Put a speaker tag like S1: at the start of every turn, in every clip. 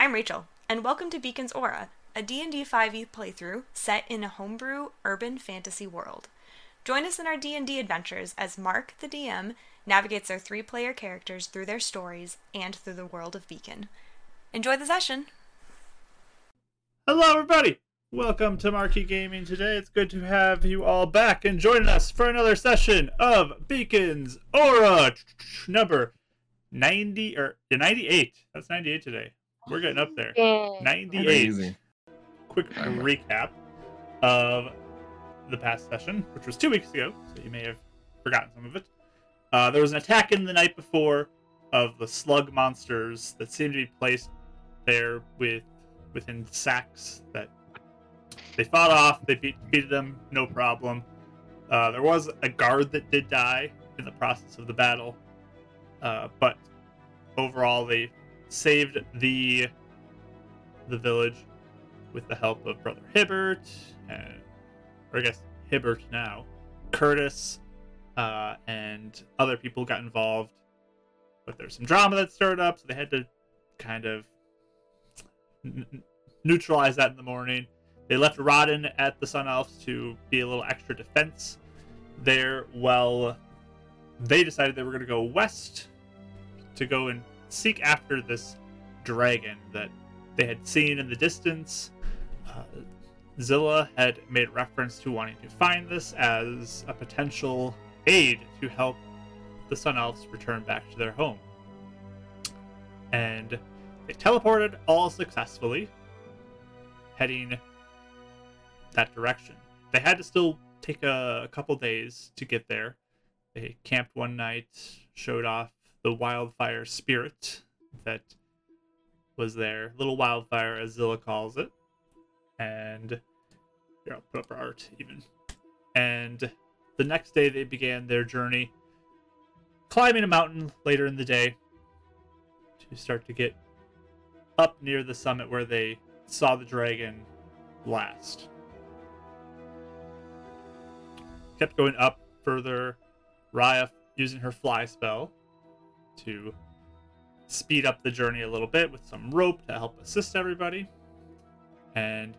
S1: I'm Rachel, and welcome to Beacon's Aura, a D&D 5e E playthrough set in a homebrew urban fantasy world. Join us in our D&D adventures as Mark, the DM, navigates our three-player characters through their stories and through the world of Beacon. Enjoy the session.
S2: Hello, everybody. Welcome to Marquee Gaming today. It's good to have you all back and joining us for another session of Beacons Aura number 90 or 98. That's 98 today. We're getting up there.
S3: Eh.
S4: Dang.
S2: 98. Quick recap of the past session, which was two weeks ago, so you may have forgotten some of it. Uh, there was an attack in the night before of the slug monsters that seemed to be placed there with within sacks that they fought off. They beat, defeated them, no problem. Uh, there was a guard that did die in the process of the battle, uh, but overall they saved the the village with the help of Brother Hibbert, and, or I guess Hibbert now, Curtis, uh, and other people got involved. But there's some drama that stirred up, so they had to kind of n- n- neutralize that in the morning. They left Rodden at the Sun Elves to be a little extra defense there while they decided they were going to go west to go and seek after this dragon that they had seen in the distance. Uh, Zilla had made reference to wanting to find this as a potential aid to help the Sun Elves return back to their home. And they teleported all successfully, heading that direction. They had to still take a, a couple days to get there. They camped one night, showed off the wildfire spirit that was there, little wildfire as Zilla calls it, and here I'll put up our art even. And the next day they began their journey, climbing a mountain later in the day to start to get up near the summit where they saw the dragon last kept going up further. Raya using her fly spell to speed up the journey a little bit with some rope to help assist everybody, and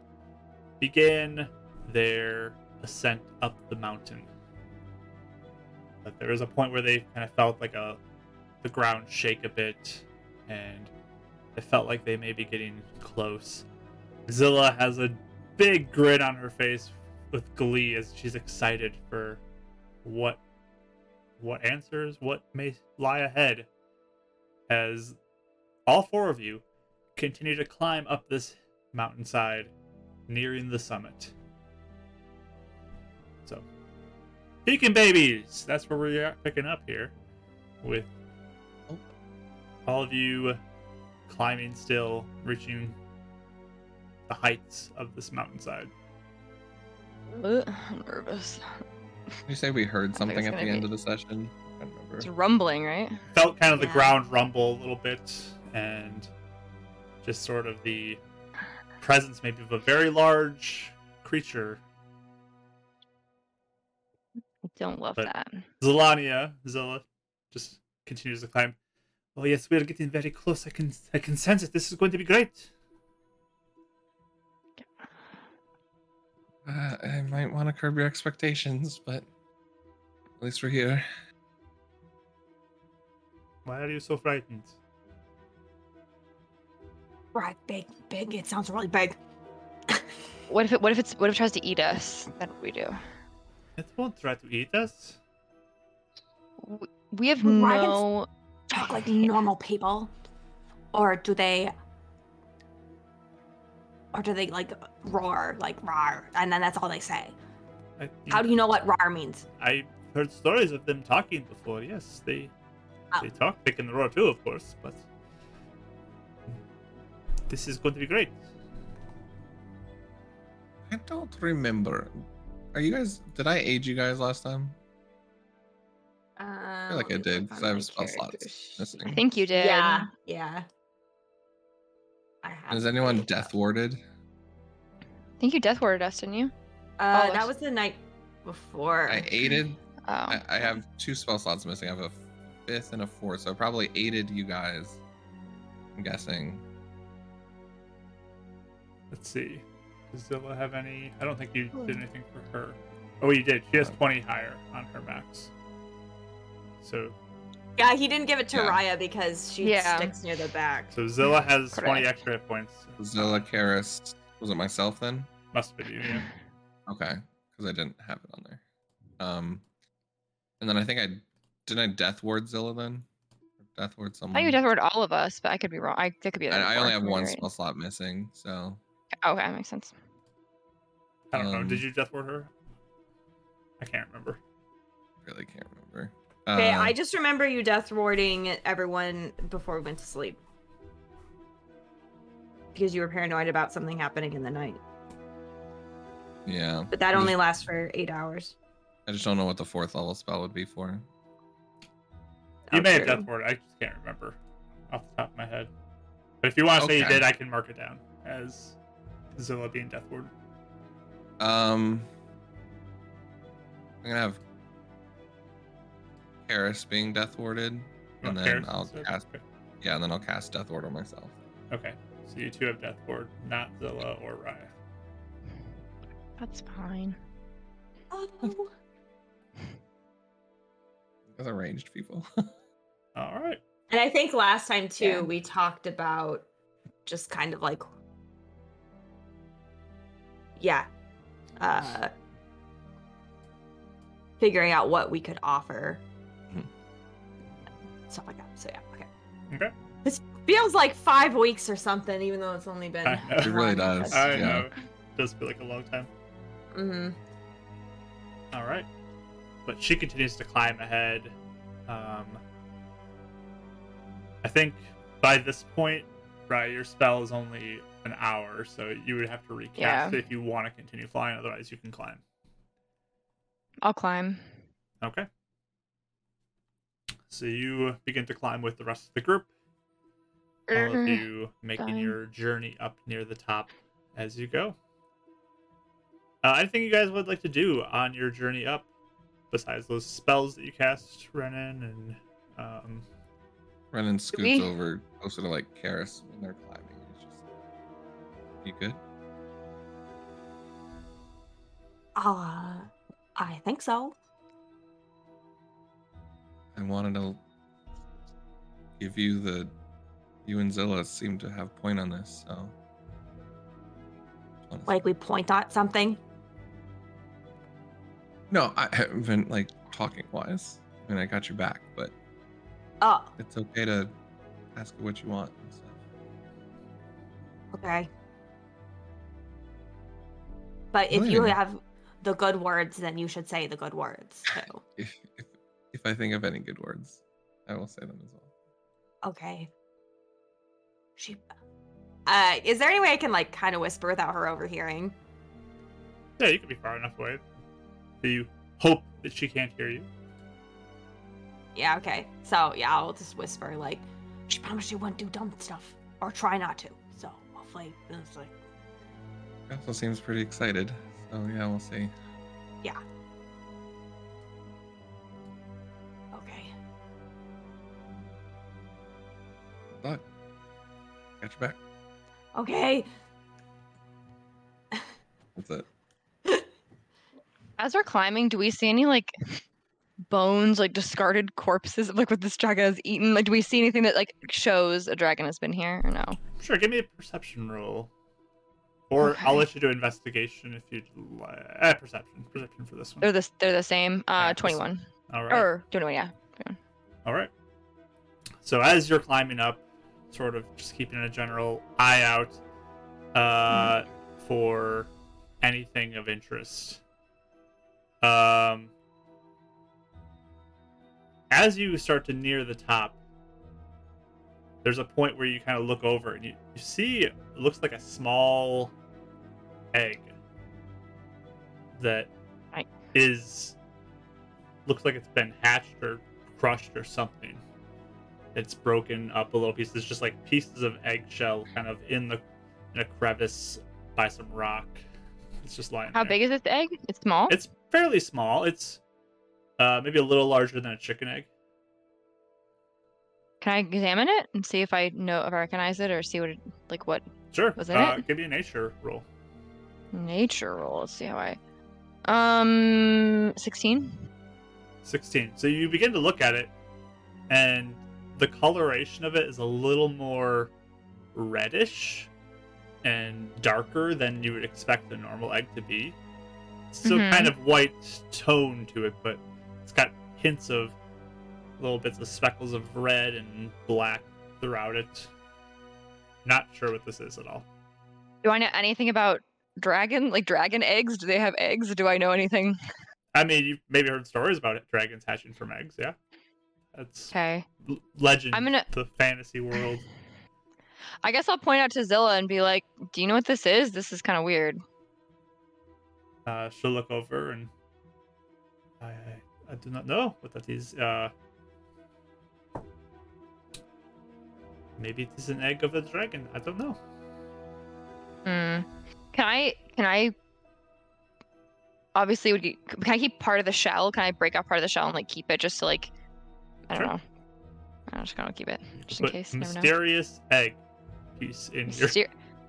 S2: began their ascent up the mountain. But there was a point where they kind of felt like a the ground shake a bit, and it felt like they may be getting close. Zilla has a big grin on her face with glee as she's excited for what what answers what may lie ahead as all four of you continue to climb up this mountainside nearing the summit so beacon babies that's where we are picking up here with all of you climbing still reaching the heights of this mountainside
S4: Ugh, I'm nervous.
S5: Did you say we heard
S4: I don't think
S5: something
S4: it's
S5: at the
S4: gonna
S5: end
S4: be-
S5: of the session? I don't remember.
S4: It's rumbling, right?
S2: felt kind of the
S1: Yeah.
S2: ground rumble a little bit and just sort of the presence maybe of a very large creature
S4: I don't love
S2: But-
S4: that.
S2: zelania zilla just continues to climb oh yes we're getting very close i can i can sense it this is going to be great
S5: Uh, I might want to curb your expectations, but at least we're here.
S2: why are you so frightened
S3: Right, big, big. It sounds really big.
S4: What if it? What if it's? What if it tries to eat us? Then what we do.
S2: it won't try to eat us
S4: W- We have
S3: Well, why does-
S4: no.
S3: Talk like
S4: Yeah.
S3: normal people, or do they? Or do they like roar, like roar, and then that's all they say?
S2: I,
S3: How do you know what roar means?
S2: i heard stories of them talking before yes they
S3: Oh.
S2: they talk they can roar too of course but this is going to be great
S5: I don't remember. Are you guys? Did I age you guys last time?
S3: Uh,
S5: I feel like I did because I have spell slots
S3: characters.
S5: missing.
S4: I think you did.
S3: Yeah, yeah. I have.
S5: Is anyone
S3: it.
S5: death warded?
S4: I think you death warded us, didn't you?
S3: Uh,
S4: Oh,
S3: that was the night before.
S5: I aided.
S4: Oh.
S5: I, I have two spell slots missing. I have a fifth and a fourth, so I probably aided you guys. I'm guessing.
S2: Let's see. Does Zilla have any? I don't think you
S3: Hmm.
S2: did anything for her. Oh, you did. She has 20 higher on her max. So,
S1: Yeah, he didn't give it to
S5: Yeah.
S1: Raya because she
S4: Yeah.
S1: sticks near the back.
S2: so Zilla has 20
S4: Correct.
S2: extra hit points.
S5: Zilla Karis. Was it myself then?
S2: Must be you. Yeah.
S5: Okay, because I didn't have it on there. Um, and then I think I didn't I death ward Zilla then. Death ward
S4: I
S5: someone.
S4: thought you death ward all of us, but I could be wrong. I that could be.
S5: I,
S4: another
S5: um, I only
S4: four
S5: have
S4: for me,
S5: one
S4: right?
S5: spell slot missing, so
S4: Oh, okay, that makes sense.
S2: I don't know.
S5: Um,
S2: Did you death ward her? I can't remember.
S5: really can't remember.
S1: Okay,
S5: Uh,
S1: I just remember you death warding everyone before we went to sleep. Because you were paranoid about something happening in the night.
S5: yeah.
S1: But that
S5: Just-
S1: only lasts for eight hours.
S5: I just don't know what the fourth level spell would be for.
S2: You
S1: Oh,
S2: may have
S1: true.
S2: death ward. I just can't remember off the top of my head. But if you want to say you
S5: Okay.
S2: did, I can mark it down as Zilla being death ward.
S5: Um, I'm gonna have Karis being death warded,
S2: You
S5: and
S2: want
S5: then
S2: Oh, Karis
S5: I'll
S2: instead?
S5: cast.
S2: Okay.
S5: Yeah, and then I'll cast death ward on myself.
S2: Okay. So you two have death ward, not Zilla or Raya.
S4: That's fine.
S1: Oh,
S5: Those are ranged people.
S2: All right.
S1: And I think last time too,
S4: Yeah.
S1: we talked about just kind of like, yeah, uh, figuring out what we could offer,
S5: Mhm.
S1: stuff like that. So yeah, okay.
S2: Okay.
S1: This feels like five weeks or something, even though it's only been.
S2: I know. It
S5: really
S1: one.
S5: does.
S2: I
S5: Yeah.
S2: know. It does feel like a long time.
S1: Mhm.
S2: All right. But she continues to climb ahead. Um, I think by this point, right, your spell is only an hour, so you would have to recast
S4: Yeah.
S2: it if you want to continue flying. Otherwise, you can climb.
S4: I'll climb.
S2: Okay. So you begin to climb with the rest of the group.
S5: Oh,
S2: All of
S4: Mhm.
S2: you making
S4: Fine.
S2: your journey up near the top as you go. Uh, anything you guys would like to do on your journey up, besides those spells that you cast, Renan and um,
S5: Renan scoots
S4: we-
S5: over closer to like Karis when they're climbing. It's just, you good?
S1: Uh, I think so.
S5: I wanted to give you the. You and Zilla seem to have point on this, so. Honestly.
S1: Like we point out something.
S5: No, I haven't been like talking wise. I mean, I got your back, but
S1: Oh,
S5: it's okay to ask her what you want. and stuff.
S1: Okay. But if
S5: Well,
S1: you
S5: yeah.
S1: have the good words, then you should say the good words too.
S5: If, if if I think of any good words, I will say them as well.
S1: Okay. She. Uh, is there any way I can like kind of whisper without her overhearing?
S2: yeah, you could be far enough away. that you hope that she can't hear you.
S1: Yeah. Okay. So yeah, I'll just whisper like, she promised she wouldn't do dumb stuff or try not to. So hopefully, it's like,
S5: She also seems pretty excited, so yeah, we'll see.
S1: okay.
S5: Good luck. Got your back.
S1: Okay.
S5: That's it.
S4: As we're climbing, do we see any like bones, like discarded corpses of like what this dragon has eaten? Like, do we see anything that like shows a dragon has been here or no?
S2: Sure, give me a perception roll, or I'll
S4: Okay.
S2: let you do investigation if you'd like. Uh, perception, perception for this one.
S4: They're the s- they're the same.
S2: Yeah,
S4: Uh,
S2: this-
S4: twenty one
S2: All right.
S4: or twenty one. Yeah.
S2: All right. So as you're climbing up, sort of just keeping a general eye out uh, for anything of interest. Um, as you start to near the top, there's a point where you kind of look over and you, you see it looks like a small egg that
S4: Right.
S2: is looks like it's been hatched or crushed or something. It's broken up a little piece. It's just like pieces of eggshell kind of in the in a crevice by some rock. It's just lying.
S4: How
S2: there.
S4: big is this egg? It's small.
S2: It's fairly small. It's uh, maybe a little larger than a chicken egg.
S4: Can I examine it and see if I know if I recognize it or see what it, like what
S2: Sure.
S4: Was it
S2: uh, Give me a nature roll.
S4: nature roll? Let's see how I. Um, sixteen.
S2: 16. So you begin to look at it, and the coloration of it is a little more reddish and darker than you would expect the normal egg to be. It's still
S4: Mhm.
S2: kind of white tone to it, but it's got hints of little bits of speckles of red and black throughout it. Not sure what this is at all.
S4: Do I know anything about dragon? Like dragon eggs? Do they have eggs? Do I know anything?
S2: I mean, you've maybe heard stories about it, dragons hatching from eggs, yeah? That's
S4: Okay.
S2: l- legend,
S4: I'm gonna-
S2: the fantasy world.
S4: I guess I'll point out to Zilla and be like, "Do you know what this is? This is kind of weird."
S2: Uh, she'll look over and I, I I do not know what that is. Uh, maybe it is an egg of a dragon. I don't know.
S4: Hmm. Can I? Can I? Obviously, would you, can I keep part of the shell? Can I break off part of the shell and like keep it just to like? I don't
S2: Sure.
S4: know. I'm just gonna keep it just in
S2: Put
S4: case. Never know.
S2: mysterious egg piece in your
S4: Myster-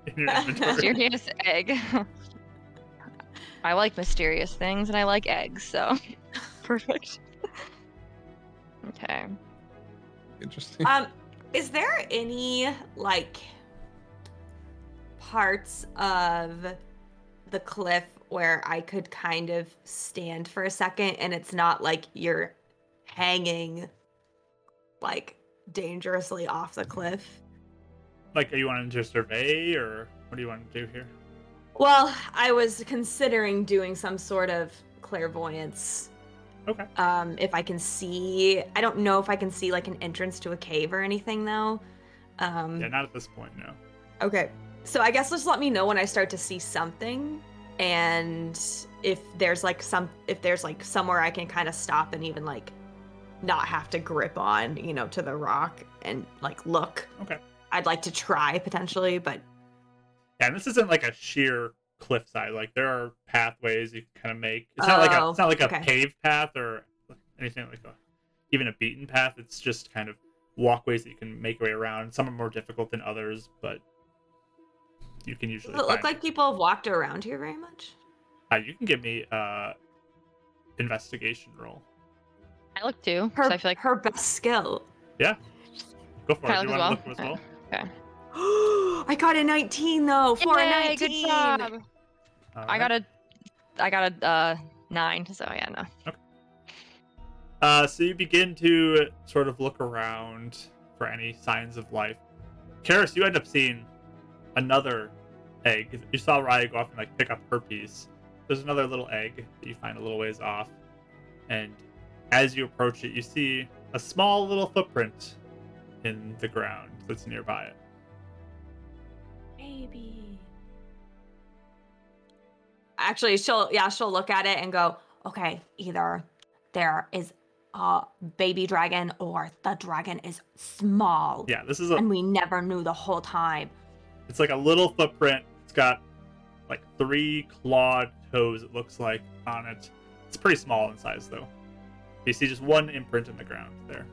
S2: in your inventory.
S4: mysterious egg. I like mysterious things and I like eggs, so perfect. okay.
S5: Interesting.
S1: Um, is there any like parts of the cliff where I could kind of stand for a second and it's not like you're hanging like dangerously off the cliff?
S2: like, are you wanting to survey or what do you want to do here?
S1: Well, I was considering doing some sort of clairvoyance.
S2: Okay.
S1: Um, if I can see, I don't know if I can see like an entrance to a cave or anything though. Um,
S2: Yeah, not at this point. No.
S1: Okay. So I guess just let me know when I start to see something and if there's like some if there's like somewhere I can kind of stop and even like not have to grip on, you know, to the rock and like look.
S2: Okay.
S1: I'd like to try potentially, but
S2: Yeah, and this isn't like a sheer cliffside. Like there are pathways you can kind of make. It's not like a,
S1: Oh,
S2: it's not like
S1: okay.
S2: a paved path or anything like a, even a beaten path. It's just kind of walkways that you can make your way around. Some are more difficult than others, but you can usually.
S1: does it look
S2: find
S1: like people have walked around here very much?
S2: Uh, you can give me uh, investigation roll.
S4: I look too.
S1: Her
S4: so I feel like
S1: her best skill.
S2: Go for
S4: Can I
S2: it. Do you
S4: look as
S2: want to look as
S4: well?
S2: well?
S1: I got a 19 though. For a
S4: Yay,
S1: 19.
S4: good job. I got
S2: Alright.
S4: a, I got a uh, nine. So yeah, no.
S2: Uh, so you begin to sort of look around for any signs of life. Karis, you end up seeing another egg. You saw Raya go off and like pick up her piece. There's another little egg that you find a little ways off, and as you approach it, you see a small little footprint in the ground that's nearby it.
S1: Baby. Actually, she'll yeah, she'll look at it and go, okay, either there is a baby dragon or the dragon is small.
S2: Yeah, this is a
S1: And we never knew the whole time.
S2: It's like a little footprint. It's got like three clawed toes, it looks like, on it. It's pretty small in size, though. You see just one imprint in the ground there.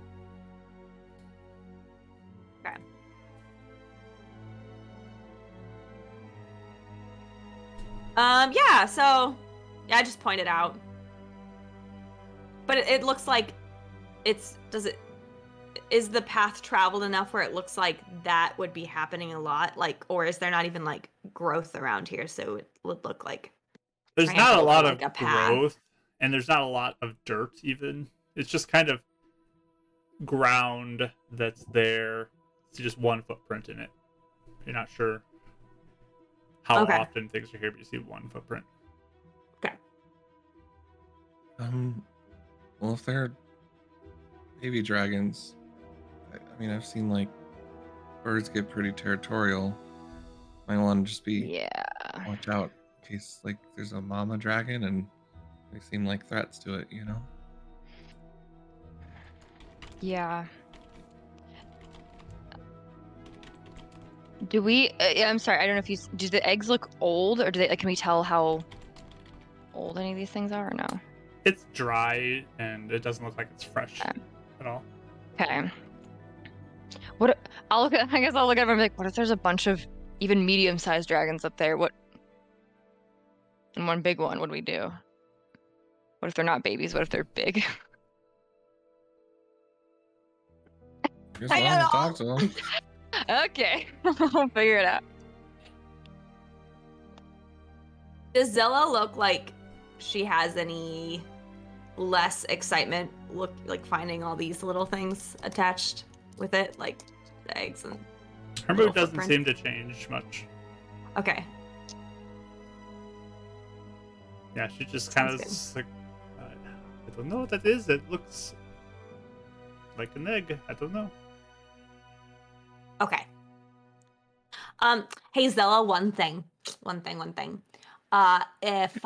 S1: Okay. Um, yeah, so yeah, I just pointed out. But it, it looks like it's does it is the path traveled enough where it looks like that would be happening a lot like or is there not even like growth around here so it would look like
S2: There's
S1: Trying to
S2: not a
S1: open,
S2: lot
S1: like,
S2: of
S1: a path.
S2: growth, and there's not a lot of dirt, even. It's just kind of ground that's there. It's just one footprint in it. You're not sure how
S1: Okay.
S2: often things are here, but you see one footprint.
S5: Um, well, if they're baby dragons, I, I mean, I've seen like birds get pretty territorial. Might want to just be
S4: Yeah.
S5: watch out in case like there's a mama dragon and they seem like threats to it. You know,
S4: Yeah. Do we? Uh, yeah, I'm sorry. I don't know if you s- do. The eggs look old, or do they? Like, can we tell how old any of these things are, or no?
S2: It's
S1: Um,
S2: dry, and it doesn't look like it's fresh
S4: Okay.
S2: at all.
S4: Okay. What? I'll look at. I guess I'll look at him and be like, what if there's a bunch of even medium-sized dragons up there? What? And one big one. What do we do? What if they're not babies? What if they're big?
S5: Here's
S1: I
S5: I
S1: know.
S5: talk to them.
S4: okay, I'll figure it out.
S1: Does Zella look like she has any less excitement? Look like finding all these little things attached with it, like the eggs and
S2: Her
S1: Little
S2: mood doesn't
S1: footprint.
S2: seem to change much.
S1: okay.
S2: Yeah, she just kind of
S1: Sounds good.
S2: like, uh, I don't know what that is. It looks like an egg. I don't know.
S1: Okay. Um, hey Zella, one thing, one thing, one thing. Uh, if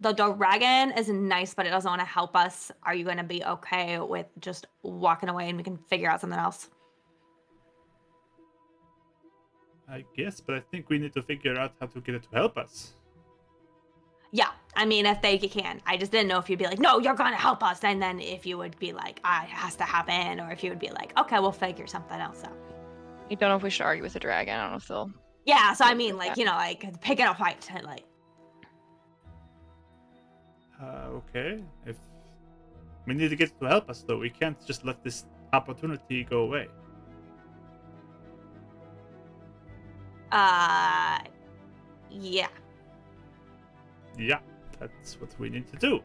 S1: the dragon is nice but it doesn't want to help us, are you gonna be okay with just walking away and we can figure out something else?
S2: I guess, but I think we need to figure out how to get it to help us.
S1: Yeah, I mean if they can. I just didn't know if you'd be like, no, you're gonna help us, and then if you would be like, ah, it has to happen, or if you would be like, okay, we'll figure something else out.
S4: You don't know if we should argue with the dragon. I don't know if they'll.
S1: Yeah, so I
S4: Yeah,
S1: mean like
S4: okay.
S1: you know like picking a fight, like
S2: Uh, okay. If we need to get it to help us, though, we can't just let this opportunity go away.
S1: uh, yeah.
S2: Yeah, that's what we need to do.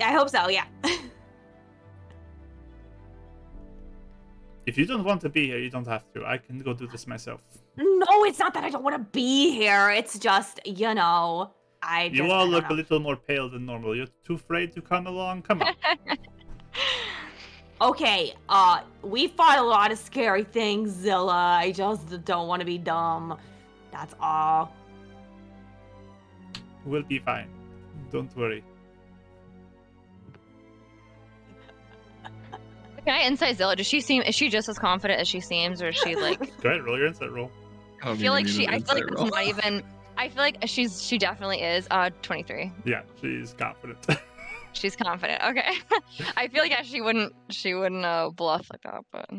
S1: I hope so. Yeah.
S2: If you don't want to be here, you don't have to. I can go do this myself.
S1: No, it's not that I don't want to be here. It's just, you know, I just.
S2: You
S1: I
S2: all
S1: don't
S2: look a
S1: know.
S2: little more pale than normal. You're too afraid to come along. Come on.
S1: Okay, uh, we fought a lot of scary things, Zilla. I just don't want to be dumb. That's all.
S2: we'll be fine. Don't worry.
S4: Can I insight Zilla? Does she seem? Is she just as confident as she seems, or is she like?
S2: Go ahead, roll your insight roll.
S4: I
S5: I don't
S4: feel like
S5: even need
S4: she.
S5: an
S4: I feel like
S5: insight
S4: it's
S5: roll.
S4: not even. I feel like she's. She definitely is. Uh, twenty three.
S2: Yeah, she's confident.
S4: She's confident. Okay. I feel like yeah, she wouldn't. She wouldn't uh, bluff like that. But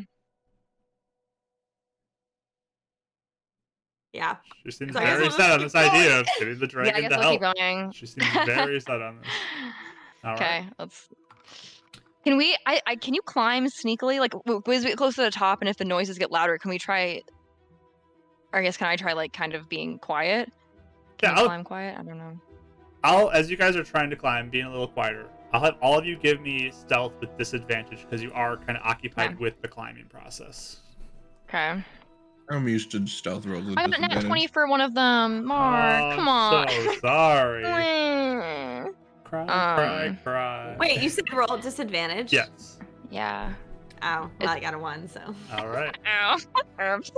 S1: Yeah.
S2: she seems
S1: So I guess
S2: very
S1: we'll
S2: set
S1: just
S2: on this
S1: keep going.
S2: idea of getting the
S4: yeah, I
S2: dragon
S4: guess
S2: to
S4: we'll
S2: help.
S4: keep going.
S2: She seems very set on this. All
S4: okay.
S2: right.
S4: Let's. Can we? I, I. Can you climb sneakily? Like, w- w- is it close to the top? And if the noises get louder, can we try? Or I guess can I try like kind of being quiet? Can
S2: Yeah,
S4: I
S2: I'll-
S4: climb quiet? I don't know.
S2: I'll, as you guys are trying to climb, being a little quieter, I'll have all of you give me stealth with disadvantage because you are kind of occupied
S4: Okay.
S2: with the climbing process.
S4: Okay.
S5: I'm used to stealth rolls. with
S4: I got a nat
S5: disadvantage.
S4: twenty for one of them. Mark,
S2: Oh,
S4: come on.
S2: I'm so sorry. cry,
S4: Mm.
S2: cry,
S4: Um,
S2: cry.
S1: Wait, you said roll at disadvantage?
S2: Yes.
S4: yeah.
S1: Oh, well, I got a one, so.
S2: All right.
S4: Ow. Oops.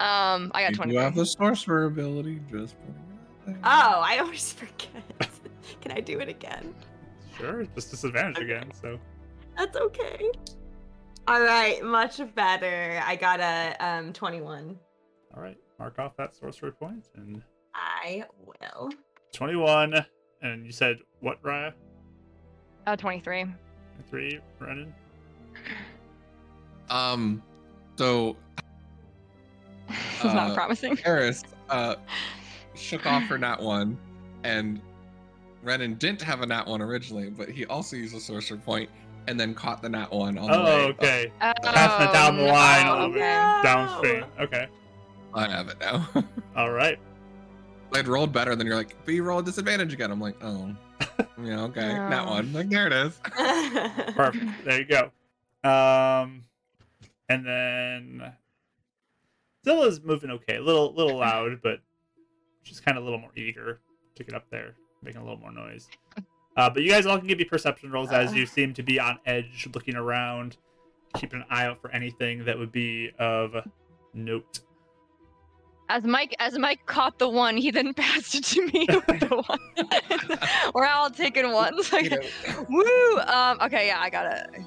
S4: um, I got
S5: You
S4: twenty.
S5: do have the sorcerer ability. Just pointing it out there.
S1: Oh, I always forget. Can I do it again?
S2: Sure. Just disadvantage again. So
S1: That's okay. All right, much better. I got a um 21.
S2: All right, mark off that sorcery point and
S1: I will.
S2: 21. And you said what, Raya?
S4: Uh, twenty-three.
S2: Three, Brennan?
S5: Um, so
S4: it's
S5: Uh,
S4: not promising.
S5: Eris uh, shook off her nat one, and Renan didn't have a nat one originally, but he also used a sorcerer point and then caught the nat one on the
S2: Oh,
S5: way.
S2: okay.
S4: Oh,
S2: Passing it down the line a
S4: no,
S1: Oh,
S2: little bit.
S4: okay.
S2: Downstream. Okay.
S5: I have it now.
S2: All right.
S5: I'd rolled better than you're like, but you rolled disadvantage again. I'm like, oh, yeah, okay, nat
S4: Oh.
S5: one. Like there it is.
S2: Perfect. there you go. Um, and then Zilla's moving okay. A little, little loud, but she's kind of a little more eager to get up there, making a little more noise. Uh, but you guys all can give me perception rolls as you seem to be on edge, looking around, keeping an eye out for anything that would be of note.
S4: As Mike, as Mike caught the one, he then passed it to me with the one. We're all taking ones.
S5: You
S4: Like,
S5: know,
S4: woo. Um. Okay. Yeah, I got it.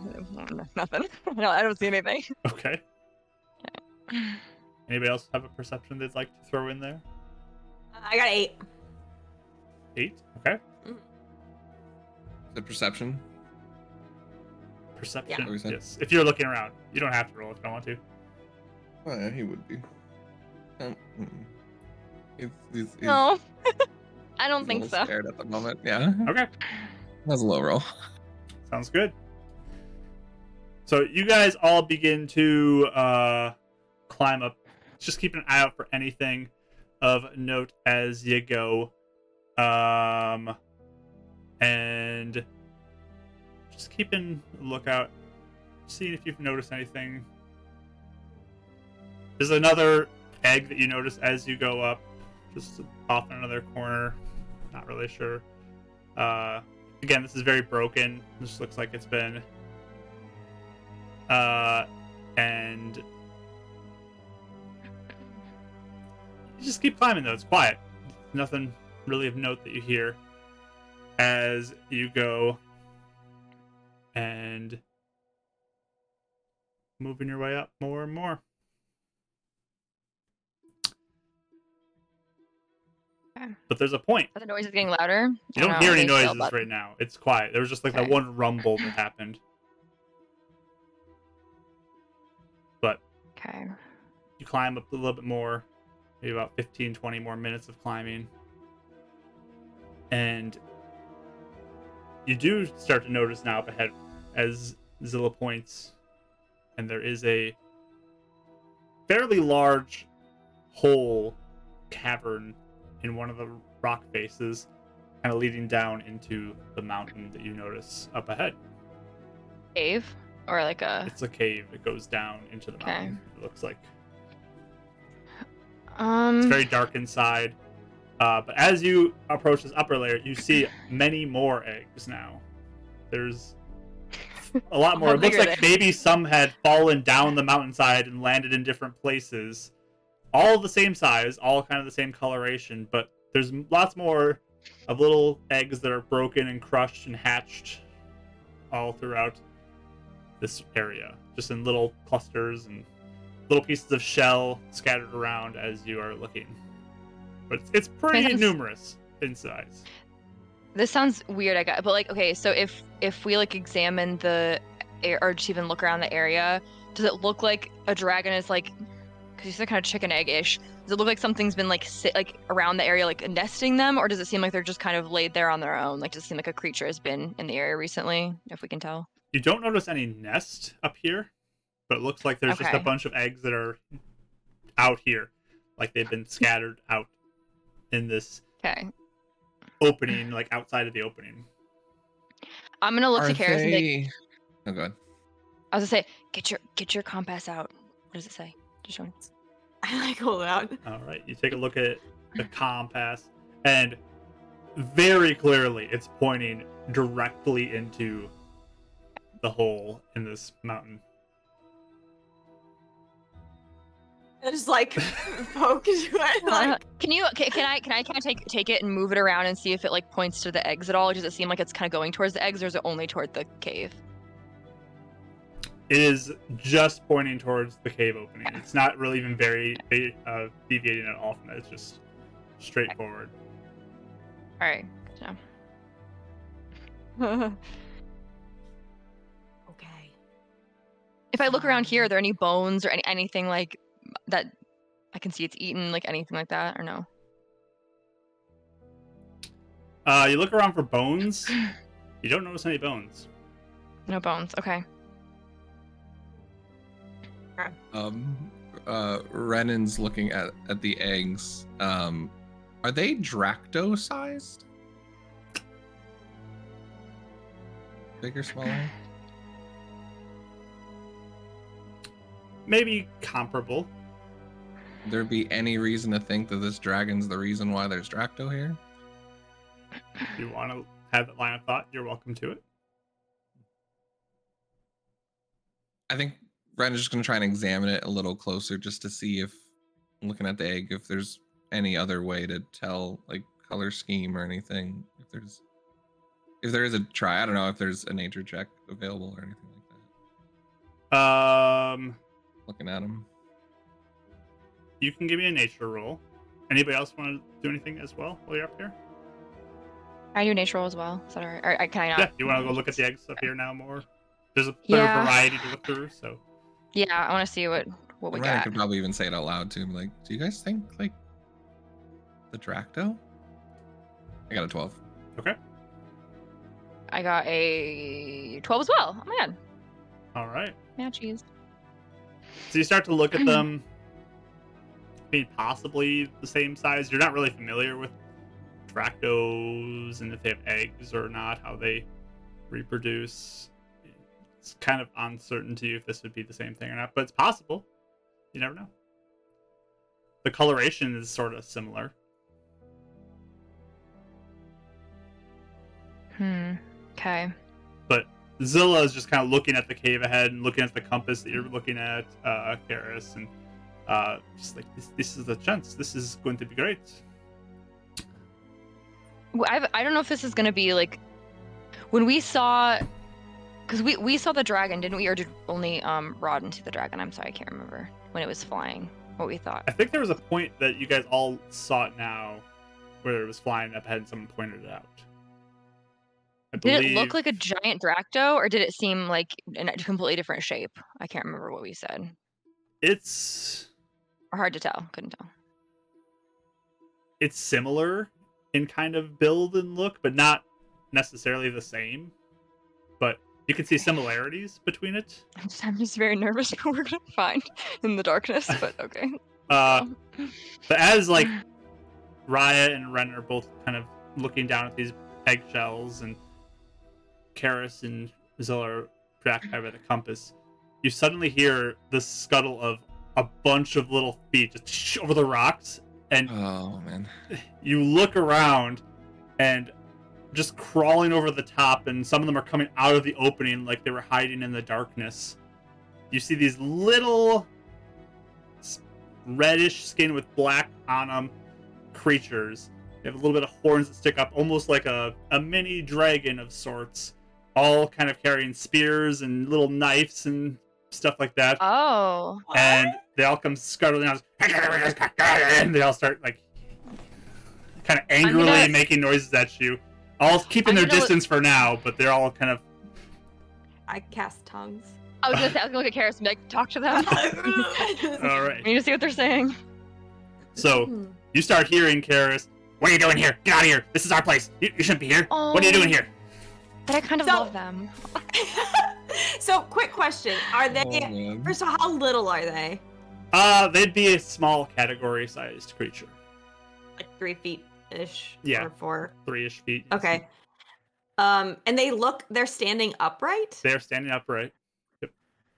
S4: Nothing. No, I don't see anything.
S2: Okay. Anybody else have a perception they'd like to throw in there?
S1: I got eight.
S2: Eight. Okay.
S5: the perception.
S2: Perception.
S5: What was that?
S2: Yes. If you're looking around, you don't have to roll if you don't want to.
S5: Oh, yeah, he would be. Um, mm-mm. he's, he's, he's,
S4: No. I don't think
S5: he's a little
S4: so.
S5: Scared at the moment. Yeah,
S2: Okay.
S5: that's a low roll.
S2: Sounds good. So you guys all begin to uh, climb up. Just keep an eye out for anything of note as you go. Um, and just keeping a lookout, seeing if you've noticed anything. There's another egg that you notice as you go up, just off in another corner. Not really sure. Uh, again this is very broken this looks like it's been uh and you just keep climbing though it's quiet nothing really of note that you hear as you go and moving your way up more and more
S4: Okay.
S2: but there's a point
S4: Are the noises getting louder?
S2: you don't hear any noises
S4: right
S2: right now. It's quiet. There was just like that
S4: Okay.
S2: one rumble that happened. But
S4: Okay.
S2: you climb up a little bit more, maybe about 15, 20 more minutes of climbing. And you do start to notice now up ahead as Zilla points, and there is a fairly large hole cavern in one of the rock faces, kind of leading down into the mountain that you notice up ahead.
S4: Cave? Or like a.
S2: It's a cave, it goes down into the
S4: Okay.
S2: mountain, it looks like.
S4: Um.
S2: It's very dark inside. Uh, but as you approach this upper layer, you see many more eggs now. There's a lot more.
S4: How
S2: It looks
S4: big are
S2: like
S4: they?
S2: maybe some had fallen down the mountainside and landed in different places. All the same size, all kind of the same coloration, but there's m- lots more of little eggs that are broken and crushed and hatched all throughout this area, just in little clusters and little pieces of shell scattered around as you are looking. But it's, it's pretty
S4: Fantas-
S2: numerous in size.
S4: this sounds weird i got but like okay so if if we like examine the a- or just even look around the area does it look like a dragon is like because you said kind of chicken egg-ish does it look like something's been like sit like around the area like nesting them or does it seem like they're just kind of laid there on their own like does it seem like a creature has been in the area recently if we can tell
S2: You don't notice any nest up here, but it looks like there's just a
S4: Okay.
S2: bunch of eggs that are out here, like they've been scattered out in this
S4: okay
S2: opening, like outside of the opening.
S4: i'm gonna look
S5: Are
S4: to Karis and be like,
S5: they- Oh god.
S4: i was gonna say get your get your compass out what does it say just show me
S1: I like hold it out.
S2: All right, you take a look at the compass, and very clearly it's pointing directly into the hole in this mountain.
S1: I just like poke into it.
S4: Uh,
S1: Like,
S4: can you ca- can I can I kind of take take it and move it around and see if it like points to the eggs at all? Does it seem like it's kind of going towards the eggs, or is it only toward the cave?
S2: It is just pointing towards the cave opening. It's not really even very uh, deviating at all from that. It's just straightforward.
S4: All right, good to know.
S1: okay.
S4: if I look around here, are there any bones or any, anything like that? I can see it's eaten, like anything like that, or no?
S2: Uh, you look around for bones. You don't notice any bones.
S4: No bones. Okay.
S5: Um, uh, Renan's looking at at the eggs. Um, are they Dracto sized? Bigger, smaller?
S2: Maybe comparable.
S5: there be any reason to think that this dragon's the reason why there's Dracto here?
S2: If you want to have that line of thought, you're welcome to it.
S5: I think Renan's just gonna try and examine it a little closer just to see if looking at the egg, if there's any other way to tell like color scheme or anything. If there's if there is a try, I don't know if there's a nature check available or anything like that.
S2: Um,
S5: Looking at him.
S2: you can give me a nature roll. Anybody else want to do anything as well while you're up here?
S4: I do nature roll as well. Is that all right? Or I can I not?
S2: Yeah, you want to go look at the eggs up here now more? There's a clear
S4: Yeah.
S2: variety to look through, so
S4: Yeah, I want to see what what we
S5: Ryan
S4: got.
S5: could probably even say it out loud to him. Like, do you guys think like the Dracto? I got a twelve.
S4: I got a twelve as well. Oh man,
S2: all right.
S4: matches.
S2: So you start to look at them. I mean, possibly the same size. You're not really familiar with Dractos and if they have eggs or not, how they reproduce. It's kind of uncertain to you if this would be the same thing or not, but it's possible. You never know. The coloration is sort of similar.
S4: Hmm. Okay.
S2: Zilla is just kind of looking at the cave ahead and looking at the compass that you're looking at, uh, Karis, and uh, just like this, this is the chance. This is going to be great.
S4: Well, I've, I don't know if this is gonna be like when we saw, because we we saw the dragon, didn't we? Or did only um Rodden see the dragon? I'm sorry, I can't remember when it was flying. What we thought.
S2: I think there was a point that you guys all saw it now, where it was flying up ahead and someone pointed it out. I
S4: Did it look like a giant Dracto, or did it seem like in a completely different shape? I can't remember what we said.
S2: it's
S4: Or hard to tell. Couldn't tell.
S2: it's similar in kind of build and look, but not necessarily the same. But you can see similarities between it.
S4: I'm just, I'm just very nervous what we're gonna find in the darkness. But okay.
S2: Uh, But as like Raya and Ren are both kind of looking down at these eggshells and Karis and Zilla are tracked by the compass, you suddenly hear the scuttle of a bunch of little feet just over the rocks and
S5: Oh man.
S2: you look around and just crawling over the top and some of them are coming out of the opening like they were hiding in the darkness you see these little s- reddish skin with black on them creatures they have a little bit of horns that stick up almost like a, a mini dragon of sorts all kind of carrying spears and little knives and stuff like that
S4: Oh.
S2: and they all come scuttling out, and they all start like kind of angrily
S4: gonna-
S2: making noises at you, all keeping
S4: I'm
S2: their
S4: gonna-
S2: distance for now, but they're all kind of
S1: I cast tongues.
S4: I was gonna say I was gonna look at Karis and be like, talk to them.
S2: all right.
S4: We need to see what they're saying.
S2: So
S1: Hmm.
S2: you start hearing Karis, "What are you doing here? Get out of here! This is our place. You, you shouldn't be here. What are you doing
S4: Oh.
S2: here?"
S4: But I kind of
S1: So-
S4: love them.
S1: so, quick question: Are they?
S5: Oh, man.
S1: First of all, how little are they?
S2: Uh, they'd be a small category-sized creature,
S1: Like three feet ish.
S2: Yeah.
S1: Or four.
S2: three-ish feet.
S1: Okay. Um, and they look—they're standing upright.
S2: They're standing upright.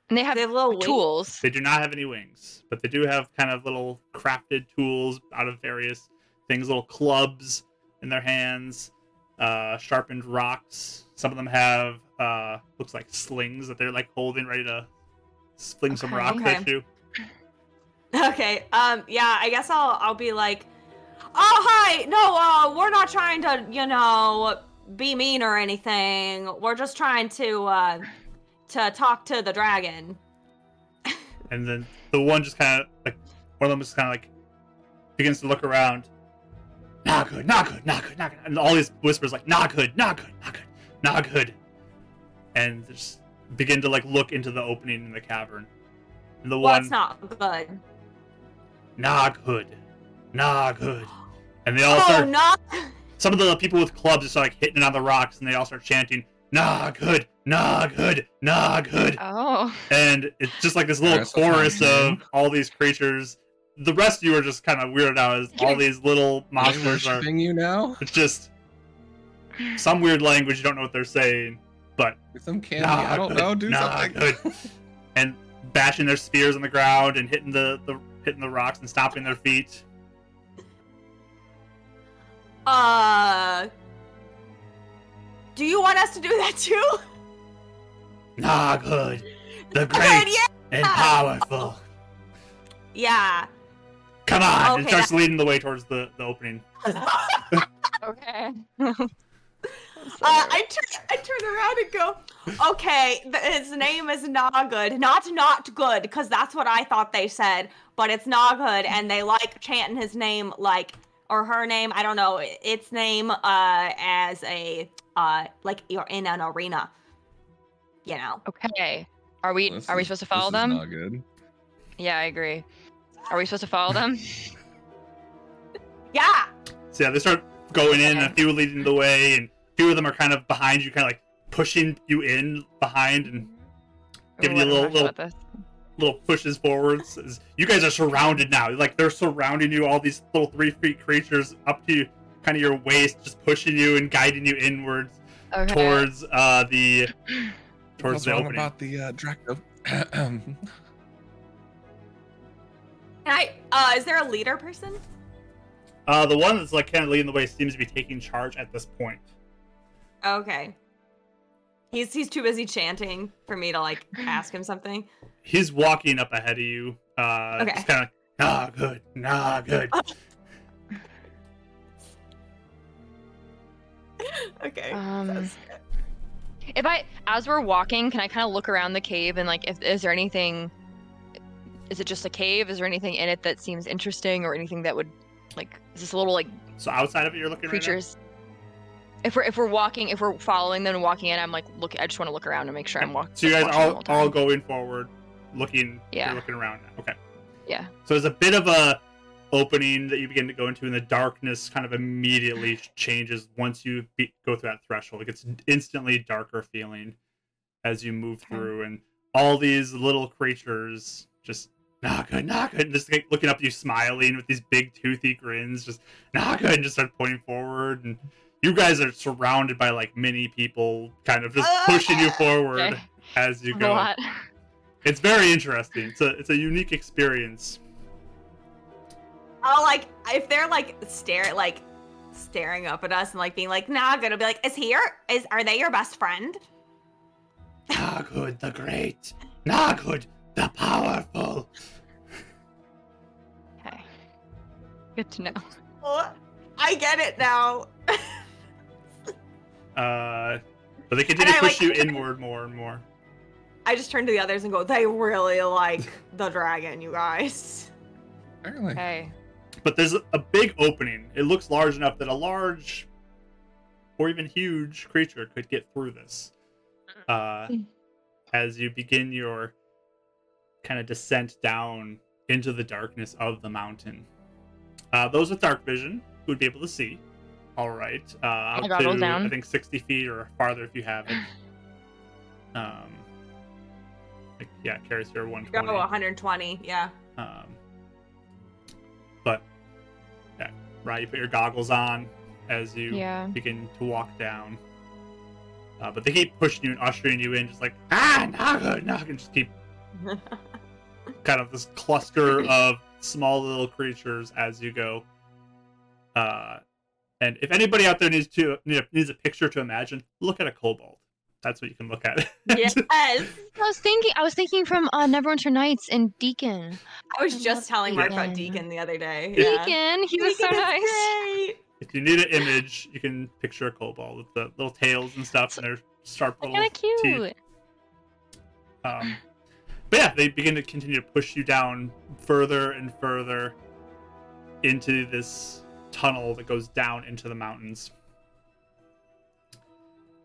S4: And they have
S1: They have little wings.
S4: tools.
S2: They do not have any wings, but they do have kind of little crafted tools out of various things, little clubs in their hands, uh, sharpened rocks. Some of them have uh, looks like slings that they're like holding, ready to sling some
S4: Okay.
S2: rocks at
S1: Okay.
S2: you.
S1: Okay. Um. Yeah. I guess I'll I'll be like, oh hi. No. Uh. We're not trying to you know be mean or anything. We're just trying to uh to talk to the dragon.
S2: And then the one just kind of like one of them just kind of like begins to look around. Not good, not good, not good, not good. And all these whispers like not good, not good, not good, not good, and just begin to like look into the opening in the cavern. And the
S1: Well,
S2: one
S1: it's not good.
S2: Nah good. Nah good. And they all
S1: Oh
S2: start
S1: no.
S2: some of the people with clubs just like hitting it on the rocks and they all start chanting, Nah good, nah good, nah good.
S4: Oh.
S2: And it's just like this little
S5: That's what I'm
S2: chorus
S5: hearing.
S2: of all these creatures. The rest of you are just kind of weirded out as all these little
S5: Are they
S2: monsters are
S5: worshiping you now?
S2: it's just some weird language, you don't know what they're saying, but
S5: With some candy?
S2: Nah,
S5: I don't
S2: good.
S5: know. Do
S2: Nah,
S5: something.
S2: good. and bashing their spears on the ground and hitting the, the hitting the rocks and stomping their feet.
S1: Uh. Do you want us to do that too?
S2: Nah good. The
S1: Good,
S2: great
S1: yeah.
S2: and powerful.
S1: Yeah.
S2: Come on! and
S1: Okay,
S2: starts leading the way towards the, the opening.
S4: Okay. I'm
S1: Uh,
S4: so nervous.
S1: I turn, I turn around and go, okay, th- his name is Noggood. Not not good, because that's what I thought they said, but it's Noggood, and they like chanting his name, like, or her name, I don't know, i- its name uh, as a, uh, like, you're in an arena. you know.
S4: Okay. Are we
S5: This
S4: are we
S5: is-
S4: supposed to follow
S5: this is
S4: them?
S5: not good.
S4: Yeah, I agree. Are we supposed to follow them?
S1: Yeah.
S2: So yeah, they start going in, a
S4: Okay.
S2: few leading the way, and a few of them are kind of behind you, kind of like pushing you in behind and Give
S4: Ooh,
S2: you a
S4: I don't know
S2: little-
S4: much
S2: little-
S4: about this.
S2: little pushes forwards. As you guys are surrounded now. Like they're surrounding you, all these little three feet creatures up to you, kind of your waist, just pushing you and guiding you inwards
S4: Okay.
S2: towards uh the towards
S5: What's
S2: the
S5: wrong
S2: opening.
S5: about the uh, Draco?
S1: Can I? Uh, is there a leader person?
S2: Uh, the one that's like kind of leading the way seems to be taking charge at this point.
S1: Okay. He's he's too busy chanting for me to like ask him something.
S2: He's walking up ahead of you. Uh,
S1: Okay.
S2: just kind of nah, good, nah, good.
S4: Oh.
S1: Okay.
S4: Um,
S1: sounds
S4: If I, as we're walking, can I kind of look around the cave and like, if is there anything? Is it just a cave? Is there anything in it that seems interesting or anything that would, like, is this a little like
S2: So outside of it, you're looking right now?
S4: creatures? If we're if we're walking, if we're following them and walking in, I'm like, look, I just want to look around and make sure I'm walking.
S2: So you guys
S4: watching the
S2: all
S4: whole time.
S2: all going forward, looking.
S4: Yeah.
S2: You're looking around. Now. Okay.
S4: Yeah.
S2: So there's a bit of a opening that you begin to go into, and the darkness kind of immediately changes once you be- go through that threshold. It gets instantly darker feeling as you move
S4: Okay.
S2: through, and all these little creatures just not good, not good, and just like, looking up at you, smiling with these big toothy grins, just not good, and just start pointing forward. And you guys are surrounded by like many people, kind of just pushing you forward
S4: Ah! Okay.
S2: as you
S4: That's
S2: go.
S4: a lot.
S2: It's very interesting. It's a it's a unique experience.
S1: I'll Oh, like if they're like stare like staring up at us and like being like, nah, good. I'll be like, is he your is are they your best friend?
S2: Nagud the Great, Nagud the Powerful.
S4: Okay. Good to know.
S1: Oh, I get it now.
S2: Uh, but they
S1: And
S2: continue to
S1: I
S2: push
S1: like-
S2: you inward more and more.
S1: I just turn to the others and go, they really like the dragon, you guys.
S5: Apparently.
S4: Okay.
S2: But there's a big opening. It looks large enough that a large, or even huge creature could get through this. Uh,
S4: Mm.
S2: as you begin your kind of descent down into the darkness of the mountain. Uh, those with dark vision would be able to see. All right. Uh, up
S4: got
S2: to,
S4: those down.
S2: I think 60 feet or farther if you have it. Um, like, yeah, it carries your
S1: Go
S2: 120.
S1: 120, yeah.
S2: Um, but yeah, right. You put your goggles on as you
S4: Yeah.
S2: begin to walk down. Uh, but they keep pushing you and ushering you in, just like ah, Naga, Naga, and just keep kind of this cluster of small little creatures as you go. Uh, and if anybody out there needs to need a, needs a picture to imagine, look at a kobold. That's what you can look at.
S1: yes.
S4: I was thinking. I was thinking from uh, Neverwinter Nights and Deacon.
S1: I was just telling Mark about
S4: Deacon.
S1: Deacon the other day. yeah.
S4: Uh-huh. Deacon. He was so
S1: Deacon is
S4: nice.
S1: great.
S2: if you need an image, you can picture a kobold with the little tails and stuff, and their sharp little
S4: Kind of cute.
S2: teeth. Um, but yeah, they begin to continue to push you down further and further into this tunnel that goes down into the mountains.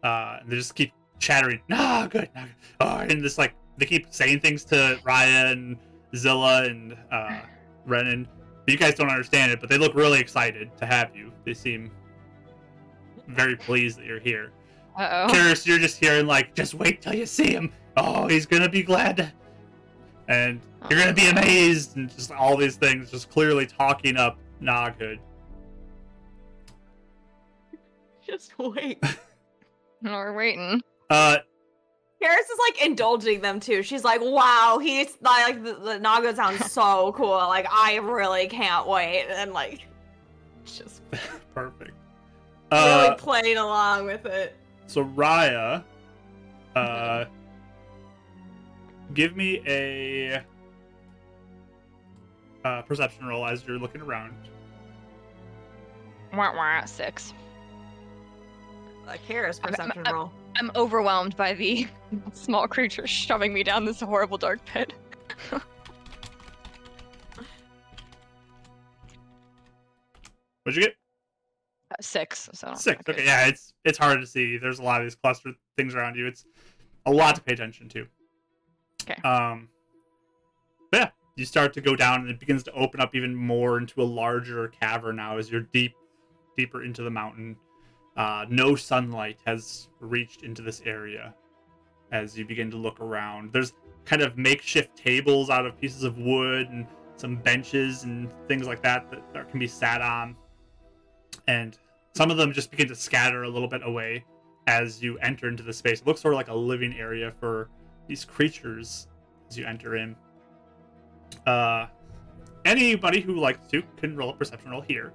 S2: Uh, and they just keep chattering, "Nah, good, nah, good," oh, and just like they keep saying things to Raya and Zilla and uh, Renan. But you guys don't understand it, but they look really excited to have you. They seem very pleased that you're here.
S4: Uh oh.
S2: Curious, you're just hearing like, just wait till you see him. Oh, he's gonna be glad, and you're gonna
S4: Oh.
S2: be amazed, and just all these things, just clearly talking up Naghood.
S1: Just wait.
S4: We're waiting.
S2: Uh,
S1: Karis is like indulging them too. She's like, "Wow, he's like the, the Naga sounds so cool. Like I really can't wait." And like, just
S2: perfect.
S1: really
S2: Uh,
S1: playing along with it.
S2: so Raya, uh, give me a uh, perception roll as you're looking around.
S4: Wah, wah, six.
S1: A Karis
S4: I'm-
S1: perception
S4: I'm-
S1: roll.
S4: I'm overwhelmed by the small creature shoving me down this horrible dark pit.
S2: What'd you get?
S4: Uh, Six. So
S2: Six.
S4: not
S2: Okay,
S4: good.
S2: yeah, it's it's hard to see. There's a lot of these cluster things around you. It's a lot to pay attention to.
S4: Okay.
S2: Um, but yeah, you start to go down, and it begins to open up even more into a larger cavern now as you're deep, deeper into the mountain. Uh, no sunlight has reached into this area. As you begin to look around, there's kind of makeshift tables out of pieces of wood and some benches and things like that that, that can be sat on. And some of them just begin to scatter a little bit away as you enter into the space. It looks sort of like a living area for these creatures as you enter in. Uh, anybody who likes to can roll a perception roll here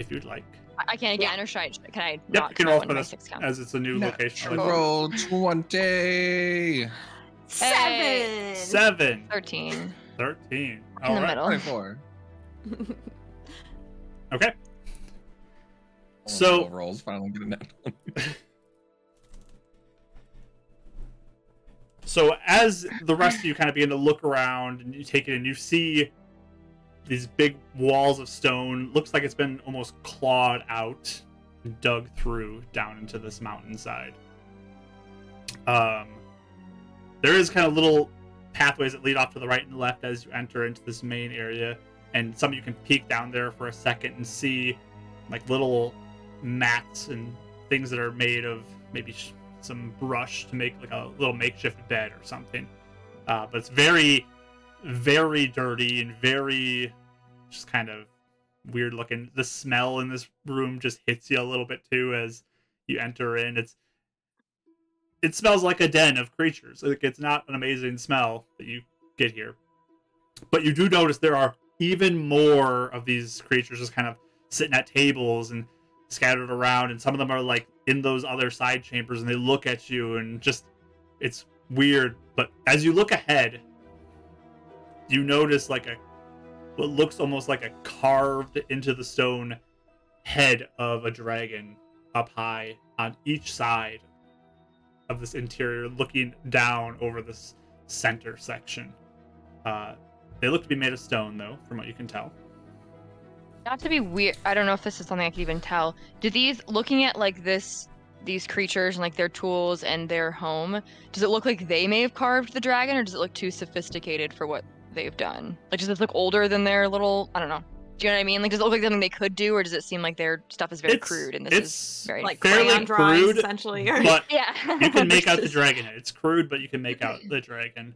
S2: if you'd like,
S4: I, I can't again, or should I? Can I
S2: you
S4: not?
S2: can roll
S4: roll one
S2: for
S4: of my
S2: this.
S4: six count?
S2: as it's a new location.
S4: Natural.
S5: Roll 20.
S1: Seven.
S2: Seven,
S4: Thirteen.
S2: 13.
S4: in
S2: All
S4: the
S2: right.
S4: middle.
S5: 24.
S2: Okay. So-
S5: Roll rolls finally get a nat one.
S2: So as the rest of you kind of begin to look around and you take it in, you see these big walls of stone. Looks like it's been almost clawed out, and dug through down into this mountainside. Um, there is kind of little pathways that lead off to the right and left as you enter into this main area, and some of you can peek down there for a second and see like little mats and things that are made of maybe sh- some brush to make like a little makeshift bed or something. Uh, but it's very, very dirty and very just kind of weird looking. The smell in this room just hits you a little bit too as you enter in. It's it smells like a den of creatures. Like it's not an amazing smell that you get here, but you do notice there are even more of these creatures just kind of sitting at tables and scattered around and some of them are like in those other side chambers and they look at you and just it's weird but as you look ahead you notice like a what looks almost like a carved into the stone head of a dragon up high on each side of this interior looking down over this center section uh, they look to be made of stone though from what you can tell
S4: Not to be weird, I don't know if this is something I could even tell. Do these looking at like this, these creatures and like their tools and their home? Does it look like they may have carved the dragon, or does it look too sophisticated for what they've done? Like, does it look older than their little? I don't know. Do you know what I mean? Like, does it look like something they could do, or does it seem like their stuff is very
S2: It's-
S4: crude and this
S2: it's
S4: is very
S1: like
S2: fairly
S1: crayon drawings,
S2: crude,
S1: essentially. Or...
S2: but
S4: yeah?
S2: you can make out the
S4: This is-
S2: dragon. It's crude, but you can make out the dragon.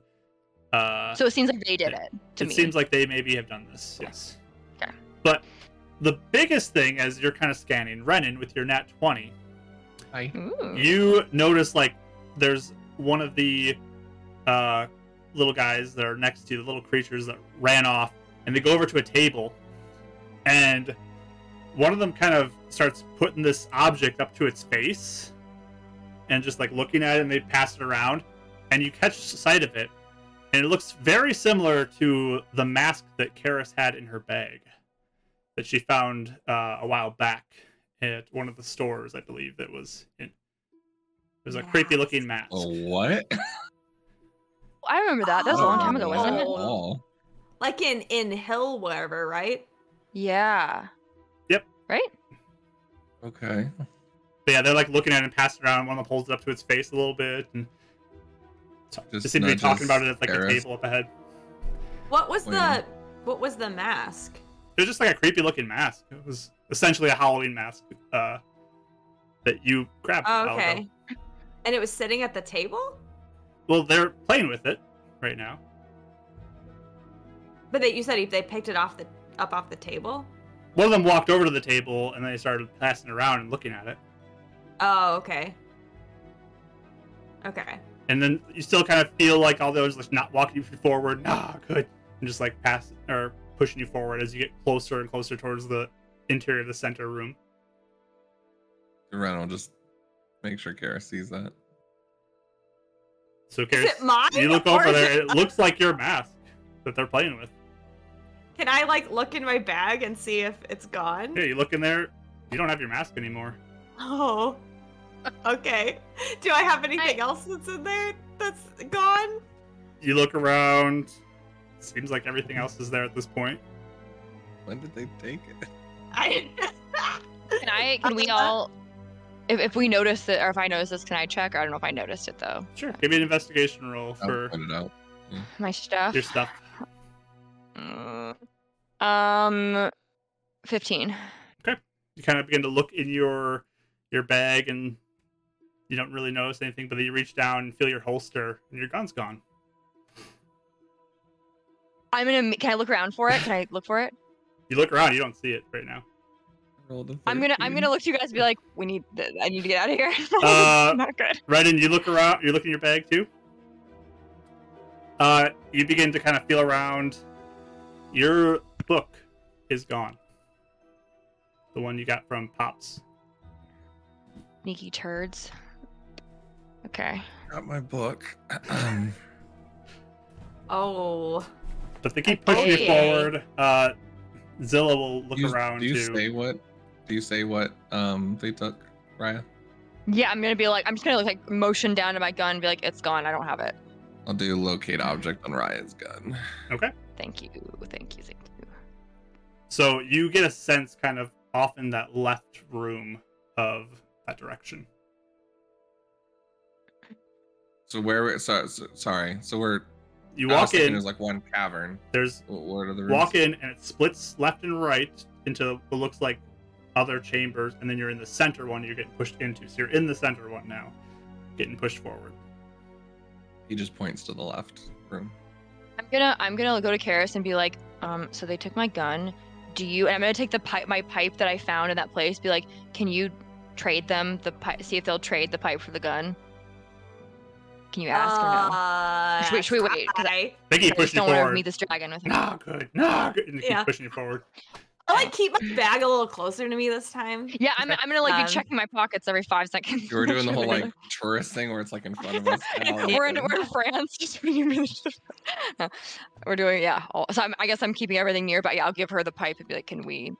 S2: Uh,
S4: So it seems like they did it. To
S2: it
S4: me,
S2: seems like they maybe have done this. Yes.
S4: Okay.
S2: But the biggest thing, as you're kind of scanning Renan with your nat twenty,
S5: Hi.
S4: Ooh.
S2: you notice like there's one of the uh, little guys that are next to you, the little creatures that ran off, and they go over to a table, and one of them kind of starts putting this object up to its face, and just like looking at it, and they pass it around, and you catch sight of it, and it looks very similar to the mask that Karis had in her bag, that she found uh, a while back at one of the stores, I believe, that was in. It was a creepy looking mask.
S5: A what?
S4: I remember that. That was a long time ago, wasn't it?
S1: Oh.
S5: Oh.
S1: Like in in Hill, wherever, right?
S4: Yeah.
S5: Okay.
S2: But yeah, they're like looking at it and passing it around. One of them holds it up to its face a little bit, and t-
S5: Just
S2: they seem to be
S5: nudges
S2: talking about it at like a
S5: Eris.
S2: table up ahead.
S1: What was the
S5: Wait.
S1: what was the mask?
S2: It was just like a creepy looking mask. It was essentially a Halloween mask uh, that you grabbed. a
S1: Oh,
S2: while ago.
S1: okay. And it was sitting at the table,
S2: Well, they're playing with it right now.
S1: but they, you said if they picked it off the up off the table.
S2: One of them walked over to the table and they started passing it around and looking at it.
S1: Oh, okay. Okay.
S2: And then you still kind of feel like all those like not walking you forward, nah, good, and just like pass or pushing you forward as you get closer and closer towards the interior of the center room.
S5: Ren will just make sure Kara sees that.
S2: So
S1: Is
S2: Karis,
S1: it mine?
S2: you look
S1: or
S2: over
S1: is
S2: there,
S1: it-
S2: and it looks like your mask that they're playing with.
S1: Can I like look in my bag and see if it's gone?
S2: Here, you look in there. You don't have your mask anymore.
S1: Oh. Okay. Do I have anything else that's in there that's gone?
S2: You look around. Seems like everything else is there at this point.
S5: When did they take it?
S1: I
S4: Can I? Can we all? If, if we notice that, or if I notice this, can I check? I don't know if I noticed it though.
S2: Sure. Give me an investigation roll
S5: I'll
S2: for
S5: point it out.
S4: My stuff.
S2: your stuff.
S4: Mm. Um, fifteen.
S2: You kind of begin to look in your your bag, and you don't really notice anything. But then you reach down and feel your holster, and your gun's gone.
S4: I'm gonna. m- Can I look around for it? Can I look for it?
S2: You look around, you don't see it right now.
S5: Rolled a
S4: I'm gonna. I'm
S5: 13.
S4: gonna look to you guys and be like, we need. Th- I need to get out of here.
S2: Uh,
S4: Not good.
S2: Redden, you look around. You look in your bag too. Uh, you begin to kind of feel around. Your book is gone. The one you got from Pops.
S4: Sneaky turds. Okay.
S5: Got my book. Um,
S1: Oh.
S2: But they keep pushing you
S4: Okay.
S2: forward. Uh, Zilla will look
S5: do you,
S2: around
S5: Do you
S2: too.
S5: say what? Do you say what? Um, they took Raya.
S4: Yeah, I'm gonna be like. I'm just gonna look like motion down to my gun and be like, it's gone. I don't have it.
S5: I'll do locate object on Raya's gun.
S4: Thank you. Thank you. Thank you.
S2: So you get a sense, kind of off in that left room of that direction.
S5: So where? we- So, so sorry. So we're.
S2: You
S5: I was
S2: walk
S5: thinking
S2: in.
S5: There's like one cavern.
S2: there's
S5: What, what are the rooms?
S2: walk in, and it splits left and right into what looks like other chambers, and then you're in the center one. You're getting pushed into. So you're in the center one now, getting pushed forward.
S5: He just points to the left room.
S4: I'm gonna I'm gonna go to Karis and be like, um, so they took my gun. Do you? And I'm gonna take the pipe, my pipe that I found in that place. Be like, can you trade them the pipe? See if they'll trade the pipe for the gun. Can you ask or no?
S1: Uh,
S4: Should we- should we wait? 'Cause
S1: I,
S2: They keep
S4: I just
S2: pushing you
S4: don't want to
S2: forward.
S4: meet this dragon with me.
S2: Nah, good. Nah, good. And they
S1: Yeah.
S2: keep pushing you forward.
S1: I like keep my bag a little closer to me this time.
S4: Yeah, I'm, I'm gonna like
S1: Um,
S4: be checking my pockets every five seconds.
S5: You were doing the whole like
S4: Really?
S5: tourist thing where it's like in front of us. now, like,
S4: we're in
S5: uh,
S4: we're in France. Just being really- No, we're doing yeah. all- so I'm, I guess I'm keeping everything near, but yeah, I'll give her the pipe and be like, can we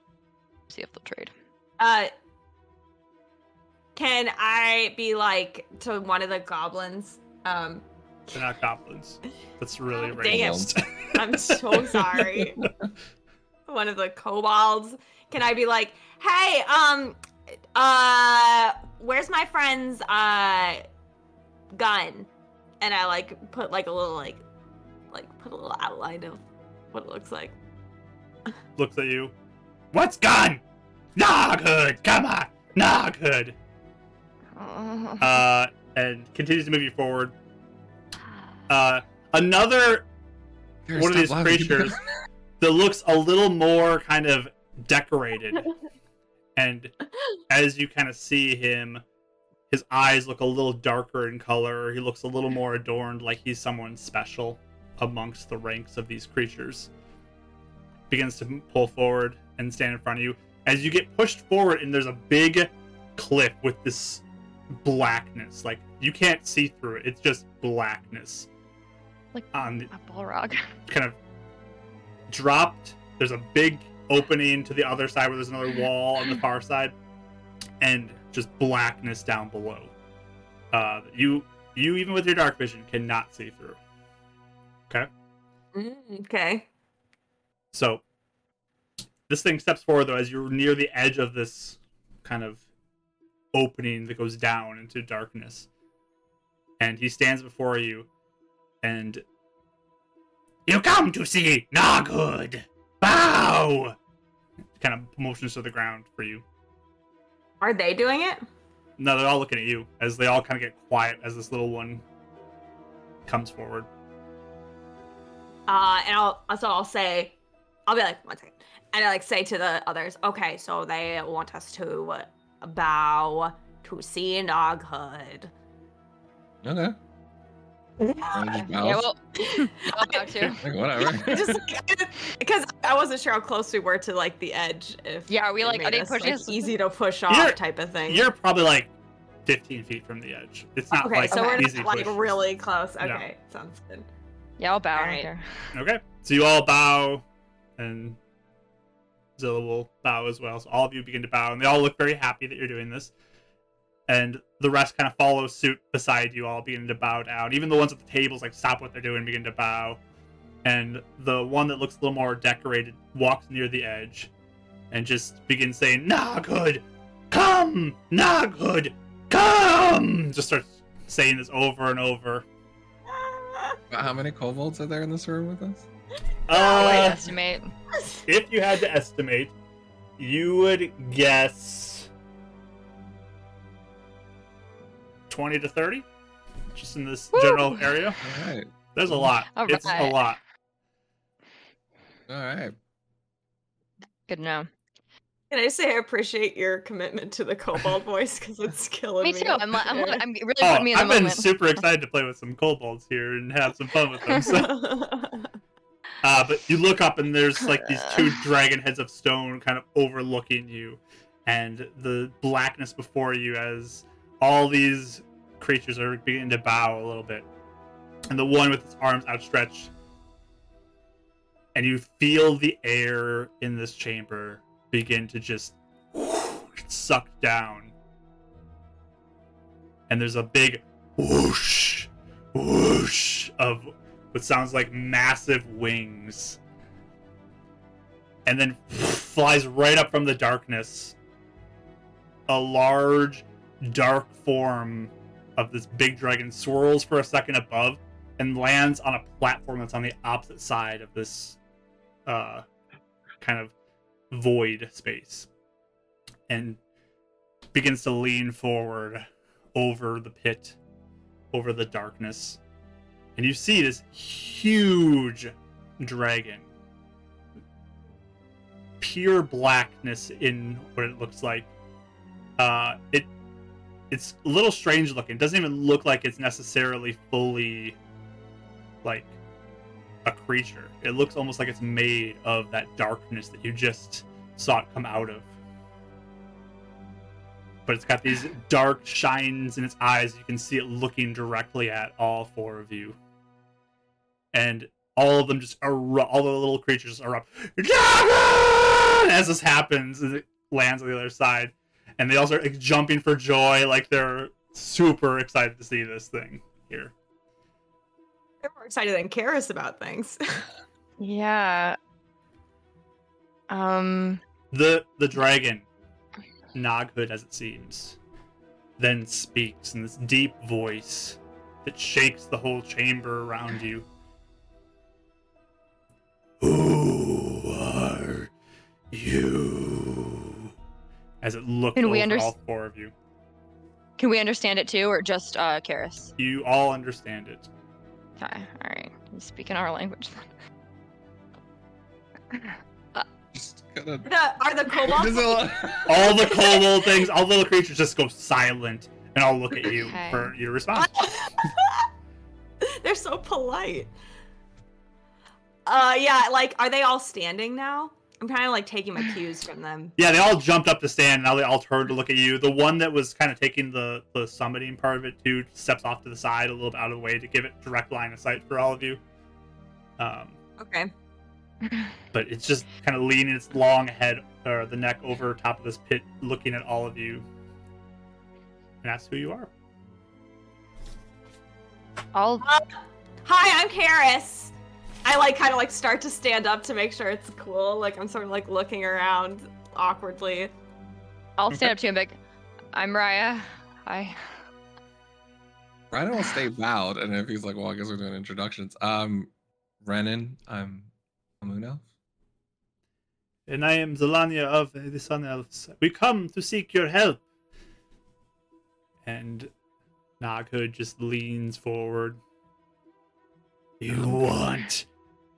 S4: see if they'll trade?
S1: Uh, can I be like to one of the goblins? Um,
S2: They're not goblins. That's really
S1: Oh, dang it.
S2: racist.
S1: I'm so sorry. one of the kobolds. Can I be like, hey, um, uh, where's my friend's uh gun? And I like put like a little like, like put a little outline of what it looks like.
S2: Looks at you. What's gone? Nah, good. Come on. Nah, good.
S4: Oh.
S2: uh, and continues to move you forward. Uh, another
S5: Here,
S2: one of
S5: stop
S2: these
S5: laughing.
S2: creatures that looks a little more kind of decorated, and as you kind of see him, his eyes look a little darker in color. He looks a little more adorned, like he's someone special amongst the ranks of these creatures. Begins to pull forward and stand in front of you. As you get pushed forward, and there's a big cliff with this blackness. Like you can't see through it. It's just blackness.
S4: Like-
S2: on the,
S4: A Balrog.
S2: kind of dropped. There's a big opening to the other side where there's another wall on the far side, and just blackness down below. Uh, you you even with your dark vision cannot see through.
S1: Mm, okay.
S2: So this thing steps forward though as you're near the edge of this kind of opening that goes down into darkness. And he stands before you and You come to see Noghood! Bow! Kind of motions to the ground for you.
S1: Are they doing it?
S2: No, they're all looking at you as they all kind of get quiet as this little one comes forward.
S1: Uh, and I'll so I'll say, I'll be like one second, and I like say to the others, okay, so they want us to uh, bow to see Noghood.
S5: Okay. I just bow.
S4: Yeah, well, I'll bow
S1: I
S4: too.
S5: Like, whatever.
S1: just because I wasn't sure how close we were to like the edge. If
S4: Yeah, are we
S1: it
S4: like? Are
S1: made
S4: they
S1: us,
S4: pushing
S1: like,
S4: us?
S1: easy to push off
S2: You're-
S1: type of thing.
S2: You're probably like 15 feet from the edge. It's not
S1: okay,
S2: like
S1: so we're
S2: easy
S1: not like
S2: push.
S1: really close.
S2: No.
S1: Okay, sounds good.
S4: Yeah, I'll bow. I don't
S1: Alright.
S4: care.
S2: Okay. So you all bow, and Zilla will bow as well. So all of you begin to bow, and they all look very happy that you're doing this. And the rest kind of follow suit beside you, all beginning to bow down. Even the ones at the tables like stop what they're doing, and begin to bow. And the one that looks a little more decorated walks near the edge, and just begins saying, "Nah, good, come Come, Naghood, come! Just starts saying this over and over.
S5: But how many kobolds are there in this room with us?
S4: Oh, I
S2: Uh,
S4: estimate.
S2: if you had to estimate, you would guess 20 to 30? Just in this
S4: Woo!
S2: general area?
S5: All right,
S2: There's a lot.
S4: All
S2: It's a
S4: right.
S2: lot.
S5: all right.
S4: Good to know.
S1: Can I just say I appreciate your commitment to the Cobalt voice because it's killing me.
S4: Me too. I'm, li- I'm, li- I'm it really
S2: Oh,
S4: putting me in the
S2: I've been
S4: moment.
S2: super excited to play with some kobolds here and have some fun with them. So, uh, but you look up and there's like these two dragon heads of stone kind of overlooking you, and the blackness before you as all these creatures are beginning to bow a little bit, and the one with its arms outstretched, and you feel the air in this chamber begin to just suck down and there's a big whoosh, whoosh of what sounds like massive wings. And then flies right up from the darkness. A large, dark form of this big dragon swirls for a second above and lands on a platform that's on the opposite side of this uh, kind of void space. And begins to lean forward over the pit, over the darkness, and you see this huge dragon. Pure blackness in what it looks like. Uh, it it's a little strange looking. It doesn't even look like it's necessarily fully like a creature. It looks almost like it's made of that darkness that you just saw it come out of but it's got these dark shines in its eyes. You can see it looking directly at all four of you, and all of them just eru- all the little creatures are up. As this happens, as it lands on the other side, and they all start like, jumping for joy, like they're super excited to see this thing here.
S1: They're more excited than Karis about things.
S4: Yeah. Um.
S2: The the dragon, Naghood as it seems, then speaks in this deep voice that shakes the whole chamber around you. Who are you? As it looks
S4: Can
S2: over
S4: we underst-
S2: all four of you.
S4: Can we understand it too, or just uh, Karis?
S2: You all understand it.
S4: Okay. All right. You Speak in our language. then.
S5: Just gotta.
S1: The, are the
S5: Just
S1: Cobalt?
S5: a-
S2: All the kobold things, all the little creatures just go silent and all look at you
S4: Okay.
S2: for your response.
S1: They're so polite. Uh, yeah. Like, are they all standing now? I'm kind of like taking my cues from them.
S2: Yeah, they all jumped up to stand. Now they all turn to look at you. The one that was kind of taking the the summiting part of it too steps off to the side a little bit out of the way to give it direct line of sight for all of you. Um,
S1: Okay.
S2: but it's just kind of leaning its long head or the neck over top of this pit, looking at all of you, and that's who you are.
S4: I'll
S1: Hi, I'm Karis. I like kind of like start to stand up to make sure it's cool. Like I'm sort of like looking around awkwardly.
S4: I'll stand up to you and be like, "I'm Raya. Hi."
S5: Ryan will stay loud, and if he's like, "Well, I guess we're doing introductions." Um, Renan, I'm a moon elf.
S2: And I am Zelania of the Sun Elves. We come to seek your help. And Naghood just leans forward. You want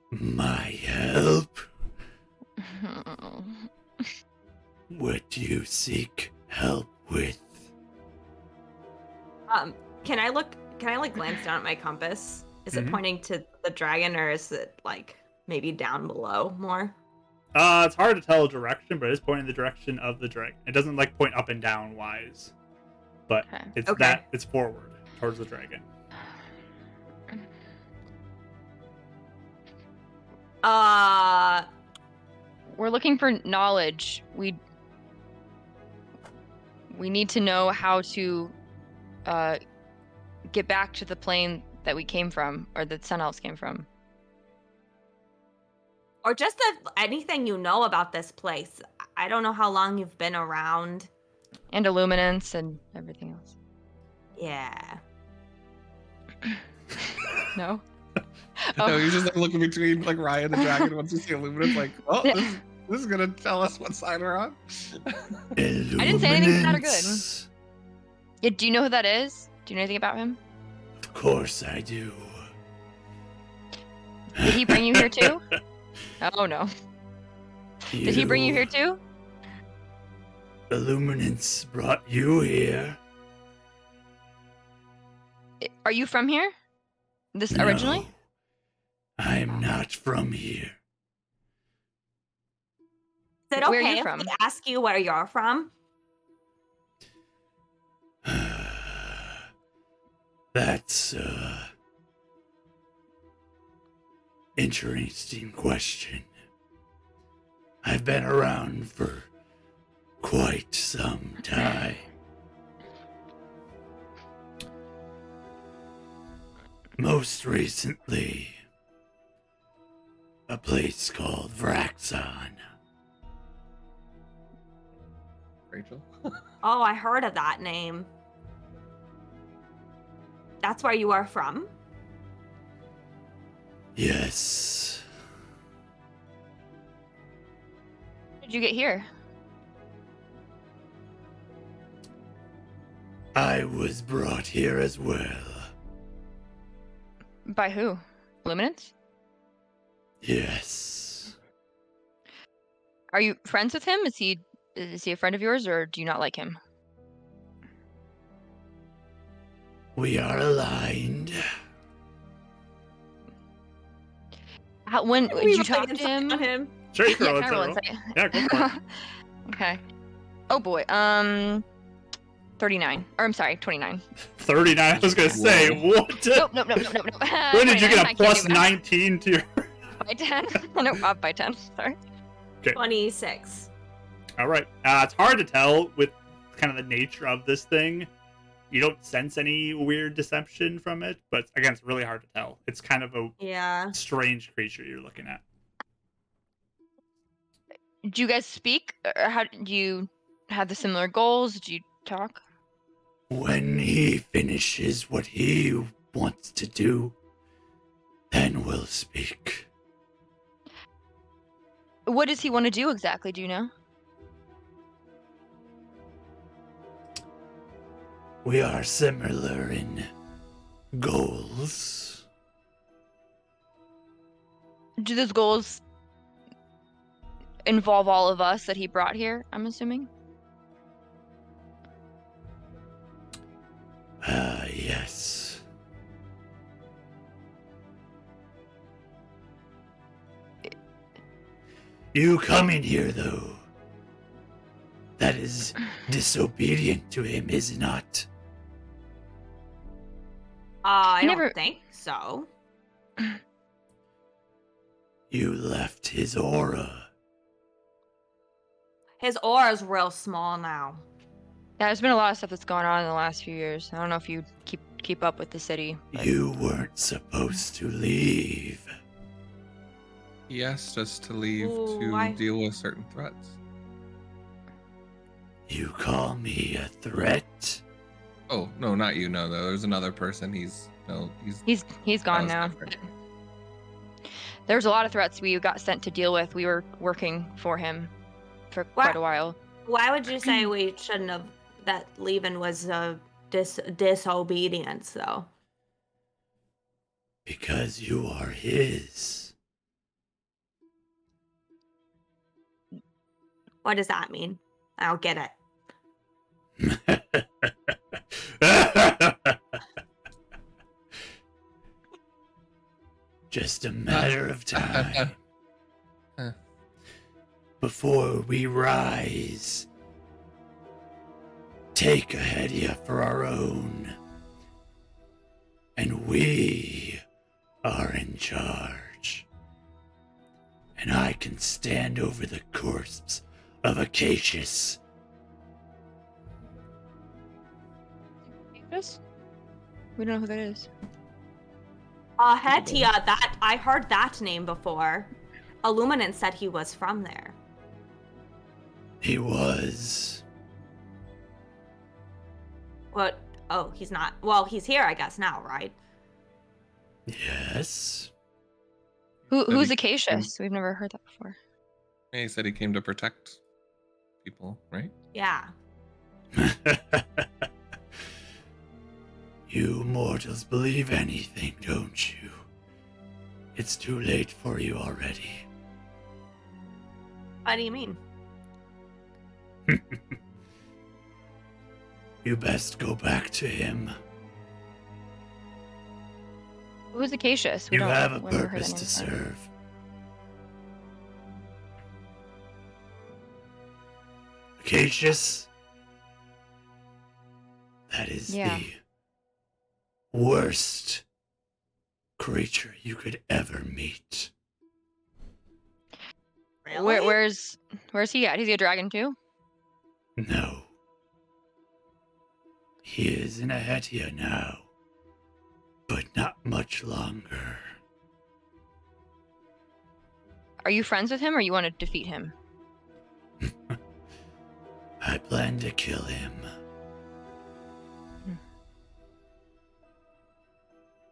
S2: my help? What do you seek help with?
S1: Um, can I look? Can I like glance down at my compass? Is it
S2: Mhm.
S1: pointing to the dragon, or is it like maybe down below more?
S2: Uh, it's hard to tell direction, but it's pointing the direction of the dragon. It doesn't like point up and down wise, but
S4: Okay.
S2: it's
S1: Okay.
S2: that it's forward towards the dragon.
S1: Uh,
S4: We're looking for knowledge. We we need to know how to uh, get back to the plane that we came from, or that Sun Elves came from.
S1: or just the, anything you know about this place. I don't know how long you've been around.
S4: and illuminance and everything else.
S1: Yeah.
S4: No.
S5: No,
S4: Oh,
S5: he's just like looking between like Ryan and Dragon once you see Illuminus, like, oh, this, is- this is gonna tell us what side we're on.
S4: didn't say anything about her good. yeah, do you know who that is? Do you know anything about him?
S2: Of course I do.
S4: Did he bring you here too? Oh no. Did he bring you here too?
S2: Illuminance brought you here.
S4: I- Are you from here? This originally?
S2: No, I'm not from here.
S1: Is it
S4: Where are you
S1: okay if
S4: from?
S1: we ask you where you're from?
S2: That's uh interesting question. I've been around for quite some time. Most recently, a place called Vraxon.
S5: Rachel.
S1: Oh, I heard of that name. That's where you are from?
S2: Yes,
S4: How did you get here?
S2: I was brought here as well.
S4: By who? Illuminance?
S2: Yes.
S4: Are you friends with him? Is he is he a friend of yours or do you not like him?
S2: We are aligned.
S4: How, when
S1: We
S4: did you
S1: were
S4: talk to
S1: thinking
S4: him?
S1: something on him.
S2: Sure, you
S4: Yeah,
S2: can roll
S4: can I roll
S2: insight
S4: insight?
S2: roll. Yeah, go for it.
S4: okay. Oh boy. Um, thirty-nine. Or I'm sorry, twenty-nine.
S2: 39, I was gonna say, what?
S4: Nope, nope, nope, nope, nope. nope.
S2: When did you
S4: 29, I
S2: get a
S4: can't
S2: plus
S4: do math.
S2: 19 to your.
S4: By ten. no, up by ten. Sorry.
S1: 26.
S2: Alright. Uh, it's hard to tell with kind of the nature of this thing. You don't sense any weird deception from it, but again, it's really hard to tell. It's kind of a
S1: Yeah.
S2: strange creature you're looking at.
S4: Do you guys speak? Or how do you have the similar goals? Do you talk?
S2: When he finishes what he wants to do, then we'll speak.
S4: What does he want to do exactly? Do you know?
S2: We are similar in goals.
S4: Do those goals involve all of us that he brought here? I'm assuming.
S2: Ah, yes. You come in here, though. That is disobedient to him, is it not?
S1: Uh, I
S4: never-
S1: don't think so.
S2: You left his aura.
S1: His aura's real small now.
S4: Yeah, there's been a lot of stuff that's gone on in the last few years. I don't know if you keep keep up with the city. but-
S2: You weren't supposed to leave.
S5: He asked us to leave
S1: Ooh,
S5: to
S1: I-
S5: deal with certain threats.
S2: You call me a threat?
S5: Oh no, not you. No, though. There's another person. He's no. He's
S4: He's he's gone
S5: That
S4: now.
S5: was different.
S4: There was a lot of threats we got sent to deal with. We were working for him for quite
S1: What?
S4: a while.
S1: Why would you say we shouldn't have that leaving was a dis- disobedience though?
S2: Because you are his.
S1: What does that mean? I don't get it.
S2: Just a matter of time
S5: Huh.
S2: before we rise. Take Ahedia for our own, and we are in charge. And I can stand over the corpse of Acacius.
S4: We don't know who that is.
S1: Uh, Hetia, that I heard that name before. Illuminant said he was from there.
S2: He was.
S1: What? Oh, he's not. Well, he's here, I guess, now, right?
S2: Yes.
S4: Who,
S5: That'd
S4: who's
S5: be-
S4: Acacius? We've never heard that before.
S5: He said he came to protect people, right?
S1: Yeah.
S2: you mortals believe anything, don't you? It's too late for you already.
S1: What do you mean?
S2: You best go back to him.
S4: Who's Acacius? We
S2: you
S4: don't
S2: have a
S4: we've never heard
S2: purpose
S4: any
S2: to
S4: of that.
S2: serve. Acacius? That is
S4: Yeah.
S2: the worst creature you could ever meet.
S4: Where, where's where's he at? Is he a dragon too?
S2: No. He is in Ahetia now, but not much longer.
S4: Are you friends with him, or you want to defeat him?
S2: I plan to kill him.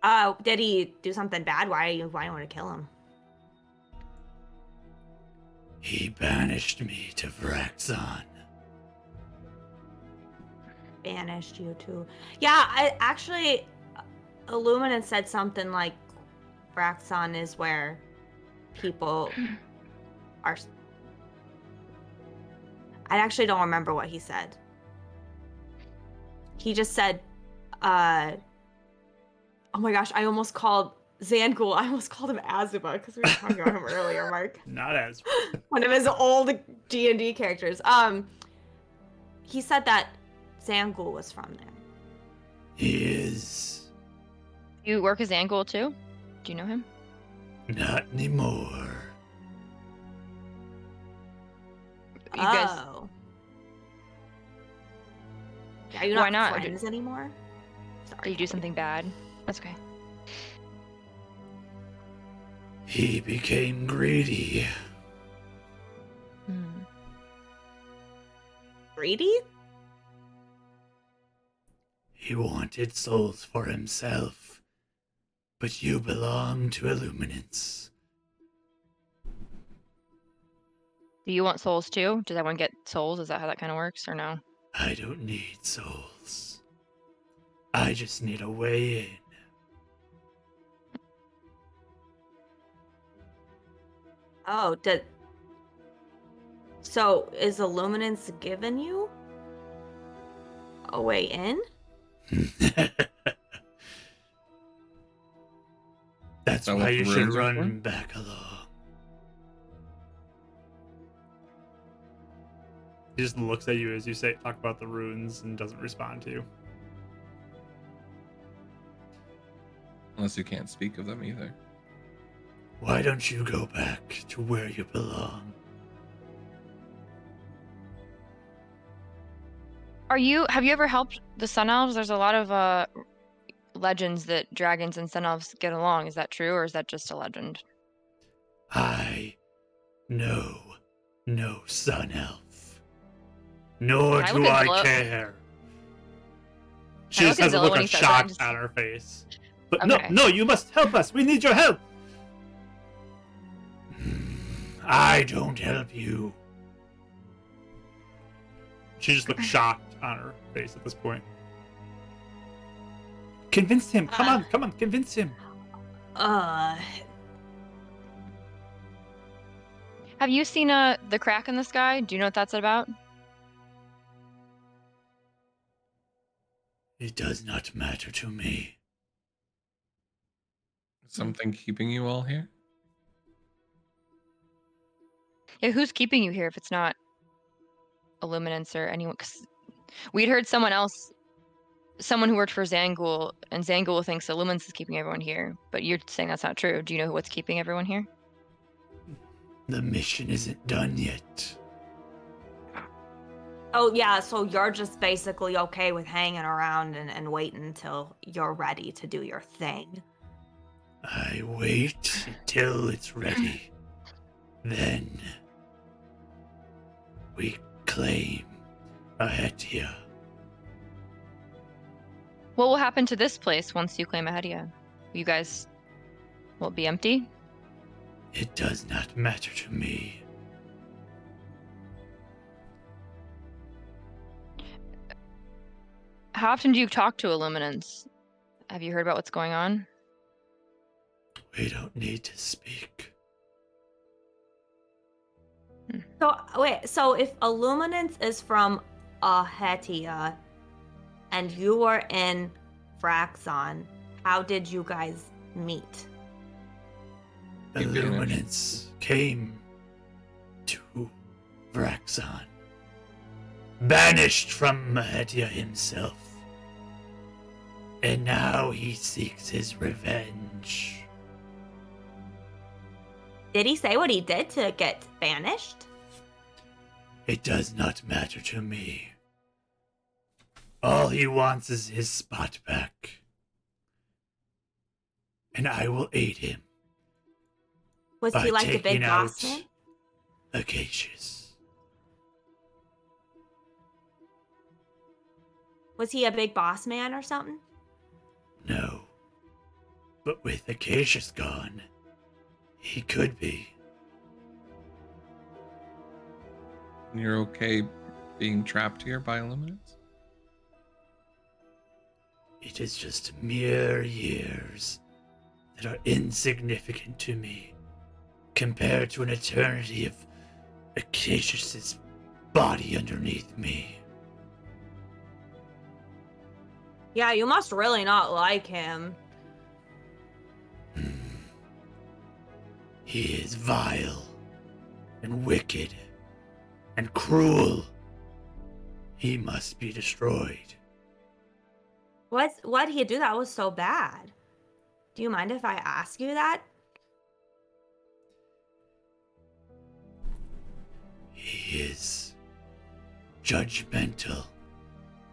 S1: Uh, did he do something bad? Why you? Why you want to kill him?
S2: He banished me to Vraxon.
S1: Banished you too. Yeah, I actually, Illuminant said something like, Braxon is where people are. s- I actually don't remember what he said. He just said, uh, oh my gosh, I almost called Zangul, I almost called him Azuba because we were talking about him earlier, Mark
S3: Not as
S1: one of his old D and D characters. Um, he said that Zangul was from there.
S2: He is
S4: You work as Angul too? Do you know him?
S2: not anymore.
S4: You guys,
S1: oh, are you
S4: Why
S1: not,
S4: not?
S1: friends anymore? Sorry,
S4: did you do
S1: Kelly.
S4: something bad? That's okay.
S2: He became greedy.
S4: Hmm.
S1: greedy?
S2: He wanted souls for himself. But you belong to Illuminance.
S4: Do you want souls too? Does everyone get souls? Is that how that kind of works, or no?
S2: I don't need souls. I just need a way in.
S1: Oh, did. So is Illuminance giving you a way in?
S2: That's
S5: That
S2: why
S5: what
S2: you
S5: the
S2: should
S5: runes are
S2: run
S5: for?
S2: back along.
S3: he just looks at you as you say talk about the runes and doesn't respond to you.
S5: Unless you can't speak of them either.
S2: Why don't you go back to where you belong?
S4: Are you? Have you ever helped the Sun Elves? There's a lot of uh, legends that dragons and Sun Elves get along. Is that true, or is that just a legend?
S2: I know no sun elf. Nor
S4: I
S2: do
S4: look at
S3: I
S4: Zillow-
S3: care. She
S4: I look
S3: just
S4: at
S3: has a
S4: Zillow
S3: look
S4: when he
S3: of
S4: says that,
S3: shock
S4: just-
S3: on her face. But
S4: Okay.
S3: no, no, you must help us. We need your help.
S2: I don't help you.
S3: She just looks shocked on her face at this point. Convince him.
S4: Uh.
S3: Come on, come on, convince him.
S1: Uh,
S4: Have you seen uh, the crack in the sky? Do you know what that's about?
S2: It does not matter to me.
S5: Is
S4: Hmm.
S5: something keeping you all here?
S4: Yeah, who's keeping you here if it's not Illuminance or anyone? Because we'd heard someone else, someone who worked for Zangul, and Zangul thinks Illuminance is keeping everyone here, but you're saying that's not true. Do you know who- what's keeping everyone here?
S2: The mission isn't done yet.
S1: Oh yeah, so you're just basically okay with hanging around and, and waiting until you're ready to do your thing.
S2: I wait till it's ready. Then we claim Ahetia.
S4: What will happen to this place once you claim Ahedia? You guys will it be empty?
S2: It does not matter to me.
S4: How often do you talk to Illuminance? Have you heard about what's going on?
S2: We don't need to speak.
S1: So wait, so if Illuminance is from Ahetia and you were in Fraxon, how did you guys meet?
S5: You did it.
S2: Illuminance came to Vraxon, banished from Mahedia himself, and now he seeks his revenge.
S1: Did he say what he did to get banished?
S2: It does not matter to me. All he wants is his spot back. And I will aid him.
S1: Was
S2: by
S1: he like a big
S2: Uh, taking out
S1: boss man?
S2: Acacius.
S1: Was he a big boss man or something?
S2: No. But with Acacius gone, he could be.
S5: And you're okay being trapped here by Illuminance?
S2: It is just mere years that are insignificant to me compared to an eternity of Acacius's body underneath me.
S1: Yeah, you must really not like him.
S2: Hmm. He is vile and wicked and cruel. He must be destroyed.
S1: What what he do that was so bad? Do you mind if I ask you that?
S2: He is judgmental.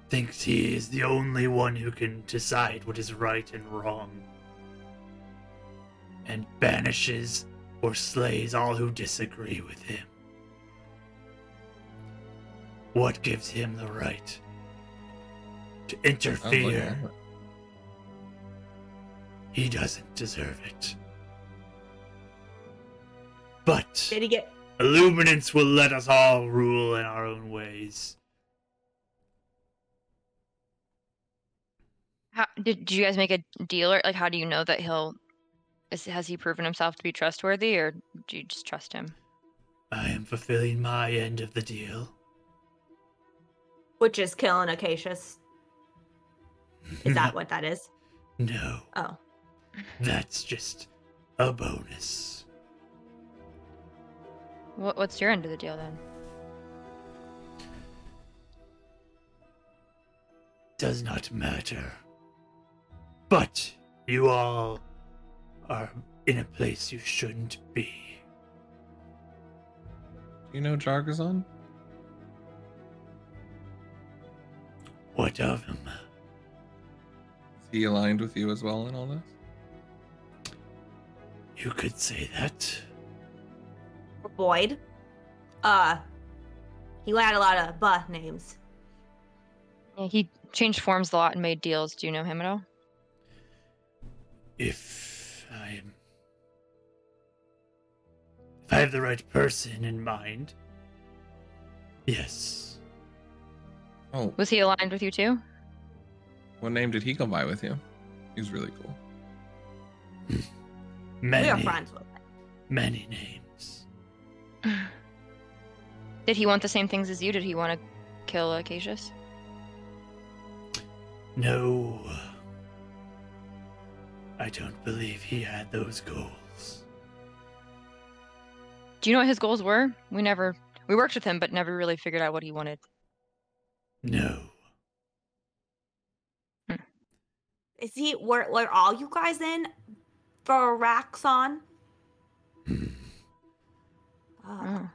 S2: Thinks he is the only one who can decide what is right and wrong. And banishes or slays all who disagree with him. What gives him the right to
S5: Sounds like
S2: interfere?
S5: it.
S2: He doesn't deserve it. But.
S1: Did he get
S2: Illuminance will let us all rule in our own ways.
S4: How did, did you guys make a deal or like how do you know that he'll is, has he proven himself to be trustworthy or do you just trust him?
S2: I am fulfilling my end of the deal.
S1: which is killing Acacius? Is that what that is?
S2: No,
S1: Oh.
S2: that's just a bonus.
S4: What, what's your end of the deal then?
S2: Does not matter. But you all are in a place you shouldn't be.
S5: You know Jargazon?
S2: What of him?
S5: Is he aligned with you as well in all this?
S2: You could say that.
S1: Boyd. Uh he had a lot of buh names.
S4: Yeah, he changed forms a lot and made deals. Do you know him at all?
S2: If I am. If I have the right person in mind. Yes.
S5: Oh,
S4: Was he aligned with you too?
S5: what name did he go by with you? He's really cool.
S1: We are
S2: Many,
S1: friends with
S2: many names.
S4: Did he want the same things as you? Did he want to kill Acacius?
S2: No. I don't believe he had those goals.
S4: Do you know what his goals were? We never we worked with him, but never really figured out what he wanted.
S2: No.
S1: Is he were were all you guys in for Raxon?
S2: Hmm.
S1: Uh,
S4: Oh.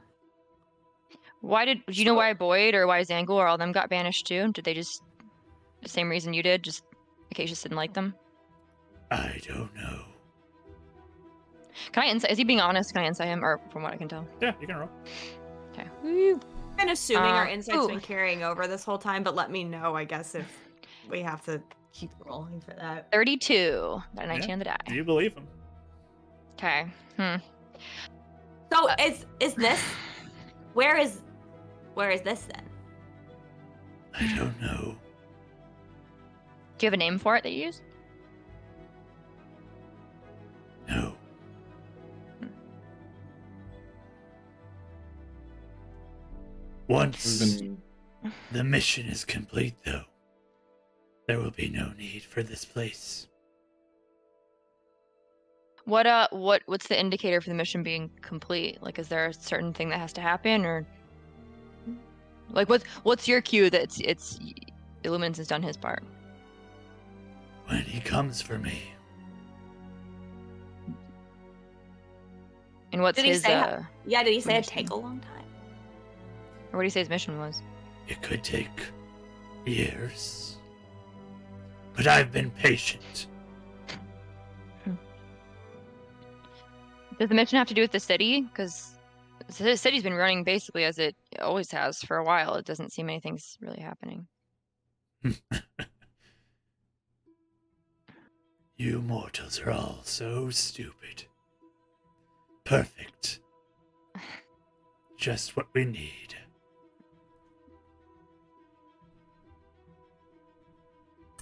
S4: Why did do you know why Boyd or why Zangle or all them got banished too? Did they just the same reason you did? Just Acacius didn't like them.
S2: I don't know.
S4: Can I insight? Is he being honest? Can I insight him? Or from what I can tell.
S3: Yeah, you can roll.
S4: Okay.
S1: I've been assuming our
S4: Uh,
S1: insight's
S4: ooh.
S1: been carrying over this whole time, but let me know, I guess, if we have to
S6: keep rolling for that.
S4: 32. Got a 19 on the
S3: Do
S4: die.
S3: you believe him?
S4: Okay.
S1: So
S4: Uh,
S1: is is this where is where is this then?
S2: I don't know.
S4: Do you have a name for it that you use?
S2: No. Once
S5: We've been
S2: the mission is complete, though, there will be no need for this place.
S4: What uh what what's the indicator for the mission being complete? Like is there a certain thing that has to happen or like what's what's your cue that it's it's Illuminance has done his part?
S2: When he comes for me,
S4: And what's
S1: Did he
S4: his
S1: say how-
S4: uh
S1: Yeah, did he say it
S4: Mission.
S1: take a long time?
S4: or what do you say his mission was?
S2: it could take years. But I've been patient.
S4: Does the mission have to do with the city? Because the city's been running basically as it always has for a while. It doesn't seem anything's really happening.
S2: You mortals are all so stupid. Perfect. Just what we need.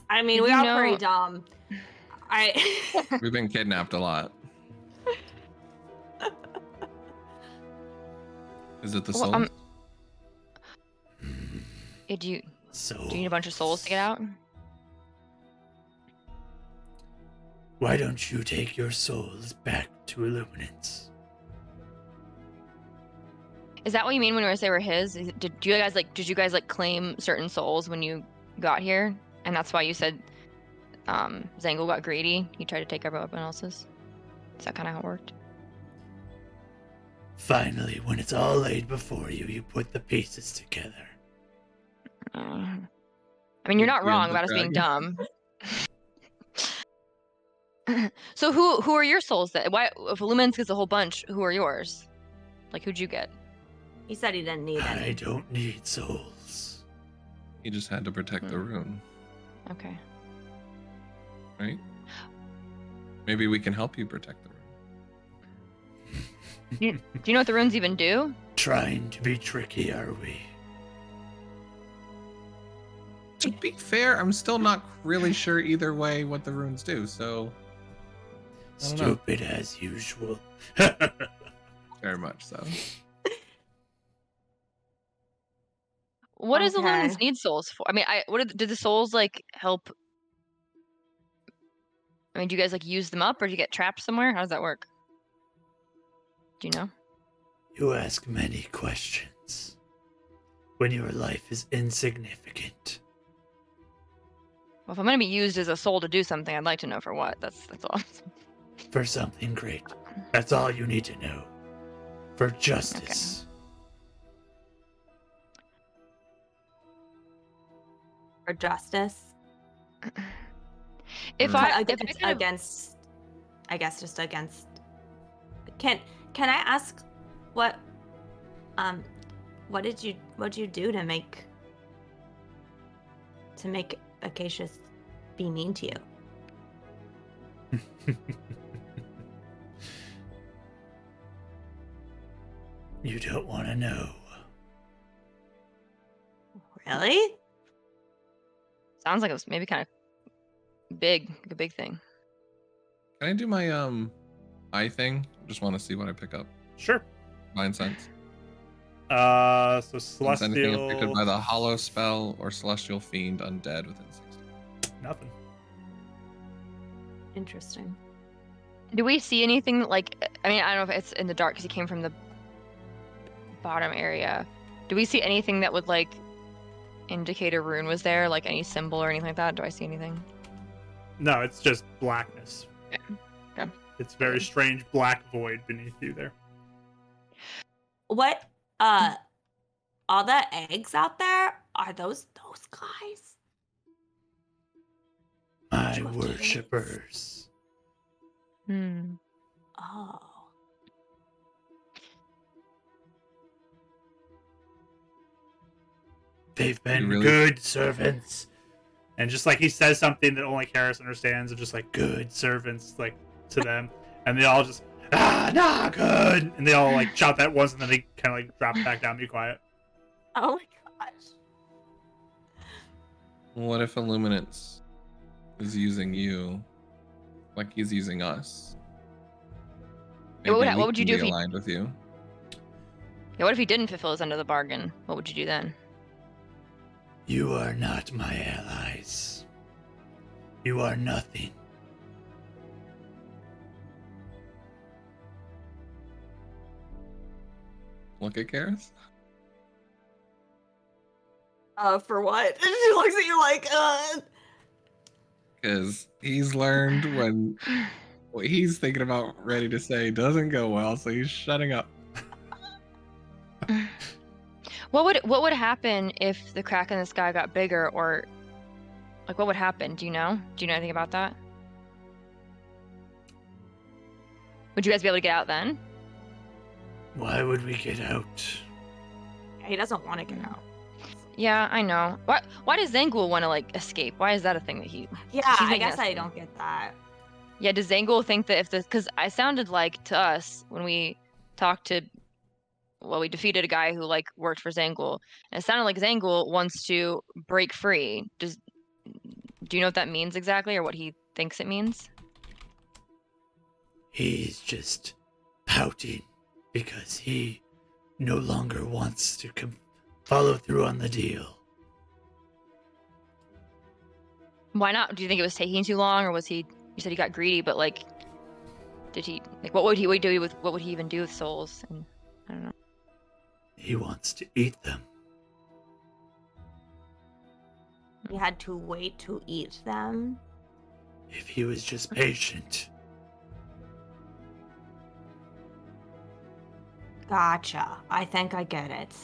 S1: I mean,
S4: Did
S1: we
S4: you
S1: are
S4: know-
S1: pretty dumb. I
S5: we've been kidnapped a lot. Is it the
S4: Well,
S5: soul?
S4: um, Eh, Do you
S2: So,
S4: do you need a bunch of souls to get out?
S2: why don't you take your souls back to Illuminance?
S4: Is that what you mean when we say we're his? Is- Did you guys like? Did you guys like claim certain souls when you got here, and that's why you said um, Zangle got greedy? He tried to take everyone else's. Is that kind of how it worked?
S2: Finally, when it's all laid before you, you put the pieces together.
S4: Uh, I mean, you're not
S5: Yeah,
S4: wrong
S5: the
S4: about us being dumb. so who who are your souls? That why if Lumensk is a whole bunch, who are yours? Like who'd you get?
S1: he said he didn't need
S2: I
S1: any.
S2: don't need souls.
S5: he just had to protect
S4: hmm.
S5: the room,
S4: Okay.
S5: right? Maybe we can help you protect the room.
S4: Do you know what the runes even do?
S2: Trying to be tricky, are we?
S5: To be fair, I'm still not really sure either way what the runes do. So I don't know.
S2: Stupid as usual.
S5: very much so.
S4: What does
S1: Okay.
S4: Illuminance need souls for? I mean, I what are the, did the souls like help? I mean, do you guys like use them up, or do you get trapped somewhere? How does that work? Do you know?
S2: You ask many questions when your life is insignificant.
S4: Well, if I'm gonna be used as a soul to do something, I'd like to know for what. That's that's all.
S2: For something great. That's all you need to know. For justice.
S1: For justice.
S4: If I if
S5: Mm.
S4: I
S1: against,
S4: could have-
S1: against I guess just against can can I ask what um what did you what did you do to make to make Acacius be mean to you?
S2: You don't want to know.
S1: Really?
S4: sounds like it was maybe kind of big, like a big thing.
S5: Can I do my um eye thing? Just want to see what I pick up.
S3: Sure.
S5: Mind sense.
S3: Uh, so
S5: Sense anything
S3: celestial.
S5: affected by the hollow spell or celestial fiend undead within 60.
S3: Nothing.
S1: Interesting.
S4: Do we see anything like? I mean, I don't know if it's in the dark because he came from the bottom area. Do we see anything that would like indicate a rune was there, like any symbol or anything like that? Do I see anything?
S3: No, it's just blackness.
S4: Okay.
S3: It's very strange black void beneath you there.
S1: What uh all the eggs out there? Are those those guys?
S2: My
S1: You have to dance.
S2: worshippers.
S4: Hmm.
S1: Oh.
S2: They've been
S5: really-
S2: good servants
S3: and just like he says something that only Karis understands of just like good servants like to them, and they all just ah nah good, and they all like shout that once, and then they kind of like drop back down, and be quiet.
S1: Oh my gosh.
S5: What if Illuminance is using you like he's using us?
S4: Yeah, what would
S5: Maybe
S4: ha-
S5: we
S4: what would you
S5: can
S4: do
S5: be
S4: if he-
S5: aligned with you?
S4: Yeah, what if he didn't fulfill his end of the bargain? What would you do then?
S2: You are not my allies. You are nothing.
S5: Look at Karis.
S1: Uh, for what? she looks at you like, uh.
S5: Because he's learned when what he's thinking about ready to say doesn't go well, so he's shutting up.
S4: What would what would happen if the crack in the sky got bigger or like what would happen? Do you know? Do you know anything about that? Would you guys be able to get out then?
S2: Why would we get out?
S1: He doesn't want to get out.
S4: Yeah, I know. Why why does Zangul want to like escape? Why is that a thing that he
S1: Yeah,
S4: She's
S1: I
S4: like,
S1: guess
S4: yes,
S1: I
S4: then.
S1: don't get that.
S4: Yeah, does Zangul think that if the because I sounded like to us when we talked to well, we defeated a guy who like worked for Zangul, and it sounded like Zangul wants to break free. Does do you know what that means exactly or what he thinks it means?
S2: He's just pouting because he no longer wants to com- follow through on the deal.
S4: Why not? Do you think it was taking too long, or was he? You said he got greedy, but like, did he? Like, what would he would do with? What would he even do with souls? And I don't know.
S2: He wants to eat them.
S1: You had to wait to eat them.
S2: If he was just patient,
S1: Gotcha. I think I get it.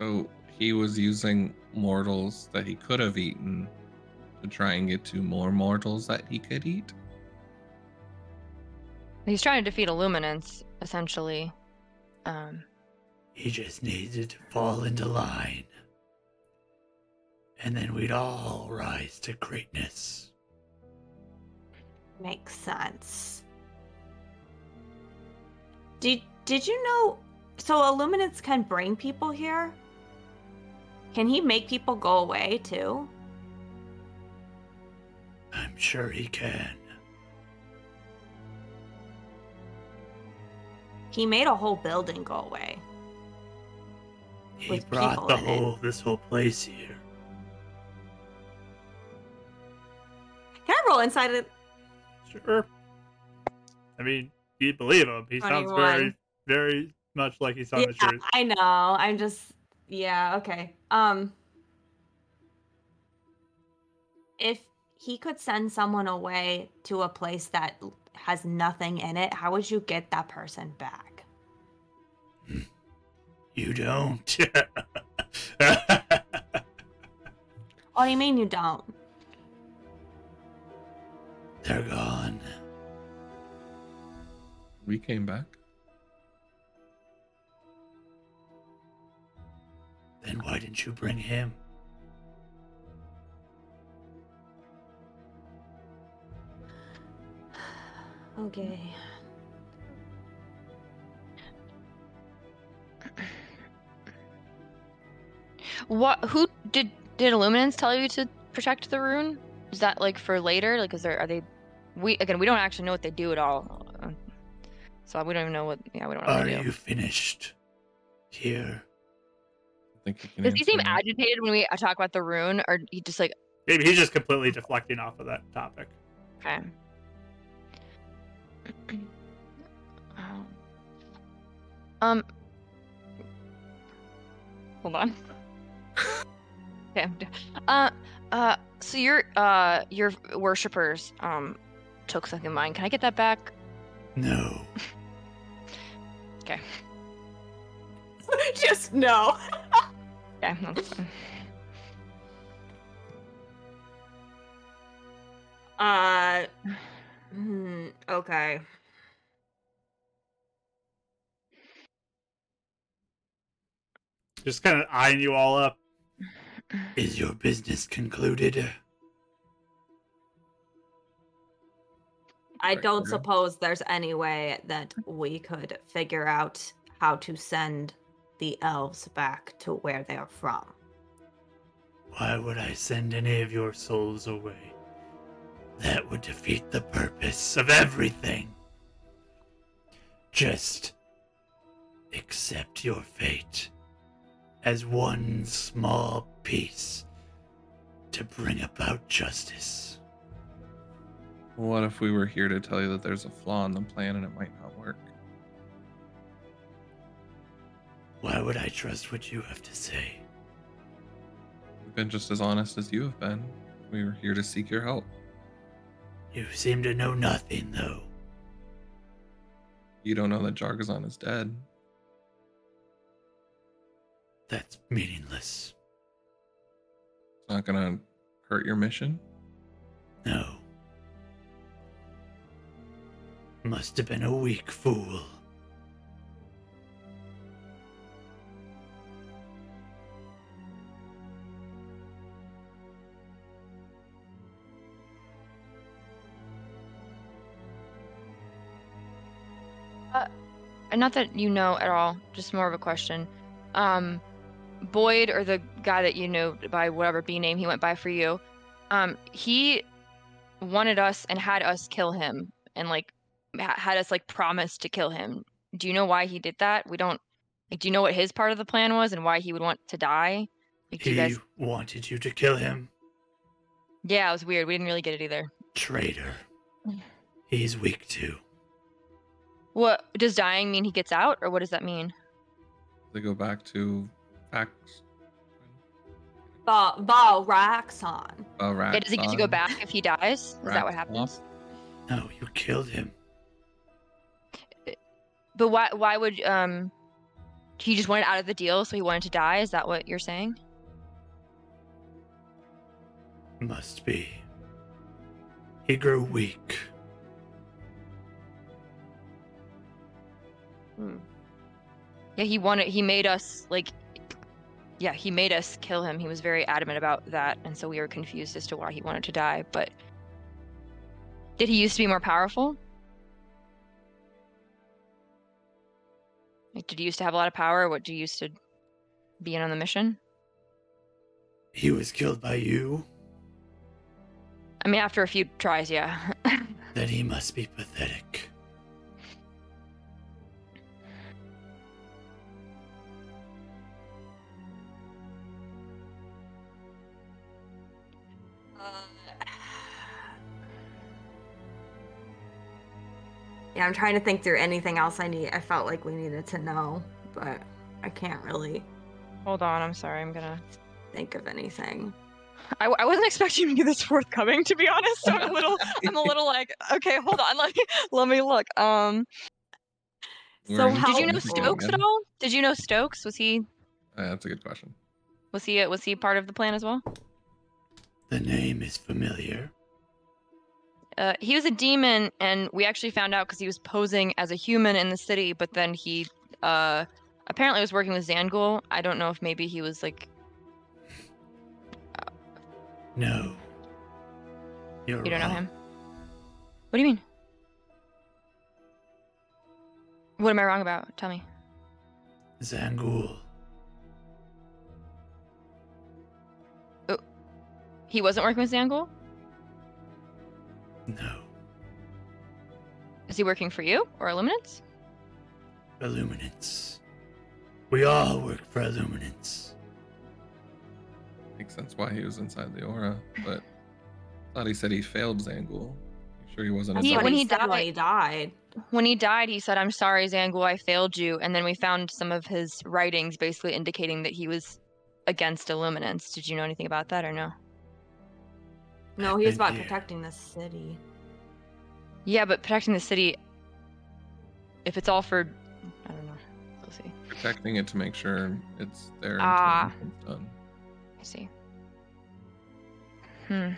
S5: So he was using mortals that he could have eaten to try and get to more mortals that he could eat.
S4: He's trying to defeat Illuminance, essentially. Um,
S2: he just needed to fall into line. And then we'd all rise to greatness.
S1: Makes sense. Did did you know so Illuminance can bring people here? Can he make people go away too?
S2: I'm sure he can.
S1: He made a whole building go away.
S2: He
S1: With people
S2: brought the
S1: in it.
S2: whole this whole place here.
S1: Can I roll inside it?
S3: Sure. I mean, you believe him. He sounds
S1: 21.
S3: very, very much like he's on the
S1: yeah,
S3: truth.
S1: I know. I'm just yeah, okay. Um if he could send someone away to a place that l- has nothing in it, how would you get that person back?
S2: You don't.
S1: What do you mean you don't?
S2: They're gone.
S5: We came back.
S2: Then why didn't you bring him?
S1: Okay.
S4: what? Who did did Illuminance tell you to protect the rune? Is that like for later? Like, is there are they? We again, we don't actually know what they do at all. Um, So we don't even know what. Yeah, we don't know what
S2: Are
S4: they do.
S2: you finished? Here.
S5: I think you can
S4: Does he
S5: answer
S4: seem
S5: that.
S4: agitated when we talk about the rune, or he just like
S3: Maybe he's just completely deflecting off of that topic.
S4: Okay. Oh. Um. Hold on. okay. I'm d- Uh. Uh. So your uh your worshippers um took something of mine. Can I get that back?
S2: No.
S1: Just no.
S4: Yeah. that's fine.
S1: Uh. hmm, okay.
S3: Just kind of eyeing you all up.
S2: Is your business concluded?
S1: I
S5: Right,
S1: don't
S5: okay.
S1: suppose there's any way that we could figure out how to send the elves back to where they are from.
S2: Why would I send any of your souls away? That would defeat the purpose of everything. Just accept your fate as one small piece to bring about justice.
S5: What if we were here to tell you that there's a flaw in the plan and it might not work?
S2: Why would I trust what you have to say?
S5: We've been just as honest as you have been. We were here to seek your help.
S2: You seem to know nothing, though.
S5: You don't know that Jargazon is dead.
S2: That's meaningless.
S5: It's not gonna hurt your mission.
S2: No. Must have been a weak fool.
S4: And not that you know at all, just more of a question. Um, Boyd or the guy that you know by whatever B name he went by for you, um, he wanted us and had us kill him and like ha- had us like promise to kill him. Do you know why he did that? We don't. Like, do you know what his part of the plan was and why he would want to die? Like, do
S2: He
S4: you guys?
S2: wanted you to kill him.
S4: Yeah, it was weird. We didn't really get it either.
S2: Traitor. He's weak too.
S4: What does dying mean? He gets out, or what does that mean?
S5: They go back to facts.
S1: Ba Ba Raxon.
S5: Uh, rat
S4: Yeah, does he get to go back if he dies? Is that what happens?
S2: No, you killed him.
S4: But why? Why would um? He just wanted out of the deal, so he wanted to die. Is that what you're saying?
S2: Must be. He grew weak.
S4: Yeah, he wanted. He made us like. Yeah, he made us kill him. He was very adamant about that, and so we were confused as to why he wanted to die. But did he used to be more powerful? Like, did he used to have a lot of power? What do you used to be in on the mission?
S2: He was killed by you?
S4: I mean, after a few tries, yeah.
S2: Then he must be pathetic.
S1: Yeah, I'm trying to think through anything else I need. I felt like we needed to know, but I can't really
S4: Hold on, I'm sorry. I'm gonna.
S1: think of anything.
S4: I, I wasn't expecting to be this forthcoming, to be honest. So I'm a little, I'm a little like, okay, hold on, let me, let me look. Um,
S1: so
S4: did you
S1: how-
S4: know
S1: Helpful.
S4: Stokes at all? Did you know Stokes? Was he,
S5: Uh, that's a good question.
S4: was he, was he part of the plan as well?
S2: The name is familiar.
S4: Uh, he was a demon, and we actually found out because he was posing as a human in the city, but then he, uh, apparently was working with Zangul. I don't know if maybe he was like,
S2: No. You're
S4: you don't know
S2: wrong.
S4: him. What do you mean? What am I wrong about? Tell me.
S2: Zangul.
S4: He wasn't working with Zangul.
S2: No.
S4: Is he working for you or Illuminance?
S2: Illuminance. We all work for Illuminance.
S5: Makes sense why he was inside the aura, but thought he said he failed Zangul. You sure he wasn't?
S1: That's
S4: He-
S1: what
S5: adult?
S4: when
S1: he,
S4: he
S1: said when he died.
S4: When he died, he said, I'm sorry, Zangul, I failed you. And then we found some of his writings basically indicating that he was against Illuminance. Did you know anything about that or no?
S1: No, he was
S2: Been
S1: about
S2: there.
S1: protecting the city.
S4: Yeah, but protecting the city, if it's all for. I don't know. We'll see.
S5: protecting it to make sure it's there. until
S4: Ah.
S5: it's done.
S4: I see. Hmm.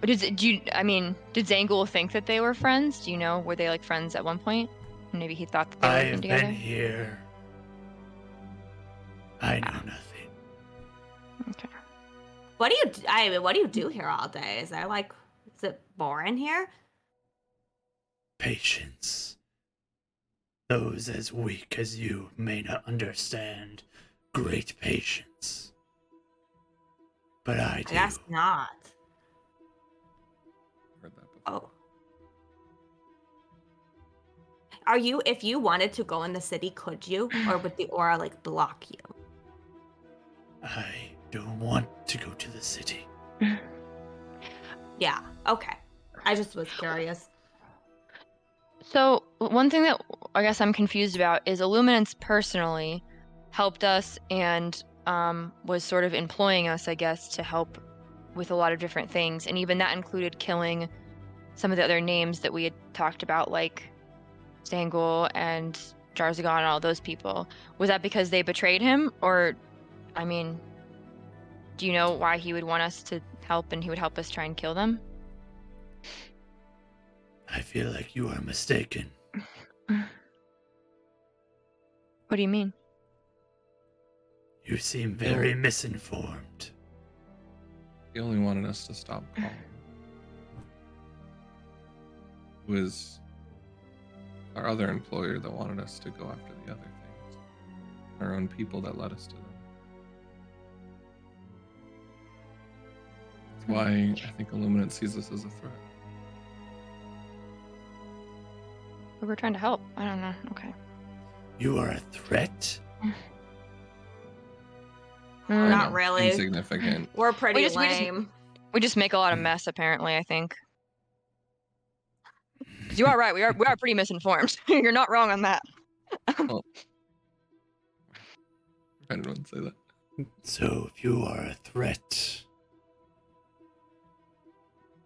S4: But is it, do you, I mean, did Zangul think that they were friends? Do you know? Were they like friends at one point? Maybe he thought that they were
S2: I
S4: working
S2: have
S4: together?
S2: been here. I know nothing.
S4: Okay.
S1: What do you? d- I mean, what do you do here all day? Is there like, is it boring here?
S2: Patience. Those as weak as you may not understand great patience. But I
S1: I
S2: do.
S1: guess not.
S5: Heard that before.
S1: Oh. Are you? If you wanted to go in the city, could you? Or would the aura like block you?
S2: I don't want to go to the city.
S1: Yeah. Okay. I just was curious.
S4: So one thing that I guess I'm confused about is Illuminance personally helped us and um, was sort of employing us, I guess, to help with a lot of different things, and even that included killing some of the other names that we had talked about, like Sangul and Jarzagon and all those people. Was that because they betrayed him, or, I mean, do you know why he would want us to help and he would help us try and kill them?
S2: I feel like you are mistaken.
S4: What do you mean?
S2: You seem very misinformed.
S5: He only wanted us to stop calling. It was our other employer that wanted us to go after the other things. Our own people that led us to them.
S1: Hmm.
S5: That's why I think Illuminant sees us as a threat.
S4: We were trying to help. I don't know. Okay.
S2: You are a threat?
S1: We're
S4: Mm.
S1: not really.
S5: Insignificant.
S1: We're pretty
S4: just- we just-
S1: lame.
S4: We just make a lot of mess, apparently. I think. 'Cause You are right. We are we are pretty misinformed. You're not wrong on that.
S5: I wouldn't say that.
S2: So if you are a threat,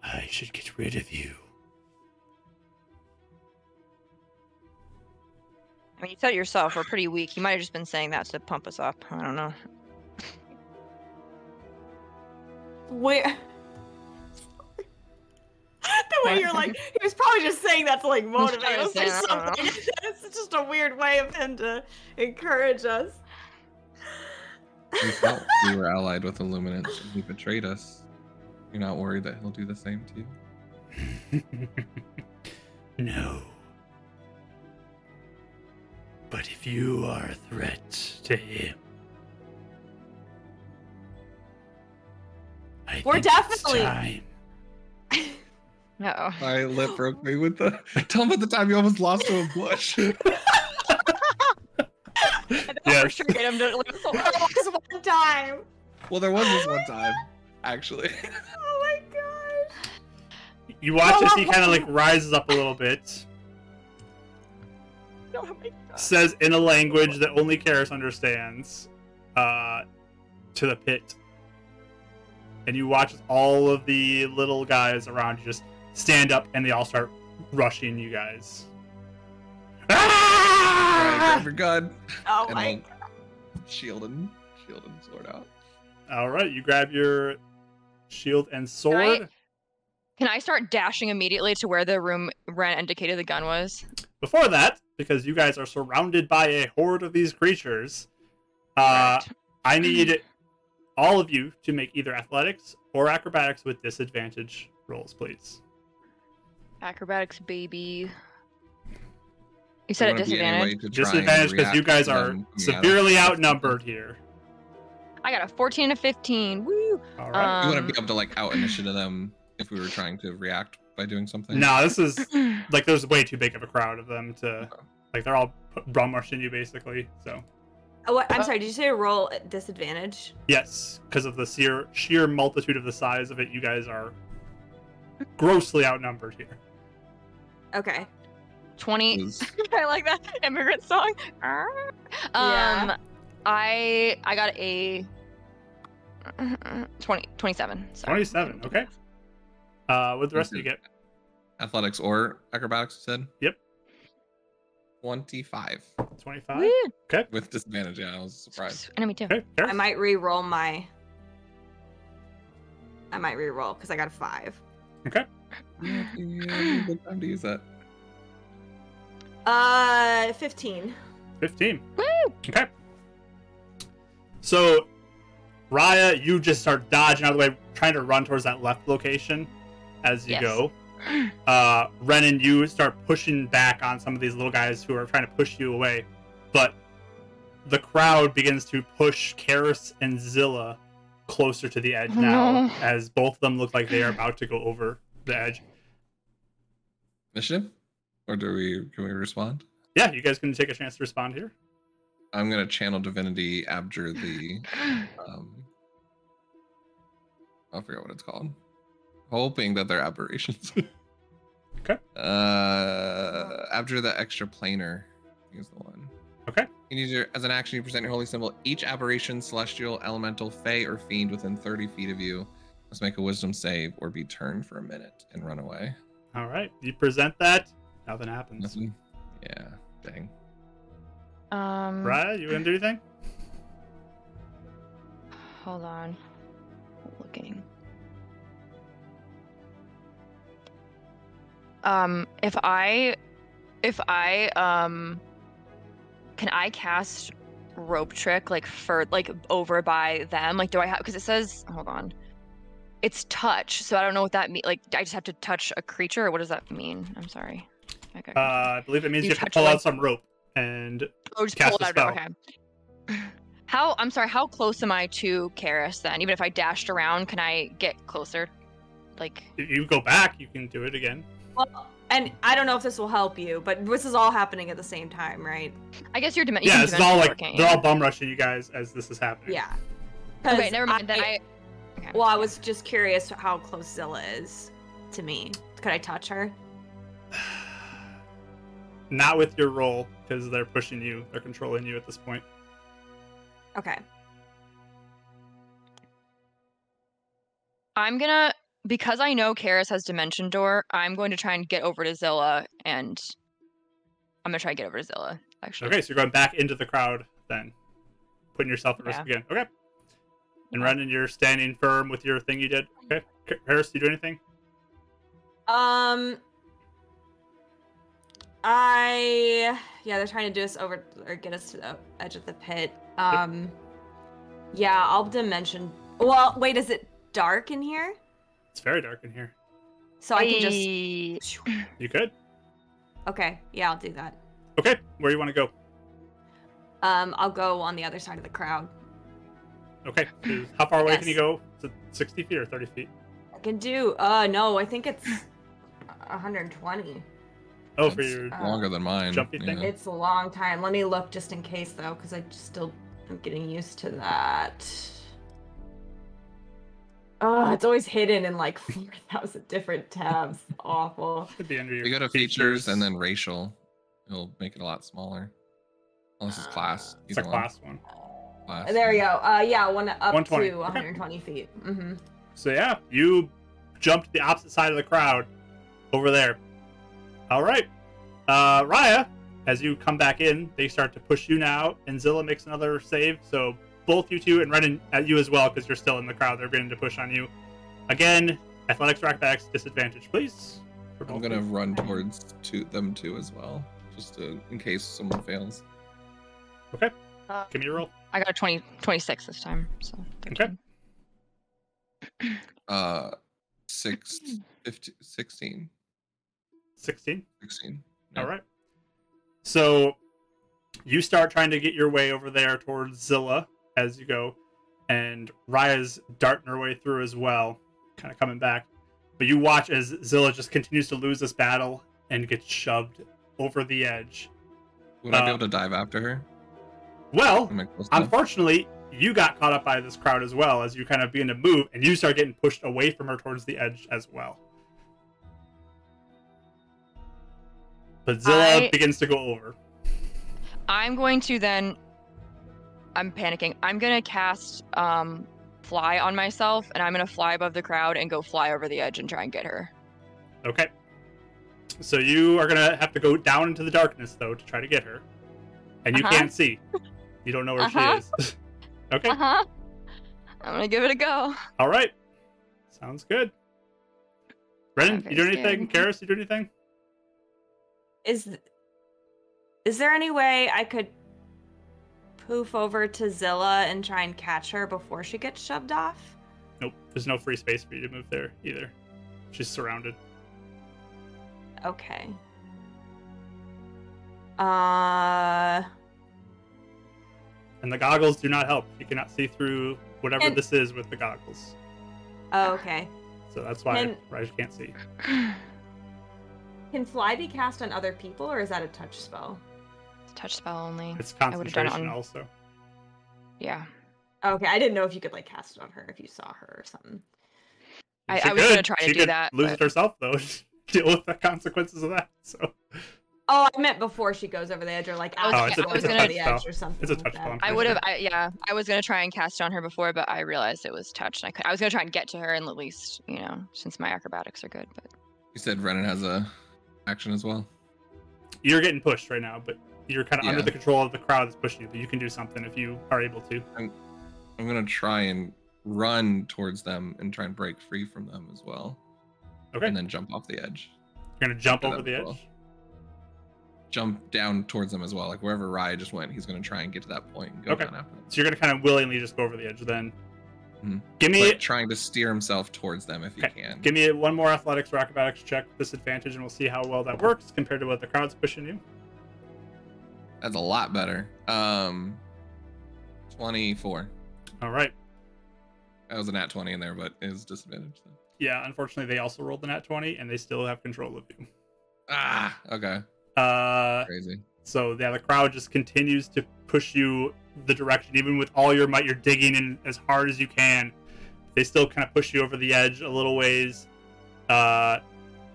S2: I should get rid of you.
S4: I mean, you said it yourself. We're pretty weak. You might have just been saying that to pump us up. I don't know.
S1: Where? the way you're like, he was probably just saying that to like motivate
S4: trying to
S1: us or
S4: say, I don't know.
S1: something. it's just a weird way of him to encourage us.
S5: We felt we were allied with Illuminance and he betrayed us. You're not worried that he'll do the same to you?
S2: no. But if you are a threat to him, I
S1: We're
S2: think it's
S1: definitely-
S2: time.
S4: No.
S5: My lip broke me with the. Tell him at the time you almost lost to a bush.
S3: Yeah.
S4: sure get him to leave us alone.
S1: That was Oh, one time.
S5: Well, there was this one time, actually.
S1: Oh my god.
S3: You watch as he kind of like rises up a little bit,
S4: Oh my God.
S3: says in a language that only Karis understands, uh, to the pit. And you watch as all of the little guys around you just stand up and they all start rushing you guys.
S5: Alright, grab
S3: Ah!
S5: your gun.
S1: Oh
S5: and
S1: my.
S5: I'll shield and shield and sword out.
S3: All right, you grab your shield and sword.
S4: Right. Can I start dashing immediately to where the room Ren indicated the gun was?
S3: Before that, because you guys are surrounded by a horde of these creatures, uh,
S4: Right.
S3: I need all of you to make either athletics or acrobatics with disadvantage rolls, please.
S4: Acrobatics, baby. You said
S5: There
S4: at
S5: wouldn't be
S4: disadvantage.
S5: any way to try and
S3: Disadvantage because you
S5: react
S3: guys
S5: to them
S3: are
S5: coming at us.
S3: severely outnumbered here.
S4: I got a 14 and a 15. Woo!
S3: All right.
S5: You wouldn't
S4: Um,
S5: be able to like out initiative them if we were trying to react by doing something.
S3: no, this is like there's way too big of a crowd of them to like they're all p- bum rushing you basically. So
S1: Oh, what? I'm sorry. Did you say roll at disadvantage?
S3: yes, because of the sheer sheer multitude of the size of it, you guys are grossly outnumbered here.
S1: Okay.
S4: 20
S5: It was-
S4: I like that immigrant song. Ah. Um,
S1: Yeah.
S4: I I got a 20, 27. sorry.
S3: 27, okay. Uh, what the rest of you get?
S5: athletics or acrobatics, you said?
S3: Yep.
S5: 25.
S3: Twenty
S4: Woo.
S3: five.
S5: With disadvantage, yeah, I was surprised.
S4: Enemy too.
S3: Okay,
S1: I
S3: Karis?
S1: might re-roll my. I might re-roll because I got a five.
S5: Yeah, yeah, good time to use that.
S1: Uh, fifteen.
S3: fifteen.
S4: Woo!
S3: Okay. So Raya, you just start dodging out of the way, trying to run towards that left location as you
S4: Yes.
S3: go. Uh, Renan, you start pushing back on some of these little guys who are trying to push you away, but the crowd begins to push Karis and Zilla closer to the edge
S4: Oh,
S3: now,
S4: no.
S3: as both of them look like they are about to go over the edge.
S5: Initiative? Or do we can we respond?
S3: Yeah, you guys can take a chance to respond here.
S5: I'm gonna channel divinity, abjure the um I forget what it's called. Hoping that they're aberrations.
S3: Okay.
S5: Uh abjure the extra planar I think is the one.
S3: Okay.
S5: You use your as an action you present your holy symbol. Each aberration, celestial, elemental, fey, or fiend within 30 feet of you must make a wisdom save or be turned for a minute and run away.
S3: All right, you present that. Nothing happens.
S5: Nothing. Yeah, dang.
S4: um,
S3: Raya, you gonna do anything?
S4: Hold on. Looking. Um, if I, if I, um, can I cast rope trick like for like over by them? Like, do I have? Because it says, hold on, it's touch. So I don't know what that means. Like, I just have to touch a creature, or what does that mean? I'm sorry. I got
S3: Uh, I believe it means you,
S4: You
S3: have to
S4: touch
S3: pull
S4: one.
S3: out some rope, and
S4: Oh, just
S3: cast
S4: pull it
S3: the
S4: out. of it, Okay. How I'm sorry. How close am I to Karis then? Even if I dashed around, can I get closer? Like,
S3: if you go back, you can do it again.
S1: Well, and I don't know if this will help you, but this is all happening at the same time, right?
S4: I guess you're dimen- you
S3: yeah,
S4: can
S3: this is
S4: dimension
S3: all
S4: door,
S3: like
S4: can't
S3: they're
S4: you?
S3: all bum rushing you guys as this is happening.
S1: Yeah. 'Cause
S4: Okay, never mind. Then I. okay.
S1: Well, I was just curious how close Zilla is to me. Could I touch her?
S3: Not with your roll because they're pushing you. They're controlling you at this point.
S1: Okay.
S4: I'm gonna because I know Karis has dimension door. I'm going to try and get over to Zilla, and I'm gonna try and get over to Zilla. Actually.
S3: Okay, so you're going back into the crowd then, putting yourself at risk
S4: Yeah.
S3: again. Okay. And
S4: Yeah.
S3: Renan, you're standing firm with your thing you did. Okay. K- Harris, do you do anything?
S1: Um. I yeah, they're trying to do us over or get us to the edge of the pit. Um. Yeah, I'll dimension. Well, wait, is it dark in here?
S3: It's very dark in here.
S1: So I can just.
S4: Ayy.
S3: You could.
S1: Okay. Yeah, I'll do that.
S3: Okay. Where you want to go?
S1: Um, I'll go on the other side of the crowd.
S3: Okay. so How far away can
S1: Yes.
S3: you go? Is it 60 feet or 30 feet?
S1: I can do. Uh, no, I think it's 120.
S3: Oh, for
S5: That's
S3: your
S4: uh,
S5: longer than mine.
S3: jumpy thing.
S5: yeah.
S1: It's a long time. Let me look just in case though, because I just still am getting used to that. Oh, it's always hidden in like 4,000 different tabs. Awful.
S3: Should be under your
S5: We go to features and then racial. It'll make it a lot smaller. Unless it's class.
S3: Ah, It's
S5: either
S3: a
S5: one.
S3: class one.
S5: Class,
S1: There we
S5: yeah.
S1: go. Uh, yeah, one up
S3: 120.
S1: to
S3: Okay.
S1: 120 feet. hmm
S3: So yeah, you jumped to the opposite side of the crowd over there. All right, uh, Raya, as you come back in, they start to push you now, and Zilla makes another save. So both you two and Renan at you as well because you're still in the crowd. They're beginning to push on you. Again, athletics, rock backs, disadvantage, please. for
S5: I'm
S3: both
S5: gonna
S3: of you.
S5: run towards to them too as well, just to, in case someone fails.
S3: Give me a roll.
S4: I got a 20, 26 this time. So 13.
S5: Uh, six, 15, 16,
S3: Sixteen.
S5: 16.
S3: All right. So you start trying to get your way over there towards Zilla as you go, and Raya's darting her way through as well, kind of coming back. But you watch as Zilla just continues to lose this battle and gets shoved over the edge.
S5: Would I be
S3: Uh,
S5: able to dive after her?
S3: Well,
S5: Am I close enough?
S3: unfortunately, you got caught up by this crowd as well as you kind of begin to move, and you start getting pushed away from her towards the edge as well. But Zilla
S4: I-
S3: begins to go over.
S4: I'm going to then. I'm panicking. I'm gonna cast um, fly on myself, and I'm gonna fly above the crowd and go fly over the edge and try and get her.
S3: Okay. So you are gonna have to go down into the darkness though to try to get her, and you
S4: Uh-huh.
S3: can't see. You don't know where
S4: Uh-huh.
S3: she is. okay.
S4: Uh huh. I'm gonna give it a go.
S3: All right. Sounds good. Brennan,
S4: Not
S3: you do
S4: very
S3: anything?
S4: scary.
S3: Karis, you do anything?
S1: Is is there any way I could poof over to Zilla and try and catch her before she gets shoved off?
S3: Nope. There's no free space for you to move there either. She's surrounded.
S1: Okay. Uh.
S3: And the goggles do not help. You cannot see through whatever
S1: And-
S3: this is with the goggles.
S1: Okay.
S3: So that's why
S1: And-
S3: Raj can't see.
S1: Can fly be cast on other people, or is that a touch spell?
S4: Touch spell only.
S3: It's
S4: I would've done it
S3: concentration
S4: on-
S3: also.
S4: Yeah.
S1: Okay, I didn't know if you could like cast it on her if you saw her or something.
S4: I-
S3: She
S4: I was gonna
S3: could-
S4: try to
S3: she
S4: do
S3: could
S4: that,
S3: Lose
S4: but-
S3: it herself though. Deal with the consequences of that. So
S1: Oh, I meant before she goes over the edge, or like
S4: I was-
S1: after
S4: Oh, it's
S1: she
S4: a-
S1: goes
S4: it's a
S1: over the
S3: touch spell.
S1: edge or something.
S3: It's a
S1: like
S3: touch
S1: that.
S3: spell, I'm
S4: I
S3: Sure.
S4: would have, I, yeah, I was gonna try and cast it on her before, but I realized it was touch, and I could. I was gonna try and get to her, and at least, you know, since my acrobatics are good, but
S5: You said Renan has a action as well.
S3: you're getting pushed right now, but you're kind of under
S5: Yeah.
S3: the control of the crowd that's pushing you. But you can do something if you are able to.
S5: I'm gonna try and run towards them and try and break free from them as well.
S3: Okay.
S5: And then jump off the edge.
S3: You're gonna jump
S5: Yeah,
S3: over
S5: that'd
S3: the
S5: be
S3: edge.
S5: cool. Jump down towards them as well. Like wherever Rye just went, he's gonna try and get to that point and go
S3: Okay.
S5: down after them.
S3: So you're gonna kind of willingly just go over the edge. Then
S5: Mhm.
S3: give me
S5: But trying to steer himself towards them if he
S3: Okay,
S5: can.
S3: give me one more athletics or acrobatics check with disadvantage, and we'll see how well that works compared to what the crowd's pushing you.
S5: That's a lot better. Um, twenty-four.
S3: All right.
S5: That was an at twenty in there, but it was disadvantage. So.
S3: Yeah. Unfortunately, they also rolled the nat twenty, and they still have control of you.
S5: Ah, okay,
S3: Uh,
S5: crazy.
S3: So yeah, the crowd just continues to push you the direction, even with all your might. You're digging in as hard as you can. They still kind of push you over the edge a little ways. Uh,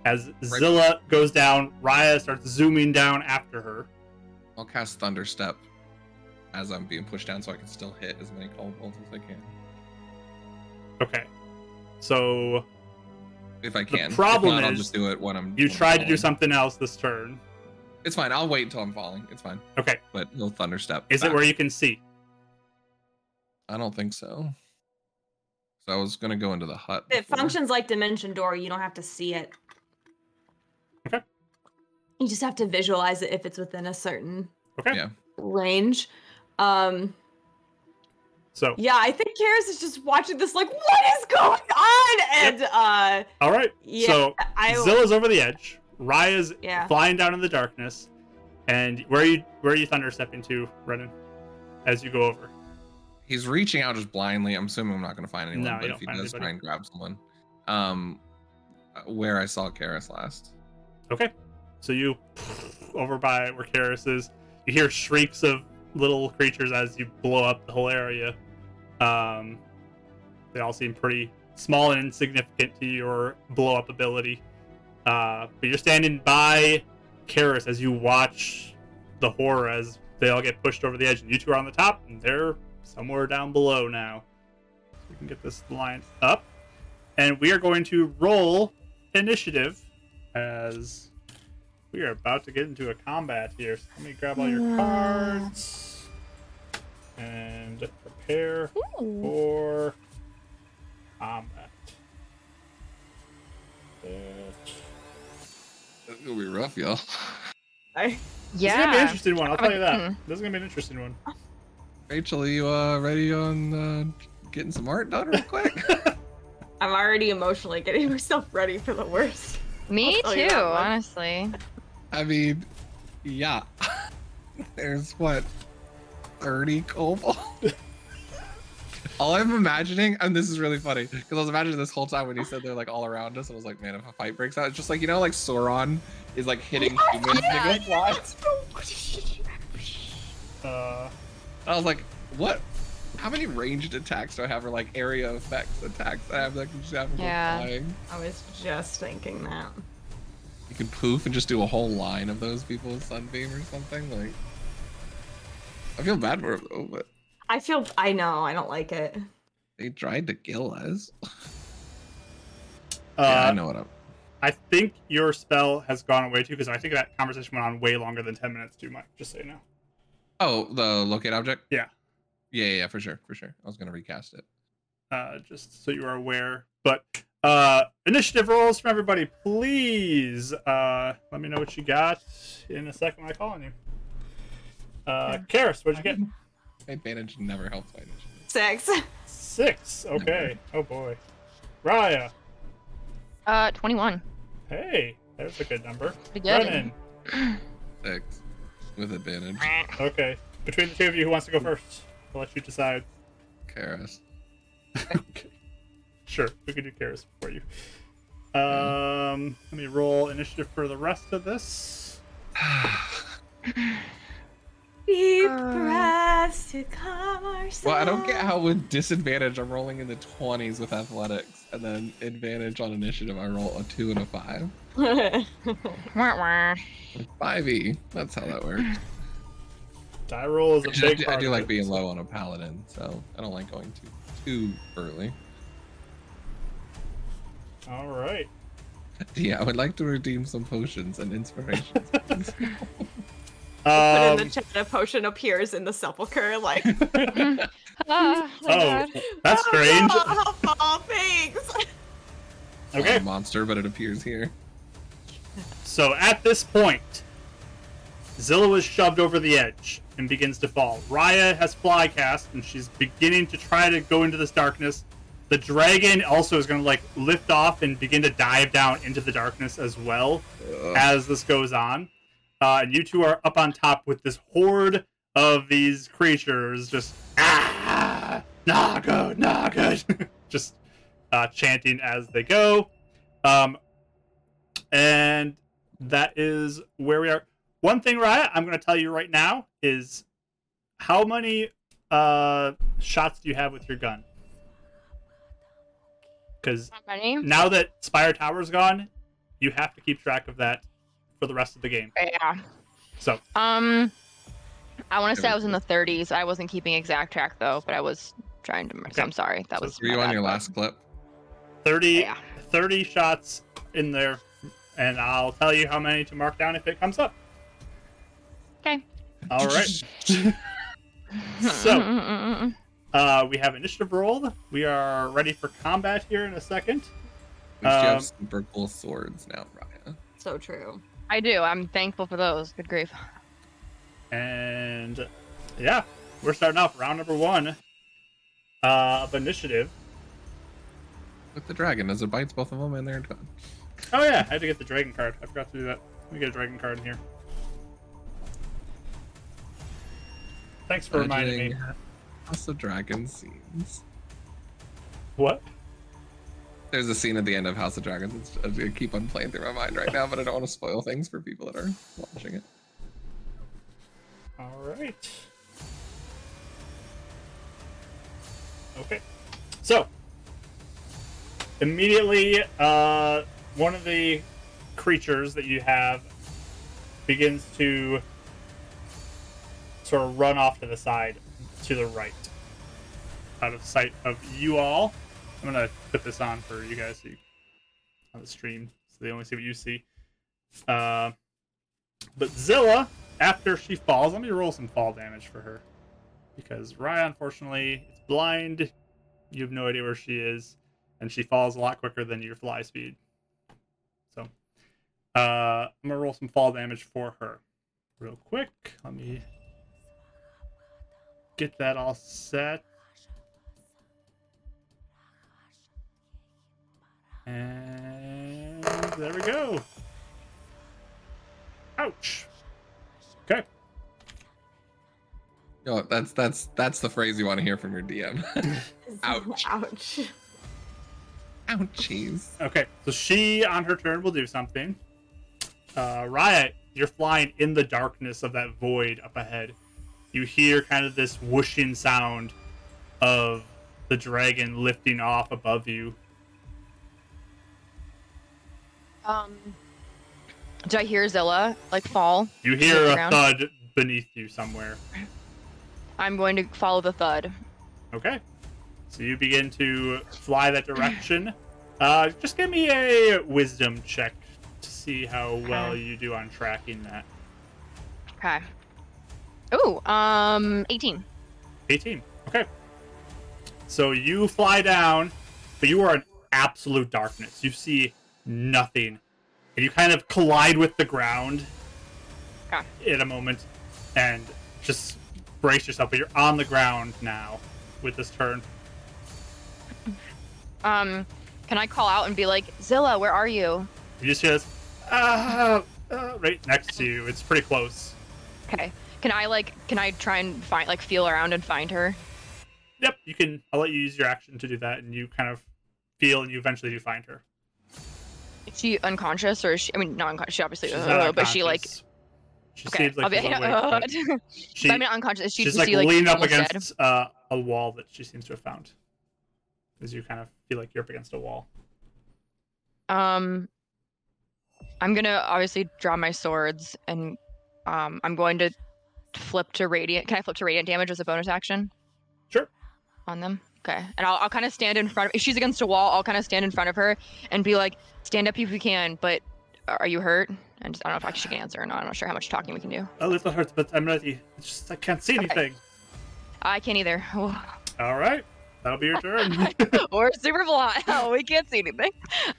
S3: as Zilla goes down, Raya starts zooming down after her.
S5: I'll cast Thunder Step as I'm being pushed down, so I can still hit as many cold bolts as I can.
S3: Okay, so
S5: If I can. If
S3: problem
S5: not, I'll
S3: is
S5: just do it when I'm.
S3: you
S5: when I'm
S3: tried to do
S5: falling.
S3: something else this turn.
S5: It's fine. I'll wait until I'm falling. It's fine.
S3: Okay,
S5: But he'll Thunder Step.
S3: is it
S5: back.
S3: where you can see?
S5: I don't think so. So I was gonna go into the hut.
S1: It
S5: before.
S1: functions like Dimension Door. You don't have to see it.
S3: Okay.
S1: You just have to visualize it if it's within a certain
S3: Okay,
S5: Yeah.
S1: range. Um,
S3: so
S1: yeah, I think Karis is just watching this like, what is going on? And uh,
S3: all right,
S1: yeah,
S3: so
S1: I
S3: Zilla's over the edge. Raya's
S1: Yeah.
S3: flying down in the darkness. And where are you where are you thunder stepping to, Renan? As you go over.
S5: He's reaching out just blindly. I'm assuming I'm not gonna find anyone,
S3: No, you
S5: but
S3: don't
S5: if he
S3: find
S5: does
S3: anybody.
S5: try and grab someone, um, uh, where I saw Karis last.
S3: So you over by where Karis is. You hear shrieks of little creatures as you blow up the whole area. Um, they all seem pretty small and insignificant to your blow up ability. Uh, but you're standing by Karis as you watch the horror as they all get pushed over the edge, and you two are on the top, and they're somewhere down below now. We can get this line up, and we are going to roll initiative as we are about to get into a combat here. So let me grab all your cards and prepare for combat. Uh, It's
S5: It's gonna be rough, y'all.
S3: gonna be an
S4: yeah,
S3: interesting one. I'll tell you that.
S4: Mhm.
S3: This is gonna be an interesting one.
S5: Rachel, you uh ready on uh, getting some art done real quick?
S1: I'm already emotionally getting myself ready for the worst.
S4: me
S1: I'll tell you
S4: too.
S1: that much.
S4: Honestly,
S5: I mean, yeah. There's what thirty cobalt. all I'm imagining, and this is really funny, because I was imagining this whole time when he said they're like all around us. I was like, man, if a fight breaks out, it's just like you know, like Sauron is like hitting humans. and they go flying.
S3: Uh,
S5: I was like, what? How many ranged attacks do I have, or like area effects attacks I have that can just have them go
S4: Yeah.
S5: flying?
S1: I was just thinking that.
S5: You can poof and just do a whole line of those people with sunbeam or something. Like, I feel bad for them though, but
S1: I feel I know I don't like it.
S5: they tried to kill us.
S3: uh,
S5: yeah, I know what I'm.
S3: I think your spell has gone away too, because I think that conversation went on way longer than ten minutes too much. Just so you know.
S5: Oh, the locate object.
S3: Yeah.
S5: Yeah, yeah, yeah, for sure, for sure. I was gonna recast it.
S3: uh, just so you are aware. But uh, initiative rolls from everybody, please. Uh, let me know what you got in a second when I call on you. Uh, Karis, what'd you get?
S5: advantage never helps my initiative.
S1: Six.
S3: Six. Okay. Oh boy. Raya.
S4: Uh, 21.
S3: Hey, that's a good number.
S4: Pretty good.
S3: Brennan.
S5: Six with advantage.
S3: Okay. Between the two of you, who wants to go first? I'll let you decide.
S5: Karis.
S3: okay. Sure, we can do Karis for you. Um, let me roll initiative for the rest of this.
S1: Deep
S4: Uh.
S1: breaths to calm ourselves.
S5: Well, I don't get how with disadvantage I'm rolling in the 20s with athletics, and then advantage on initiative I roll a two and a five.
S4: Wah, wah.
S5: Five E. That's how that works.
S3: Die roll is a
S5: I
S3: big.
S5: do, I
S3: part
S5: do
S3: of
S5: like
S3: it.
S5: being low on a paladin, so I don't like going too too early.
S3: All right.
S5: Yeah, I would like to redeem some potions and inspirations. please.
S1: Put in
S3: Um,
S1: the chat, a potion appears in the sepulcher, like.
S4: Ah, oh my
S3: oh,
S4: God.
S3: that's strange.
S1: Oh, of all things.
S3: Okay.
S5: Not a monster, but it appears here.
S3: So at this point, Zilla is shoved over the edge and begins to fall. Raya has fly cast and she's beginning to try to go into this darkness. The dragon also is going to like lift off and begin to dive down into the darkness as well as this goes on. Uh, and you two are up on top with this horde of these creatures just ah not good, not good, just uh, chanting as they go. Um, and that is where we are. One thing, Raya, I'm going to tell you right now is how many uh, shots do you have with your gun? Because
S4: Not many.
S3: now that Spire Tower's gone, you have to keep track of that for the rest of the game.
S4: Yeah.
S3: So,
S4: Um, I want to say I was in the 30s. I wasn't keeping exact track though, but I was trying to. So I'm sorry. That
S3: So
S4: was.
S5: Were you
S4: my
S5: on
S4: bad,
S5: your
S4: but-
S5: last clip?
S3: 30,
S4: Yeah.
S3: 30 shots in there, and I'll tell you how many to mark down if it comes up.
S4: Okay.
S3: All right. Um, So, uh, we have initiative rolled. We are ready for combat here in a second.
S5: We should
S3: Um,
S5: have super cool swords now, Raya.
S1: So true.
S4: I do. I'm thankful for those. Good grief.
S3: And yeah, we're starting off round number one uh, of initiative.
S5: With the dragon, as it bites both of them and they're done.
S3: Oh yeah, I had to get the dragon card. I forgot to do that. Let me get a dragon card in here. Thanks
S5: Uh,
S3: for reminding me.
S5: Dodging House of Dragon scenes.
S3: What?
S5: There's a scene at the end of House of Dragons. It's, I keep on playing through my mind right now, but I don't want to spoil things for people that are watching it.
S3: All right. Okay. So, immediately, uh, one of the creatures that you have begins to sort of run off to the side, to the right, out of sight of you all. I'm gonna put this on for you guys so you, on the stream, so they only see what you see. Uh, but Zilla, after she falls, let me roll some fall damage for her. Because Raya, unfortunately, is blind. You have no idea where she is. And she falls a lot quicker than your fly speed. So, uh, I'm going to roll some fall damage for her. Real quick. Let me get that all set. And there we go. Ouch. Okay.
S5: No, that's that's that's the phrase you want to hear from your DM. Ouch.
S1: Ouch.
S5: Ouchies.
S3: Okay. So she, on her turn, will do something. Uh, Riot, you're flying in the darkness of that void up ahead. You hear kind of this whooshing sound of the dragon lifting off above you.
S4: Um, do I hear Zilla like fall?
S3: You hear a
S4: Ground.
S3: thud beneath you somewhere.
S4: I'm going to follow the thud.
S3: Okay. So you begin to fly that direction. Uh, just give me a wisdom check to see how well
S4: Okay.
S3: you do on tracking that.
S4: Okay. Ooh, um, 18.
S3: 18. Okay. So you fly down, but you are in absolute darkness. You see nothing. And you kind of collide with the ground
S4: Okay.
S3: in a moment and just brace yourself, but you're on the ground now with this turn.
S4: Um, can I call out and be like, Zilla, where are you?
S3: You just hear this, ah, ah," right next to you. It's pretty close.
S4: Okay. Can I like, can I try and find, like, feel around and find her?
S3: Yep, you can. I'll let you use your action to do that, and you kind of feel, and you eventually do find her.
S4: Is she unconscious or is she? I mean, not unconscious. She obviously,
S3: She's
S4: uh,
S3: not
S4: but she like.
S3: unconscious. She
S4: Okay.
S3: seems like
S4: I'll be,
S3: she's awake,
S4: uh,
S3: but
S4: but
S3: she-
S4: I mean, unconscious. Is she
S3: she's
S4: is
S3: like
S4: she,
S3: leaning up
S4: almost dead?
S3: against uh, a wall that she seems to have found. As you kind of feel like you're up against a wall.
S4: Um, I'm gonna obviously draw my swords, and um, I'm going to flip to radiant. Can I flip to radiant damage as a bonus action?
S3: Sure.
S4: On them. Okay. And I'll, I'll kind of stand in front of. If she's against a wall, I'll kind of stand in front of her and be like, "Stand up if you can." But are you hurt? And just, I don't know if actually she can answer or not. I'm not sure how much talking we can do.
S3: A little hurt, but I'm ready. It's just I can't see
S4: Okay.
S3: anything.
S4: I can't either.
S3: All right, that'll be your turn.
S4: We're super blind. we can't see anything.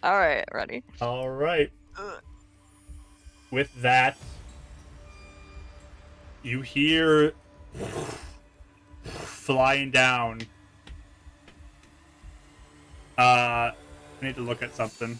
S4: All right, ready.
S3: All right.
S4: Ugh.
S3: With that, you hear flying down. Uh, I need to look at something.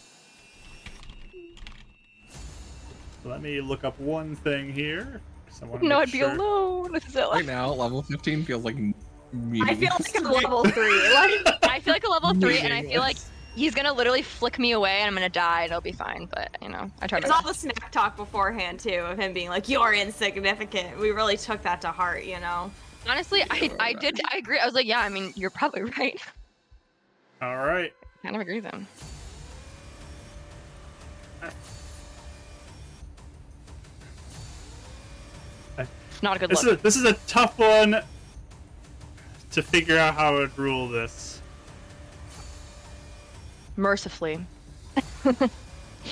S3: Let me look up one thing here. 'cause I wanna
S4: No,
S3: make
S4: I'd be
S3: sure-
S4: alone with Zilla.
S5: Right now, level 15 feels like
S1: I
S5: meaningless.
S1: feel like I'm level three. Like,
S4: I feel like a level three, and I feel like he's gonna literally flick me away, and I'm gonna die, and it'll be fine. But you know, I try my
S1: there's all
S4: best.
S1: the smack talk beforehand too of him being like, "You're insignificant." We really took that to heart, you know.
S4: Honestly, I, I did I agree. I was like, yeah, I mean, you're probably right.
S3: All right.
S4: kind of agree then. It's not a good
S3: This
S4: look.
S3: is this is a tough one to figure out how I would rule this.
S4: Mercifully,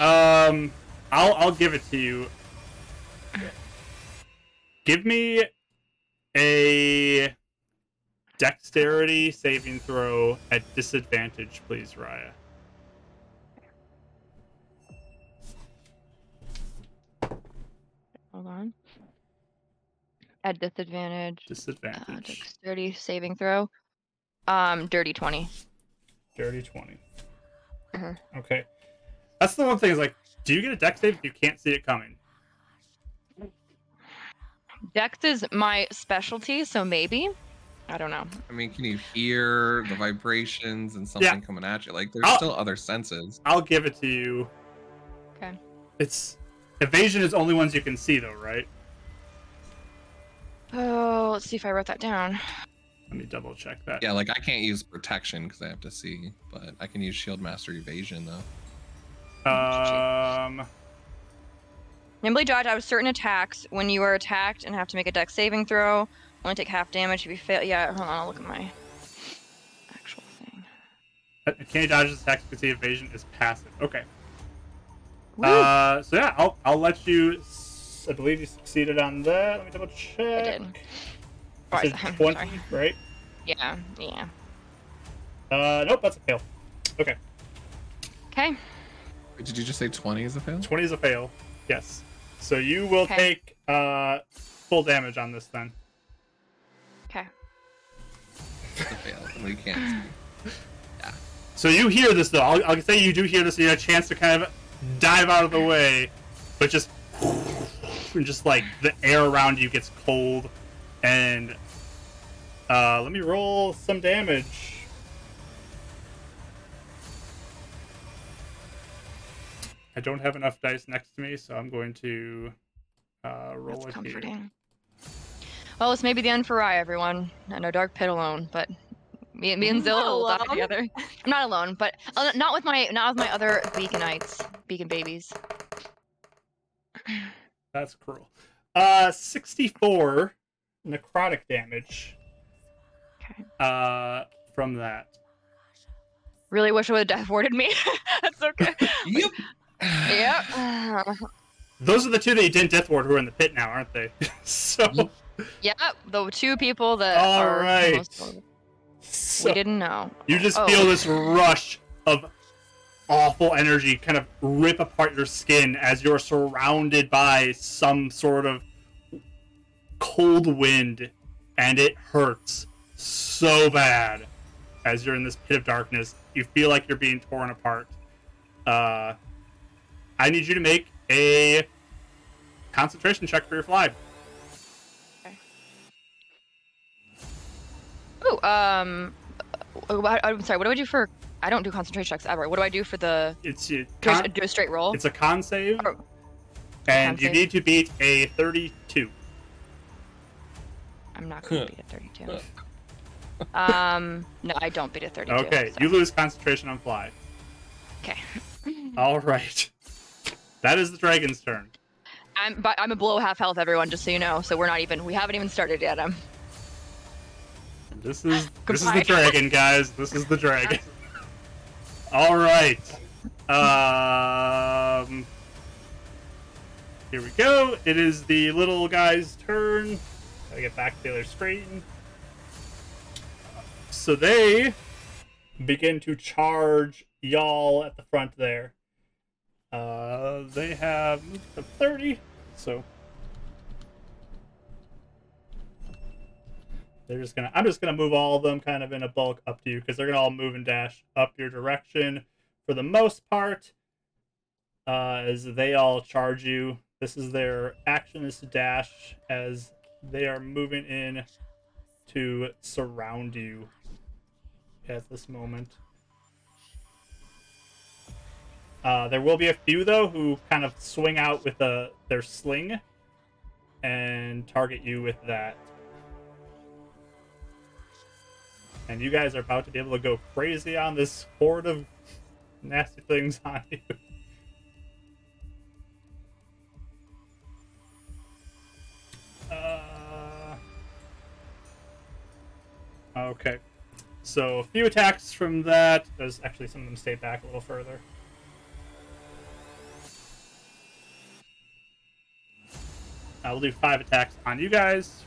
S3: Um, I'll I'll give it to you. Give me a dexterity saving throw at disadvantage, please, Raya.
S4: hold on. At disadvantage, uh,
S3: Disadvantage.
S4: dexterity saving throw. Um, dirty twenty.
S3: Dirty twenty.
S4: Mhm.
S3: Okay, that's the one thing is like, do you get a dex save if you can't see it coming?
S4: Dex is my specialty, so maybe. I don't know.
S5: I mean, can you hear the vibrations and something coming at you? Like, there's
S3: I'll-
S5: still other senses.
S3: I'll give it to you.
S4: Okay.
S3: It's evasion is only ones you can see though, right?
S4: Oh, let's see if I wrote that down.
S3: Let me double check that.
S5: Yeah, like I can't use protection because I have to see, but I can use Shield Master Evasion though.
S3: Um.
S4: Nimbly dodge out of certain attacks when you are attacked and have to make a dex saving throw. Only take half damage if you fail. Yeah, hold on, I'll look at my actual thing.
S3: Candy dodges attacks because the evasion is passive. Okay.
S4: Woo!
S3: Uh, so yeah, I'll, I'll let you. s- I believe you succeeded on that. Let me double check.
S4: did.
S3: You
S4: Oh, I-
S3: said
S4: I'm
S3: 20,
S4: sorry.
S3: right?
S4: Yeah, yeah.
S3: Uh, nope, that's a fail. Okay,
S4: Okay.
S5: Wait, did you just say 20 is a fail?
S3: 20 is a fail. Yes. So you will
S4: Okay.
S3: take uh full damage on this then.
S4: Okay.
S5: It's a fail. and We can't. see.
S3: So you hear this though. I'll, I'll say you do hear this. So you have a chance to kind of dive out of the way, but just and just like the air around you gets cold, and uh, let me roll some damage. I don't have enough dice next to me, so I'm going to uh, roll
S4: That's
S3: it here.
S4: comforting. Well, this may be the end for Rye, everyone. I know Dark Pit alone, but me, me and
S1: You're not
S4: Zilla will die
S1: alone?
S4: together. I'm not alone, but uh, not with my not with my other Beaconites, Beacon babies.
S3: That's cruel. Uh, 64 necrotic damage.
S4: Okay.
S3: Uh, from that.
S4: Really wish I would have death warded me. That's okay.
S5: Yep.
S4: yep.
S3: Those are the two that you didn't death ward who are in the pit now, aren't they? so,
S4: Yep. The two people that
S3: All
S4: are
S3: right.
S4: most-
S3: so
S4: we didn't know.
S3: you just
S4: Oh.
S3: feel this rush of awful energy kind of rip apart your skin as you're surrounded by some sort of cold wind and it hurts so bad as you're in this pit of darkness. You feel like you're being torn apart. Uh, I need you to make a concentration check for your fly.
S4: Oh, um, uh, wha- I'm sorry. What do I do for? I don't do concentration checks ever. What do I do for the?
S3: It's a
S4: Do I
S3: con,
S4: just do a straight roll?
S3: it's a con save,
S4: Oh.
S3: and
S4: Con
S3: you
S4: save.
S3: need to beat a 32.
S4: I'm not gonna beat a 32. um, no, I don't beat a 32.
S3: Okay,
S4: so-
S3: you lose concentration on fly.
S4: Okay.
S3: All right, that is the dragon's turn.
S4: I'm but I'm a below half health, everyone, just so you know. So we're not even. We haven't even started yet. Um, I'm.
S3: This is this is
S4: Goodbye.
S3: the dragon, guys. This is the dragon. All right. Um. Here we go. It is the little guy's turn. Gotta get back to their screen. So they begin to charge y'all at the front there. Uh, they have moved to 30, so They're just gonna. I'm just gonna move all of them kind of in a bulk up to you because they're gonna all move and dash up your direction for the most part. Uh, as they all charge you, this is their action is to dash as they are moving in to surround you at this moment. Uh, there will be a few though who kind of swing out with a, their sling and target you with that and you guys are about to be able to go crazy on this horde of nasty things on you. Uh, okay. So a few attacks from that. There's actually some of them stay back a little further. I will do five attacks on you guys.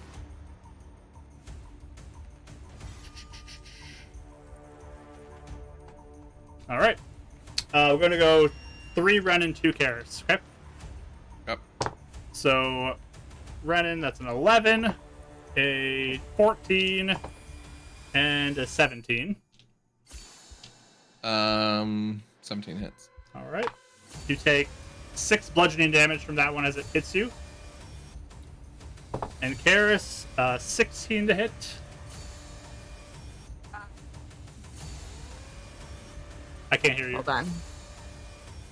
S3: All right. Uh, we're gonna go three Renin, two Karis. Okay.
S5: Yep.
S3: So Renin, that's an eleven, a fourteen, and a seventeen.
S5: Um, 17 hits.
S3: All right. You take six bludgeoning damage from that one as it hits you. And Karis, uh, sixteen to hit. I can't hear you.
S1: Hold on.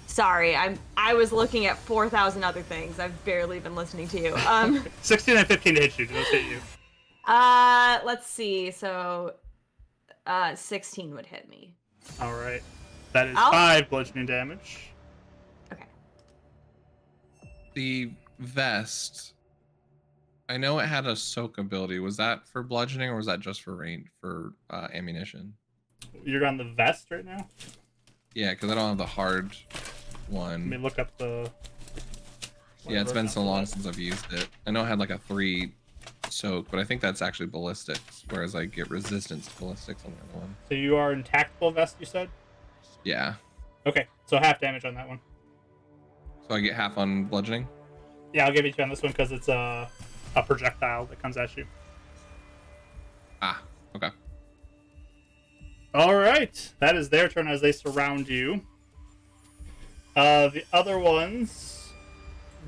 S1: Sorry, I'm. I was looking at four thousand other things. I've barely been listening to you. Um.
S3: 16 and 15 to hit you. Do those hit you?
S1: uh. Let's see. So, uh, sixteen would hit me.
S3: All right. That is
S1: Ow.
S3: five bludgeoning damage.
S1: Okay.
S5: The vest. I know it had a soak ability. Was that for bludgeoning or was that just for range for uh, ammunition?
S3: You're on the vest right now.
S5: Yeah, because I don't have the hard
S3: Let me
S5: one.
S3: look up the.
S5: Yeah, it's been so
S3: whatever
S5: long
S3: it's
S5: since I've used it. I know it had like a three soak, but I think that's actually ballistics, whereas I get resistance to ballistics on the other one.
S3: So you are in tactical vest, you said?
S5: Yeah.
S3: Okay, so half damage on that one.
S5: So I get half on bludgeoning.
S3: Yeah, I'll give it to you on this one because it's a, a projectile that comes at you.
S5: Ah, okay.
S3: All right, that is their turn as they surround you. Uh, the other ones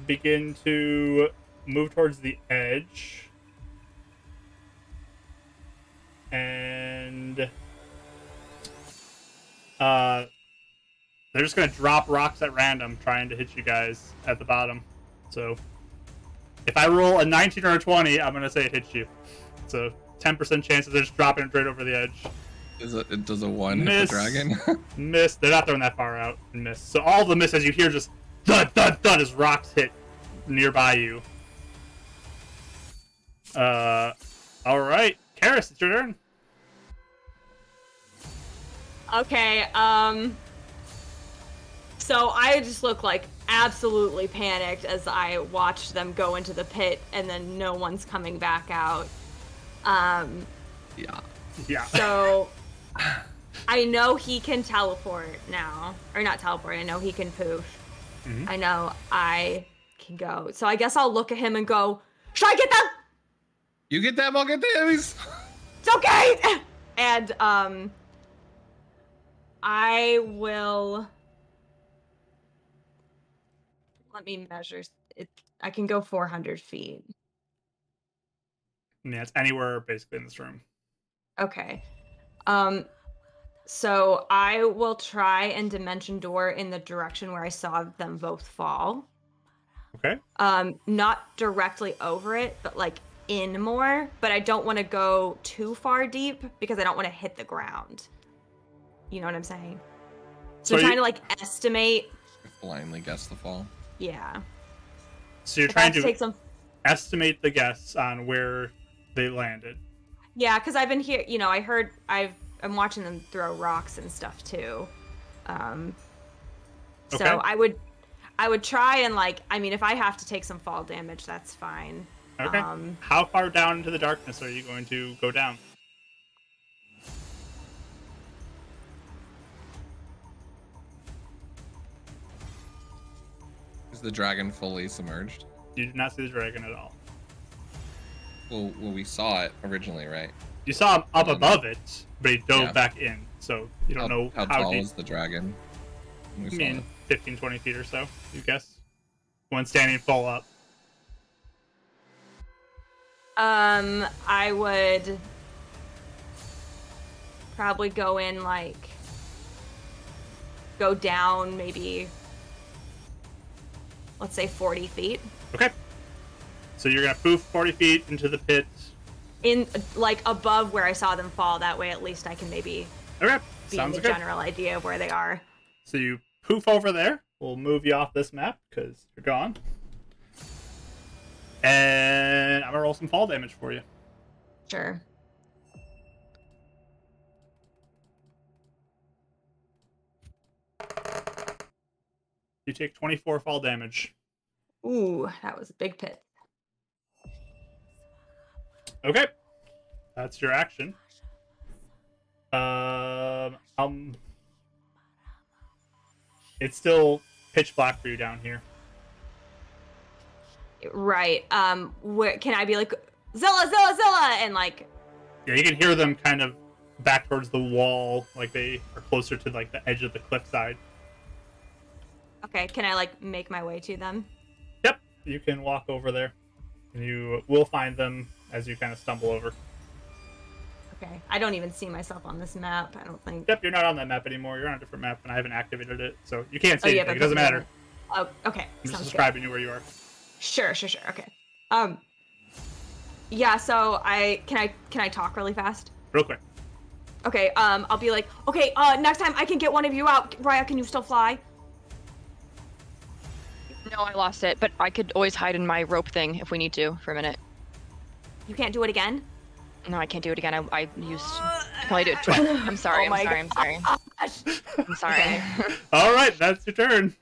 S3: begin to move towards the edge, and uh, they're just gonna drop rocks at random, trying to hit you guys at the bottom. So, if I roll a 19 or a 20, I'm gonna say it hits you. So, 10% chance that they're just dropping it right over the edge.
S5: Is it, it does a one hit
S3: Miss.
S5: the dragon?
S3: Miss. They're not throwing that far out and miss. So all the misses you hear just thud thud thud as rocks hit nearby you. Uh, all right, Karis, it's your turn.
S1: Okay, um so I just look like absolutely panicked as I watched them go into the pit and then no one's coming back out. Um
S5: yeah.
S3: Yeah.
S1: so I know he can teleport now. Or not teleport, I know he can poof.
S3: Mhm.
S1: I know I can go. So I guess I'll look at him and go, Should I get them?
S5: You get them, I'll get the enemies.
S1: It's okay. And um, I will. Let me measure. It. I can go 400 feet.
S3: Yeah, it's anywhere basically in this room.
S1: Okay. Um, so I will try and dimension door in the direction where I saw them both fall.
S3: Okay.
S1: um not directly over it but like in more but i don't want to go too far deep because i don't want to hit the ground you know what i'm saying so,
S3: So
S1: I'm
S3: you-
S1: trying to like estimate
S5: Blindly guess the fall.
S1: yeah
S3: So you're
S1: if i
S3: trying
S1: have to
S3: to
S1: take some
S3: estimate the guess on where they landed.
S1: yeah because i've been here you know i heard i've i'm watching them throw rocks and stuff too um so
S3: Okay.
S1: i would i would try and like i mean if i have to take some fall damage that's fine
S3: Okay.
S1: um
S3: How far down into the darkness are you going to go down?
S5: Is the dragon fully submerged?
S3: You did not see the dragon at all.
S5: Well, well, we saw it originally, right?
S3: You saw him up
S5: Um,
S3: above it, but he dove
S5: yeah.
S3: back in. So you don't
S5: how,
S3: know
S5: how,
S3: how,
S5: tall
S3: deep.
S5: is the dragon? when we
S3: I
S5: saw
S3: mean,
S5: it?
S3: 15, 20 feet or so, you guess. One standing full up.
S1: Um, I would probably go in like go down maybe let's say 40 feet
S3: Okay. So you're going to poof 40 feet into the pit.
S1: in like above where I saw them fall that way at least I can maybe
S3: Okay.
S1: be
S3: Sounds
S1: in the
S3: good.
S1: general idea of where they are.
S3: So you poof over there. We'll move you off this map because you're gone. And I'm gonna roll some fall damage for you.
S1: Sure.
S3: You take 24 fall damage.
S1: Ooh, that was a big pit.
S3: Okay, that's your action. Um, um, it's still pitch black for you down here.
S1: Right. Um where can I be like Zilla Zilla Zilla and like
S3: Yeah, you can hear them kind of back towards the wall, like they are closer to like the edge of the cliffside.
S1: okay, can I like make my way to them?
S3: Yep, you can walk over there, and you will find them as you kind of stumble over.
S1: Okay. I don't even see myself on this map. I don't think.
S3: Yep, you're not on that map anymore. You're on a different map, and I haven't activated it, so you can't see anything.
S1: Oh, but
S3: It doesn't matter.
S1: Oh, okay.
S3: I'm just
S1: Sounds good.
S3: describing you where you are.
S1: Sure, sure, sure. Okay. Um. Yeah. So I can I can I talk really fast?
S3: Real quick.
S1: Okay. Um. I'll be like, okay. Uh. Next time I can get one of you out. Raya, can you still fly?
S4: No, I lost it, but I could always hide in my rope thing if we need to for a minute.
S1: You can't do it again.
S4: No, I can't do it again. I, I used I probably do it twice. I'm sorry.
S1: Oh my
S4: I'm sorry. I'm sorry. I'm sorry.
S3: All right, that's your turn.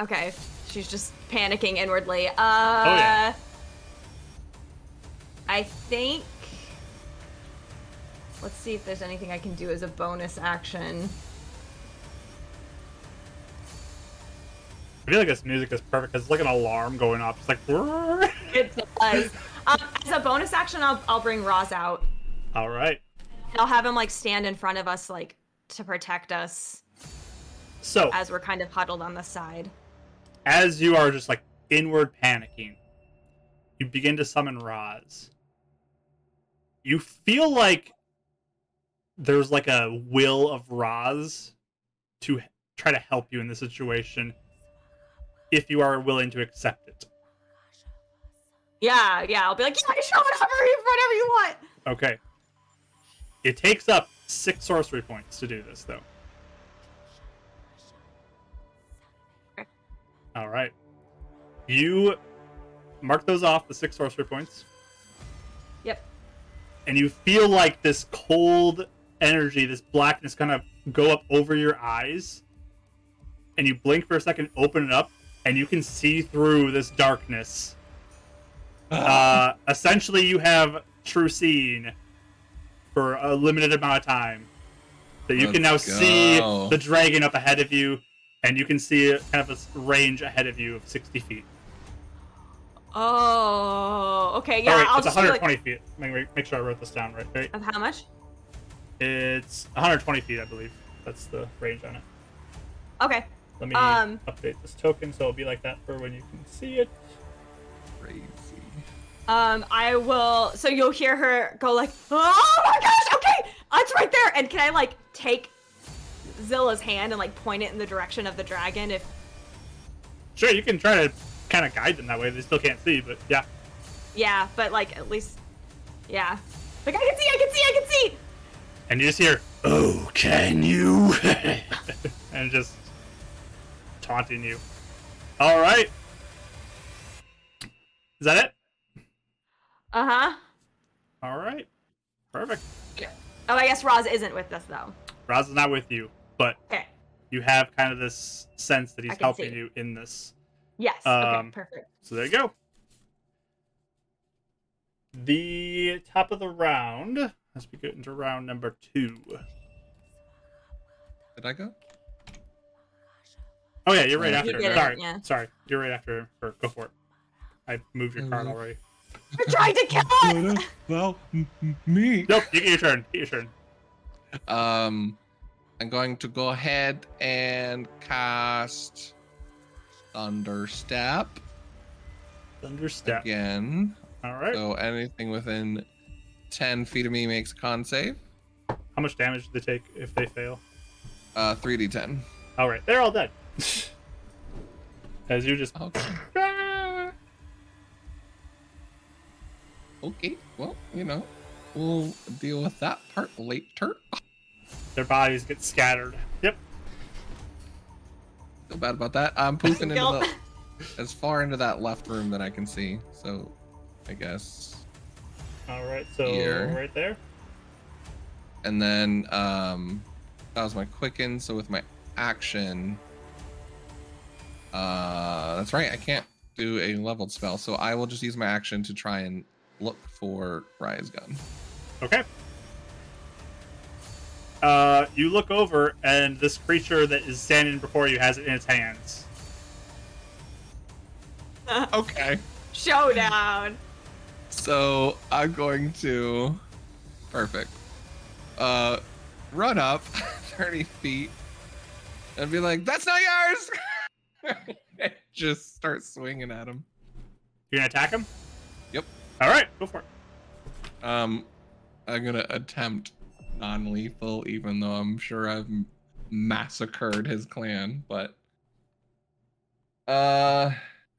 S1: Okay. She's just panicking inwardly. Uh.
S3: Oh, yeah.
S1: I think. Let's see if there's anything I can do as a bonus action.
S3: I feel like this music is perfect because it's like an alarm going off. It's like, "Brrr."
S1: It does. um, as a bonus action, I'll I'll bring Roz out.
S3: all right.
S1: I'll have him like stand in front of us, like to protect us
S3: So
S1: as we're kind of huddled on the side.
S3: as you are just like inward panicking, you begin to summon Roz. You feel like there's like a will of Roz to h- try to help you in this situation if you are willing to accept it.
S1: Yeah, yeah. I'll be like, yeah, show whatever, whatever you want.
S3: Okay. It takes up six sorcery points to do this, though. All right. You mark those off, the six sorcery points,
S1: Yep.
S3: and you feel like this cold energy, this blackness kind of go up over your eyes. And you blink for a second, open it up, and you can see through this darkness.
S5: Ah.
S3: Uh, essentially, you have true seeing for a limited amount of time. That you can now
S5: Let's
S3: see
S5: go.
S3: the dragon up ahead of you, and you can see kind of a s- range ahead of you of 60 feet.
S1: Oh, okay. Yeah,
S3: oh, wait,
S1: I'll
S3: it's
S1: just be
S3: 120
S1: like,
S3: feet. Make, make- make sure I wrote this down right. Right.
S1: of how much?
S3: It's 120 feet, I believe. That's the range on it.
S1: Okay.
S3: Let me
S1: Um,
S3: update this token so it'll be like that for when you can see it.
S5: Crazy.
S1: Um, I will. So you'll hear her go like, "Oh my gosh! Okay, it's right there." And can I like take Zilla's hand and like point it in the direction of the dragon? If
S3: Sure, you can try to kind of guide them that way. They still can't see, but yeah.
S1: yeah, but like at least, yeah. Like I can see, I can see, I can see.
S3: And you just hear,
S2: Oh, can you?
S3: and just taunting you. All right. Is that it?
S1: Uh huh.
S3: All right. Perfect.
S1: Oh, I guess Roz isn't with us though.
S3: Raz is not with you, but
S1: Okay.
S3: you have kind of this sense that
S1: I
S3: he's
S1: can
S3: helping
S1: see.
S3: you in this.
S1: Yes. okay.
S3: Um,
S1: Perfect.
S3: So there you go. The top of the round. As we get into round number two.
S5: Did I go?
S3: Oh yeah, you're right
S5: Yeah,
S3: after.
S5: you did
S3: her.
S5: it,
S3: Sorry,
S1: yeah.
S3: sorry, you're right after. Her. Go for it. I moved your card
S5: Mhm.
S3: already.
S1: They're trying to kill us.
S5: well, me.
S3: Nope, you get your turn. Get your turn.
S5: Um, I'm going to go ahead and cast Thunderstep
S3: Thunderstep.
S5: again.
S3: All right.
S5: So anything within 10 feet of me makes a con save.
S3: How much damage do they take if they fail?
S5: Uh, 3d10.
S3: All right, they're all dead. As you just
S5: Okay. Uh. Okay. Well, you know, we'll deal with that part later.
S3: their bodies get scattered. Yep.
S5: Feel bad about that. I'm poofing into
S1: Go.
S5: the as far into that left room that I can see. So, I guess.
S3: All right. So
S5: Here.
S3: right there.
S5: And then um that was my quicken, so with my action. Uh that's right, I can't do a leveled spell, so I will just use my action to try and look for Raya's gun.
S3: Okay. Uh, you look over, and this creature that is standing before you has it in its hands.
S5: Okay.
S1: Showdown.
S5: So I'm going to perfect. Uh run up 30 feet and be like, that's not yours! And just start swinging at him.
S3: You're gonna attack him.
S5: Yep.
S3: All right, go for it.
S5: Um, I'm gonna attempt non-lethal, even though I'm sure I've m- massacred his clan. But uh,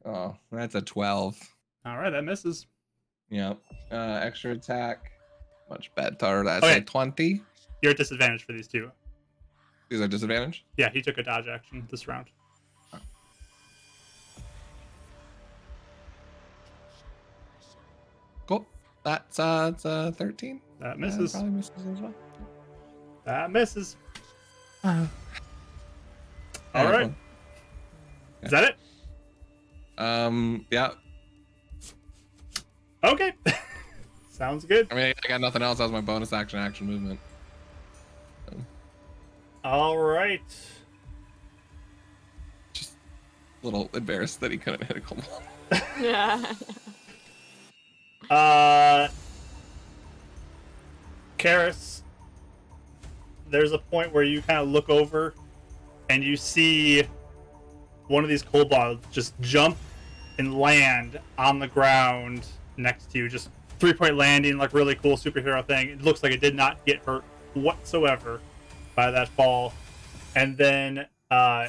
S5: oh, that's a twelve.
S3: All right, that misses.
S5: Yep. Uh, extra attack, much better. That's
S3: Okay.
S5: a twenty.
S3: You're at disadvantage for these two.
S5: These are disadvantage.
S3: Yeah, he took a dodge action this round.
S5: Cool. That's uh, it's uh, thirteen.
S3: That
S5: Yeah,
S3: misses.
S5: probably misses as well.
S3: that misses.
S5: All
S3: All right. Is that it?
S5: Um. Yeah.
S3: Okay. Sounds good.
S5: I mean, I got nothing else. That was my bonus action, action movement.
S3: All right.
S5: Just a little embarrassed that he couldn't hit a couple.
S1: Yeah.
S3: Uh, Karis, there's a point where you kind of look over and you see one of these kobolds just jump and land on the ground next to you. Just three point landing, like really cool superhero thing. It looks like it did not get hurt whatsoever by that fall. And then uh,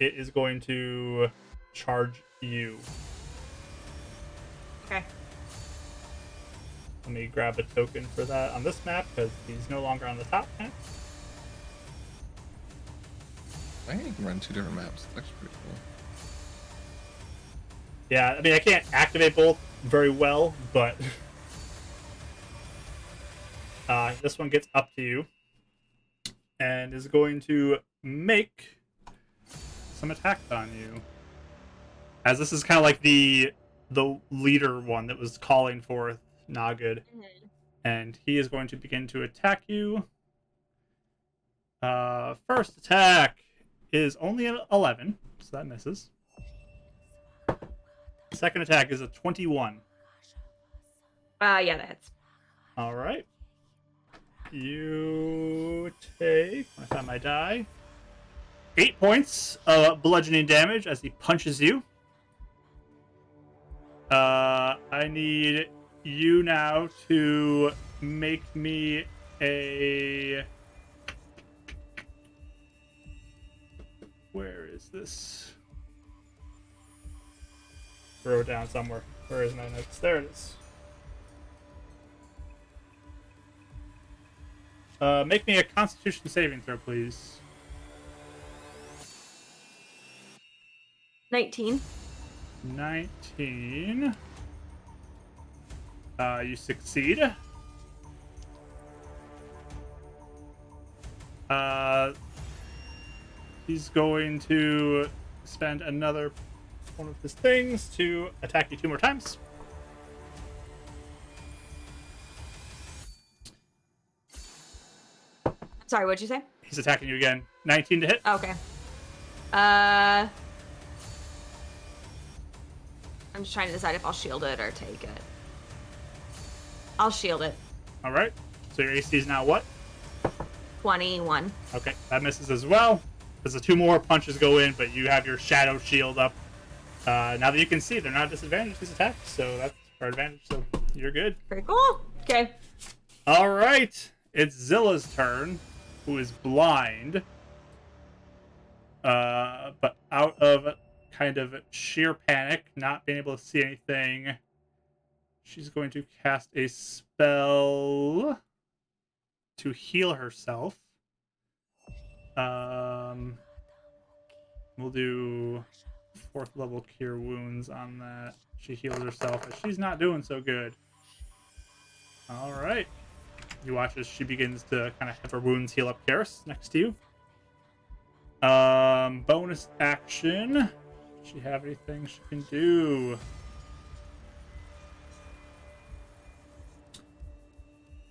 S3: it is going to charge you.
S1: Okay.
S3: Let me grab a token for that on this map because he's no longer on the top map.
S5: I think you can run two different maps. It's actually pretty cool.
S3: Yeah, I mean, I can't activate both very well, but. Uh, this one gets up to you and is going to make some attacks on you. As this is kind of like the the leader one that was calling forth Nagud, and he is going to begin to attack you. Uh, first attack is only an eleven, so that misses. Second attack is a 21.
S1: Uh, yeah, that hits.
S3: All right. You take. When I find my die. Eight points of bludgeoning damage as he punches you. Uh, I need you now to make me a. Where is this? Throw it down somewhere. Where is my notes? There it is. Uh, make me a Constitution saving throw, please.
S1: 19.
S3: 19. Uh, you succeed. Uh, he's going to spend another one of his things to attack you two more times.
S1: Sorry, what'd you say?
S3: He's attacking you again. 19 to hit.
S1: Okay. Uh, I'm just trying to decide if I'll shield it or take it. I'll shield it.
S3: All right. So your AC is now what?
S1: 21.
S3: Okay, that misses as well. As the two more punches go in, but you have your shadow shield up. Uh, now that you can see, they're not disadvantaged these attacks, so that's our advantage. So you're good.
S1: Pretty cool. Okay.
S3: All right, it's Zilla's turn, who is blind, uh, but out of kind of sheer panic, not being able to see anything, she's going to cast a spell to heal herself. Um, we'll do fourth level cure wounds on that. She heals herself, but she's not doing so good. All right. You watch as she begins to kind of have her wounds heal up. Karis, next to you. Um, bonus action. Does she have anything she can do?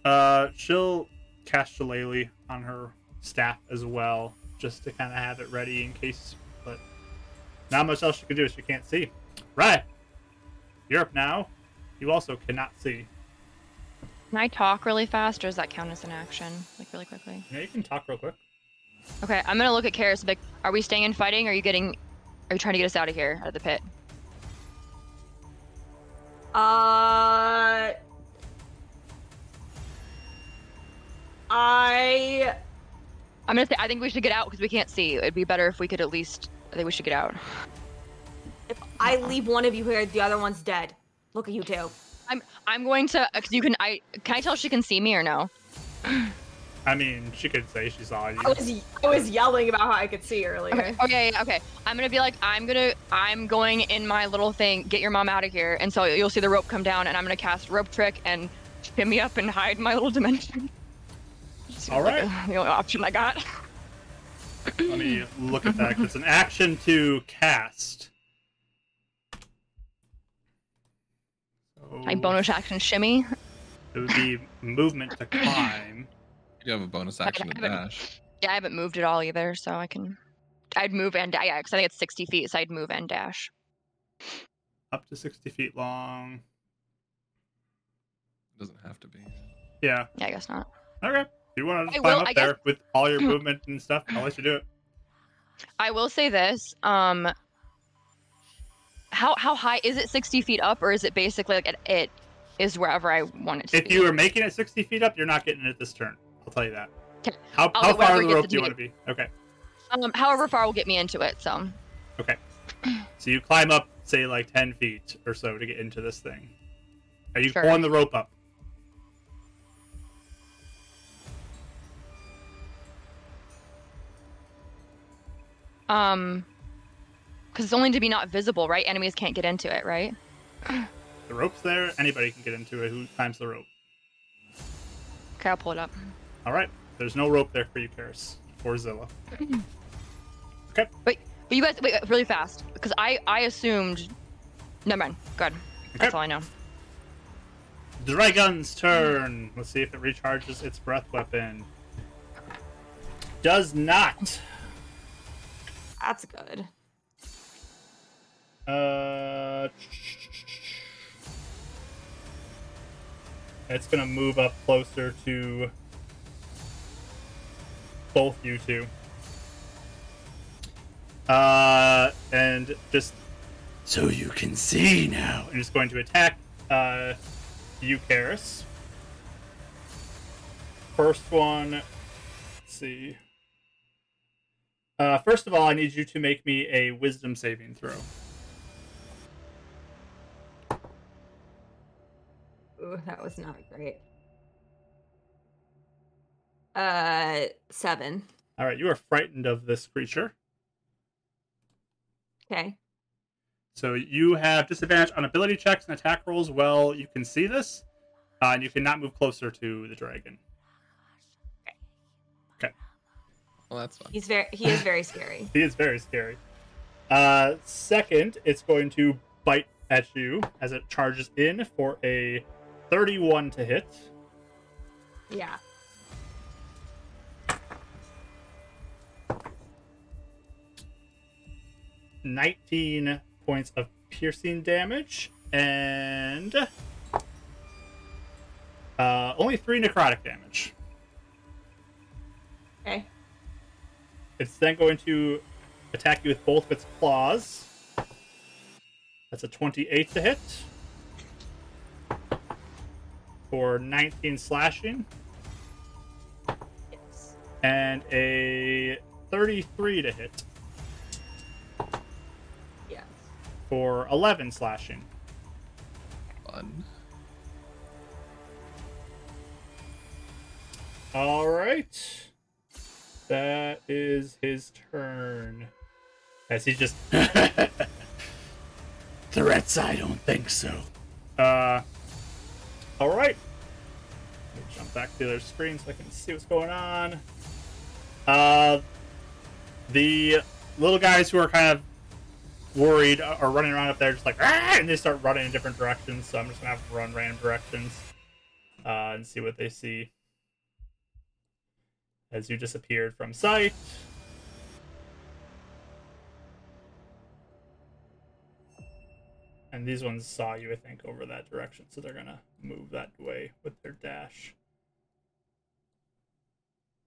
S3: Uh, she'll cast Shillelagh on her staff as well, just to kind of have it ready in case. But not much else she can do if she can't see. Right. You're up now. You also cannot see.
S4: Can I talk really fast, or does that count as an action, like really quickly?
S3: Yeah, you can talk real quick.
S4: Okay, I'm gonna look at Karis. and be Like, are we staying and fighting? Or are you getting? Are you trying to get us out of here, out of the pit?
S1: Uh, I
S4: I'm gonna say I think we should get out because we can't see. It'd be better if we could at least. I think we should get out.
S1: if I leave one of you here, the other one's dead. Look at you two.
S4: I'm I'm going to. uh, Cause you can. I can I tell if she can see me or no?
S3: I mean, she could say she saw you.
S4: Oh,
S1: I was I was yelling about how I could see earlier.
S4: Okay. Okay. Oh, yeah, Okay. I'm gonna be like I'm gonna I'm going in my little thing. Get your mom out of here. And so you'll see the rope come down, and I'm gonna cast rope trick and shimmy up and hide in my little dimension. Seems
S3: All
S4: like uh,
S3: right.
S4: the only option I got.
S3: Let me look at that. 'cause It's an action to cast. So
S4: My bonus action shimmy.
S3: It would be movement to climb.
S5: You do have a bonus action to
S4: have it.
S5: dash.
S4: Yeah, I haven't moved at all either, so I can. I'd move and dash. Yeah, because I think it's 60 feet, so I'd move and dash.
S3: up to 60 feet long.
S5: It doesn't have to be.
S3: Yeah.
S4: Yeah, I guess not.
S3: Okay. If you want to
S4: I
S3: climb
S4: will,
S3: up
S4: I guess-
S3: there with all your movement and stuff, I'll let you do it.
S4: I will say this. Um, how how high is it? 60 feet up, or is it basically like it, it is wherever I want it to
S3: If
S4: be?
S3: you are making it 60 feet up, you're not getting it this turn. I'll tell you that.
S4: 'Kay.
S3: How,
S4: I'll
S3: how
S4: do
S3: far
S4: whatever
S3: of the
S4: gets
S3: rope
S4: it
S3: do you
S4: to
S3: want to be? Okay.
S4: um, however far will get me into it. So
S3: So you climb up, say, like 10 feet or so to get into this thing. Are you
S4: Sure.
S3: pulling the rope up?
S4: um, because it's only to be not visible, right? Enemies can't get into it, right?
S3: The rope's there. Anybody can get into it who climbs the rope.
S4: Okay, I'll pull it up.
S3: All right. There's no rope there for you, Karis or Zilla.
S4: But you guys, wait, wait, really fast, because I I assumed. Never mind. Good. That's
S3: Okay.
S4: all I know.
S3: Dragon's turn. Let's see if it recharges its breath weapon. Does not.
S1: That's good.
S3: Uh, it's gonna move up closer to both you two. Uh, and just
S2: So you can see now.
S3: and it's going to attack uh, Eucharis. First one. Let's see. Uh, first of all, I need you to make me a wisdom saving throw.
S1: Ooh, that was not great. Uh, seven.
S3: All right, you are frightened of this creature.
S1: Okay.
S3: So you have disadvantage on ability checks and attack rolls. Well, you can see this, uh, and you cannot move closer to the dragon.
S5: Well, that's fine.
S1: He's very. He is very scary.
S3: He is very scary. Uh, second, it's going to bite at you as it charges in for a 31 to hit.
S1: Yeah.
S3: nineteen points of piercing damage and uh, only three necrotic damage.
S1: Okay.
S3: It's then going to attack you with both of its claws. That's a twenty-eight to hit for nineteen slashing
S1: Yes.
S3: and a thirty-three to hit
S1: Yes.
S3: for eleven slashing.
S5: Fun.
S3: All right. That is his turn. As he just
S2: Threats, I don't think so.
S3: uh All right. Let me jump back to their screen so I can see what's going on. Uh the little guys who are kind of worried are running around up there just like ah! and they start running in different directions, so I'm just going to have to run random directions uh, and see what they see. As you disappeared from sight. And these ones saw you, I think, over that direction, so they're gonna move that way with their dash.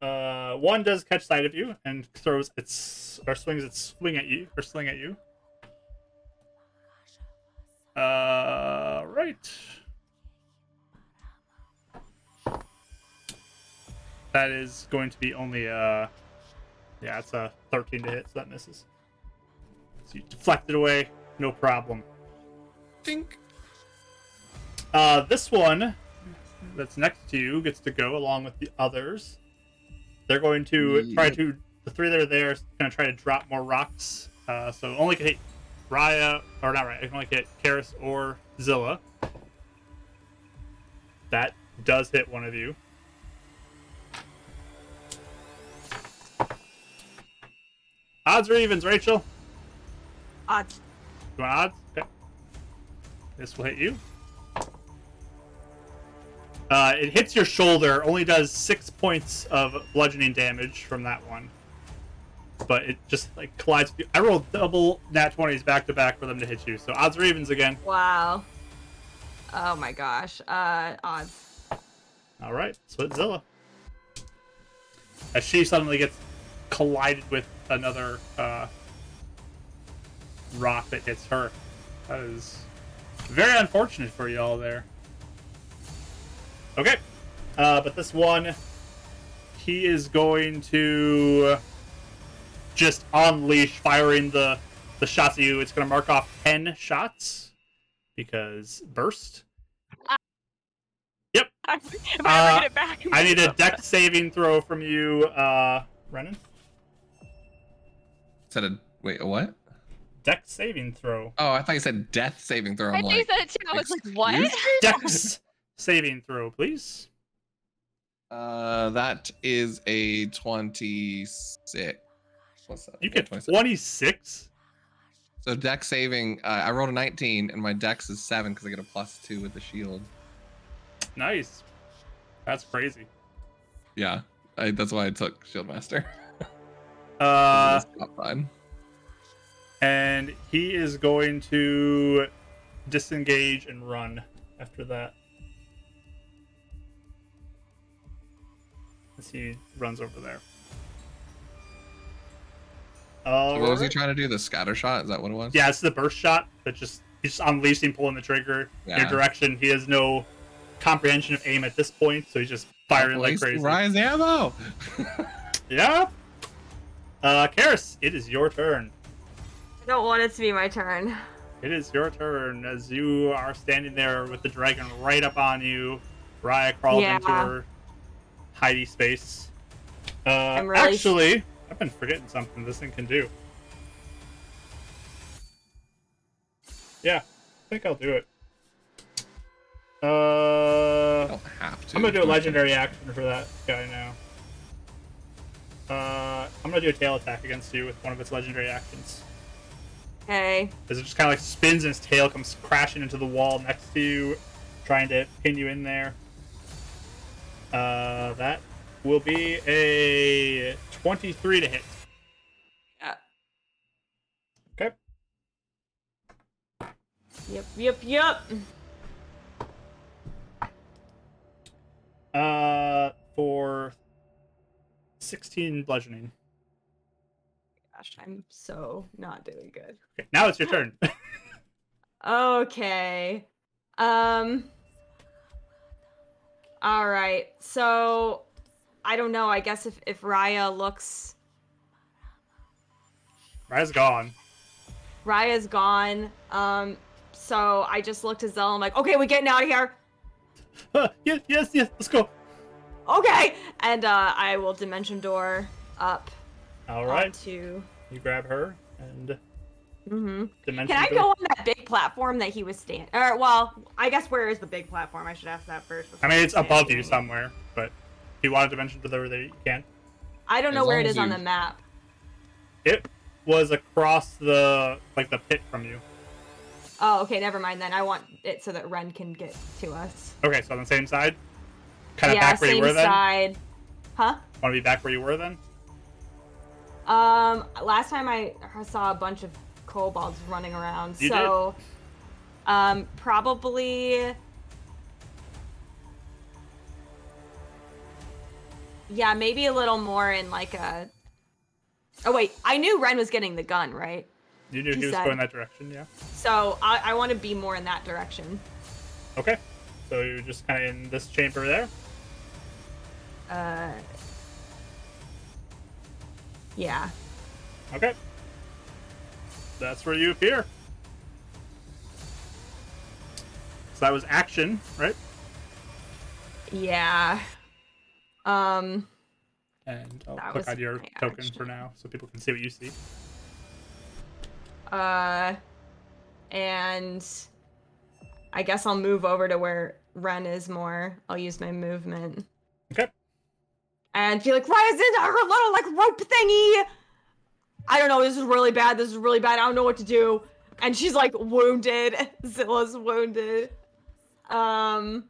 S3: Uh, one does catch sight of you and throws its or swings its swing at you or sling at you. Uh, right. That is going to be only uh, yeah, it's a thirteen to hit, so that misses. So you deflect it away, no problem.
S5: Think.
S3: Uh, this one that's next to you gets to go along with the others. They're going to try
S5: Yep.
S3: to the three that are there is going to try to drop more rocks. Uh, so only can hit Raya or not Raya. It can only hit Karis or Zilla. That does hit one of you. Odds or evens, Rachel?
S1: Odds.
S3: You want odds? Okay. This will hit you. Uh, it hits your shoulder, only does six points of bludgeoning damage from that one. But it just like collides. with you. I rolled double nat 20s back to back for them to hit you. So odds Ravens again.
S1: Wow. Oh my gosh. Uh, odds.
S3: All right, so it's Zilla. As she suddenly gets collided with another uh, rock that hits her. That is very unfortunate for you all there. Okay, uh, but this one, he is going to just unleash, firing the the shots at you. It's going to mark off ten shots because burst.
S4: If I ever
S3: Uh,
S4: get it back,
S3: I need a deck saving throw from you, uh, Renan.
S5: Said a wait. A what?
S3: Deck saving throw.
S5: Oh, I thought you said death saving throw.
S4: I
S5: I'm
S4: think you
S5: like,
S4: said it too. I was like, what?
S5: "Excuse
S3: Dex saving throw, please.
S5: uh, that is a twenty-six. What's that?
S3: You get
S5: Yeah, 26.
S3: 26.
S5: So deck saving. Uh, I rolled a nineteen, and my dex is seven because I get a plus two with the shield.
S3: Nice. That's crazy.
S5: Yeah, I, that's why I took shield master.
S3: Uh,
S5: It's not fun.
S3: and he is going to disengage and run after that. As he runs over there. Oh,
S5: So what was he trying to do? The scatter shot? Is that what it was?
S3: yeah, it's the burst shot that just he's just unleashing, pulling the trigger in
S5: Yeah.
S3: your direction. He has no comprehension of aim at this point, so he's just firing like
S5: Place-
S3: crazy.
S5: Rise ammo.
S3: Yeah. Uh, Karis, it is your turn.
S1: I don't want it to be my turn.
S3: It is your turn as you are standing there with the dragon right up on you. Raya crawls
S1: Yeah.
S3: into her hidey space. Uh,
S1: really-
S3: Actually, I've been forgetting something this thing can do. Yeah, I think I'll do it. Uh,
S5: I don't have to.
S3: I'm gonna do a legendary action for that guy now. Uh, I'm gonna do a tail attack against you with one of its legendary actions.
S1: Okay.
S3: As it just kind of like spins and its tail comes crashing into the wall next to you, trying to pin you in there. Uh, that will be a 23 to hit.
S1: Yeah.
S3: Okay.
S1: Yep, yep, yep.
S3: Uh, for 16 bludgeoning.
S1: Gosh, I'm so not doing good.
S3: Okay, now it's your turn.
S1: Okay. Um. All right. So, I don't know. I guess if if Raya looks,
S3: Raya's gone.
S1: Raya's gone. Um. So I just looked at Zell. I'm like, okay, we're getting out of here.
S3: Uh, yes, yes, yes. Let's go.
S1: Okay. And uh, I will dimension door up
S3: All right.
S1: onto.
S3: You grab her and
S1: Mm-hmm.
S3: dimension.
S1: Can I
S3: door.
S1: go on that big platform that he was standing? Or well, I guess where is the big platform? I should ask that first.
S3: I
S1: before
S3: mean, it's above
S1: say.
S3: you somewhere, but if you want a dimension to the river there, you can.
S1: I don't know
S5: As
S1: where
S5: long
S1: it
S5: as
S1: is on
S5: you-
S1: the map.
S3: It was across the like the pit from you.
S1: Oh, okay, never mind then. I want it so that Ren can get to us.
S3: Okay, so on the same side, kind of
S1: yeah,
S3: back where you
S1: same
S3: were
S1: side. Huh?
S3: then. Want to be back where you were then?
S1: Um, last time I saw a bunch of kobolds running around,
S3: You
S1: so um, probably. Yeah, maybe a little more in like a. Oh wait, I knew Ren was getting the gun, right?
S3: You knew
S1: East
S3: he was
S1: side.
S3: going that direction. Yeah.
S1: So I, I want to be more in that direction.
S3: Okay. So you're just kind of in this chamber there.
S1: Uh, yeah.
S3: Okay. That's where you appear. So that was action, right?
S1: Yeah. Um.
S3: And oh, I'll
S1: That
S3: click
S1: was
S3: on your
S1: my
S3: token
S1: action.
S3: for now so people can see what you see.
S1: Uh. And I guess I'll move over to where Ren is more. I'll use my movement
S3: Okay.
S1: and be like, "Why is it her little like rope thingy?" I don't know. This is really bad. This is really bad. I don't know what to do. And she's like wounded. Zilla's wounded. Um.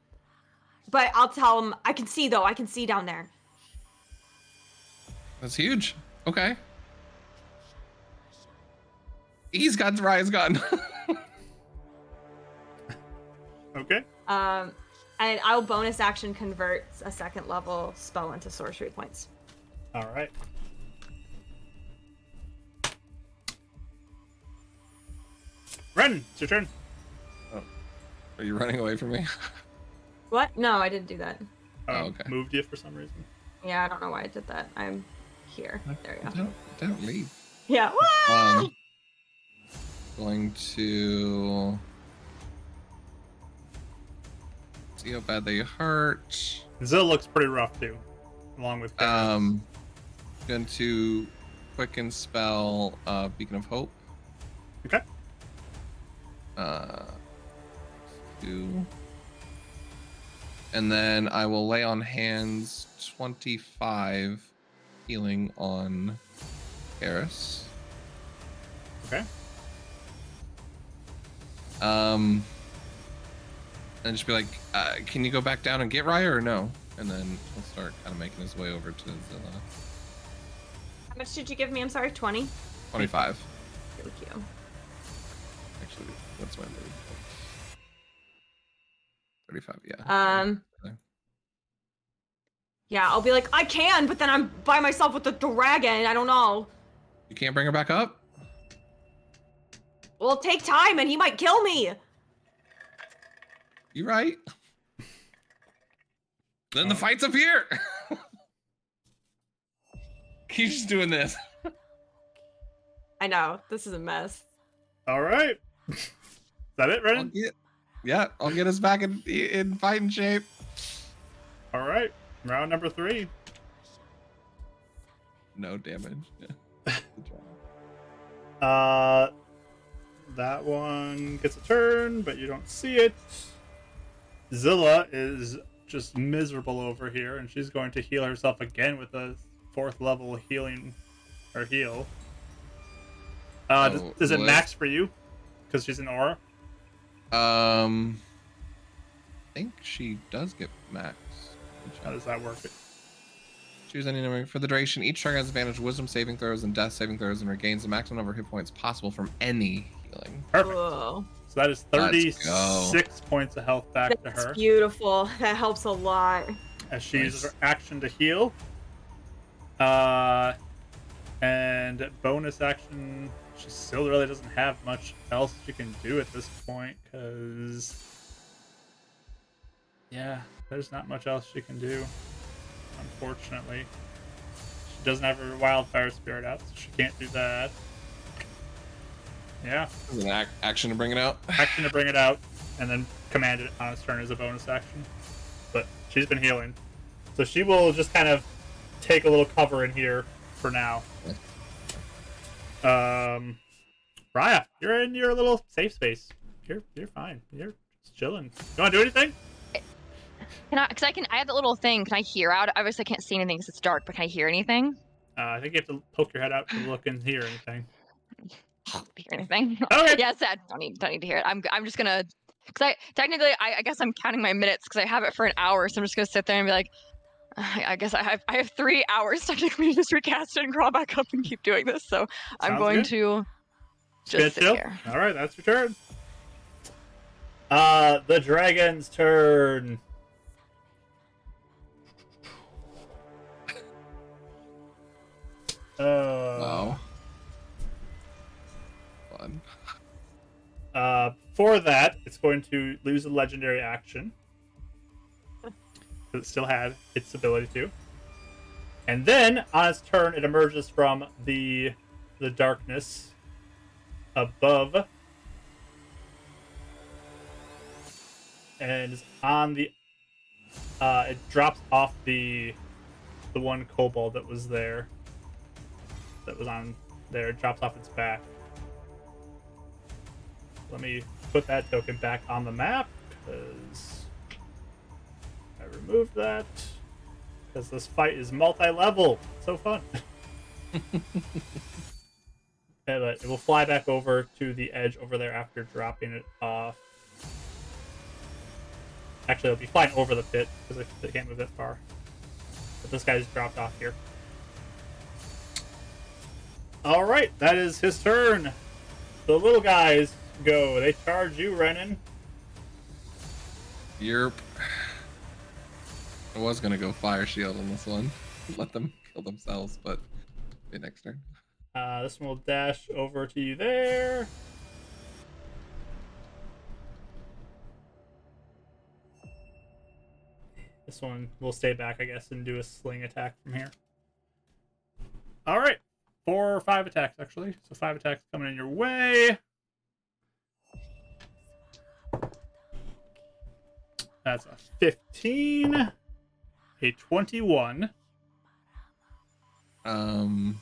S1: But I'll tell him. I can see though. I can see down there.
S5: That's huge. Okay. He's got Ryan's gun.
S3: Okay.
S1: Um, and I'll bonus action convert a second level spell into sorcery points.
S3: All right. Ren, it's your turn.
S5: Are you running away from me?
S1: What? No, I didn't do that.
S3: Oh,
S5: Oh, okay.
S3: Moved you for some reason.
S1: Yeah, I don't know why I did that. I'm here. There you go.
S5: Don't, don't leave.
S1: Yeah. Wah!
S5: Um, going to see how bad they hurt.
S3: Zill looks pretty rough too, along with. Karis.
S5: Um, going to quicken spell uh, Beacon of Hope.
S3: okay.
S5: Uh, two. And then I will lay on hands 25 healing on Eris.
S3: Okay.
S5: Um, and just be like, uh, can you go back down and get Raya or no? And then he'll start kind of making his way over to Zilla.
S1: How much did you give me? I'm sorry, 20?
S5: 25.
S1: Thank you.
S5: Actually, what's my move? 35, yeah.
S1: Um.
S5: Okay.
S1: Yeah, I'll be like, I can, but then I'm by myself with the dragon. I don't know.
S5: you can't bring her back up?
S1: Well, take time, and he might kill me.
S5: You right. then the fight's up here. Keep just doing this.
S1: I know this is a mess.
S3: All right. is that it,
S5: I'll
S3: Renan?
S5: get, yeah, I'll get us back in, in fighting shape.
S3: All right. Round number three.
S5: No damage. Yeah. Good job.
S3: Uh, that one gets a turn, but you don't see it. Zilla is just miserable over here, and she's going to heal herself again with a fourth level healing or heal. Uh, does,
S5: Oh,
S3: does it
S5: what?
S3: max for you? Because she's an aura.
S5: Um, I think she does get max.
S3: How does that work?
S5: Choose any number for the duration. Each target has advantage of wisdom saving throws and death saving throws and regains the maximum number of hit points possible from any healing.
S3: Perfect.
S1: Whoa,
S3: So that is
S5: Let's go.
S3: 36 points of health back to
S1: that's
S3: her
S1: beautiful. That helps a lot.
S3: as she uses her
S5: Nice.
S3: action to heal. Uh, and bonus action, she still really doesn't have much else she can do at this point because. Yeah, there's not much else she can do, unfortunately. She doesn't have her wildfire spirit out, so she can't do that. Yeah,
S5: This is an ac- action to bring it out.
S3: action to bring it out, and then command it on its turn as a bonus action. But she's been healing, so she will just kind of take a little cover in here for now. Um, Raya, you're in your little safe space. You're you're fine. You're just chilling. You want to do anything?
S4: Can I? Because I can. I have that little thing. Can I hear out? Obviously, I can't see anything because it's dark. But can I hear anything?
S3: Uh, I think you have to poke your head out to look and hear anything.
S4: hear anything.
S3: Okay.
S4: yeah, sad. Don't need, don't need to hear it. I'm, g- I'm just gonna, cause I technically, I, I guess I'm counting my minutes because I have it for an hour. So I'm just gonna sit there and be like, I I guess I have, I have three hours technically to just recast it and crawl back up and keep doing this. So I'm
S3: Sounds
S4: going
S3: good.
S4: to
S3: Good
S4: just sit
S3: deal.
S4: here.
S3: All right, that's your turn. Uh, the dragon's turn. Uh,
S5: Wow. Fun.
S3: uh, for that, it's going to lose a legendary action. 'Cause It still had its ability to. And then, on its turn, it emerges from the the darkness above and is on the uh, it drops off the the one kobold that was there that was on there it drops off its back let me put that token back on the map because i removed that because this fight is multi-level so fun Yeah, but it will fly back over to the edge over there after dropping it off. Actually, it'll be flying over the pit because they can't move that far. But this guy's dropped off here. All right, that is his turn. The little guys go. They charge you, Renan.
S5: Yerp. I was gonna go fire shield on this one. Let them kill themselves, but be next turn.
S3: Uh, this one will dash over to you there. This one will stay back, I guess, and do a sling attack from here. All right, four or five attacks actually. So five attacks coming in your way. That's a fifteen, a twenty-one.
S5: Um.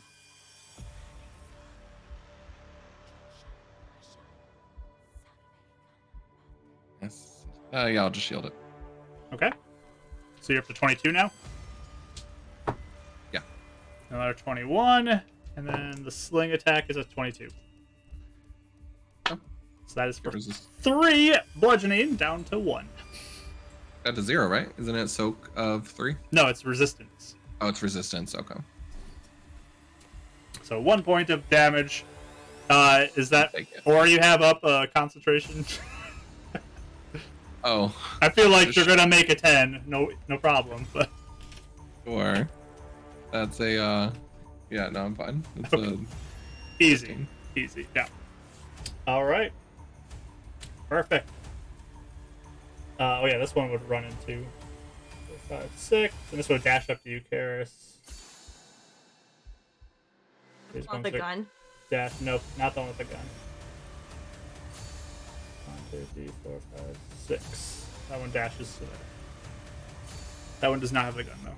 S5: Yes. Uh, yeah, I'll just shield it.
S3: Okay. So you're up to 22 now?
S5: Yeah.
S3: Another 21, and then the sling attack is at 22.
S5: Oh.
S3: So that is for
S5: Resist.
S3: three bludgeoning down to one.
S5: That to zero, right? Isn't it soak of three?
S3: No, it's resistance.
S5: Oh, it's resistance. Okay.
S3: So one point of damage Uh, is that
S5: Take it.
S3: or you have up uh, concentration?
S5: Oh,
S3: I feel like
S5: Just-
S3: you're gonna make a ten. No, no problem. But
S5: sure. That's a uh yeah, no, I'm fine. That's a
S3: easy, easy. Yeah. All right. Perfect. Uh, oh yeah, this one would run into four, five, six, and this would dash up to you, Karis. Here's
S1: Want
S3: one
S1: the
S3: quick
S1: gun?
S3: Dash. Nope, not the one with the gun. One, two, three, four, five, six. That one dashes to there. That one does not have the gun, though.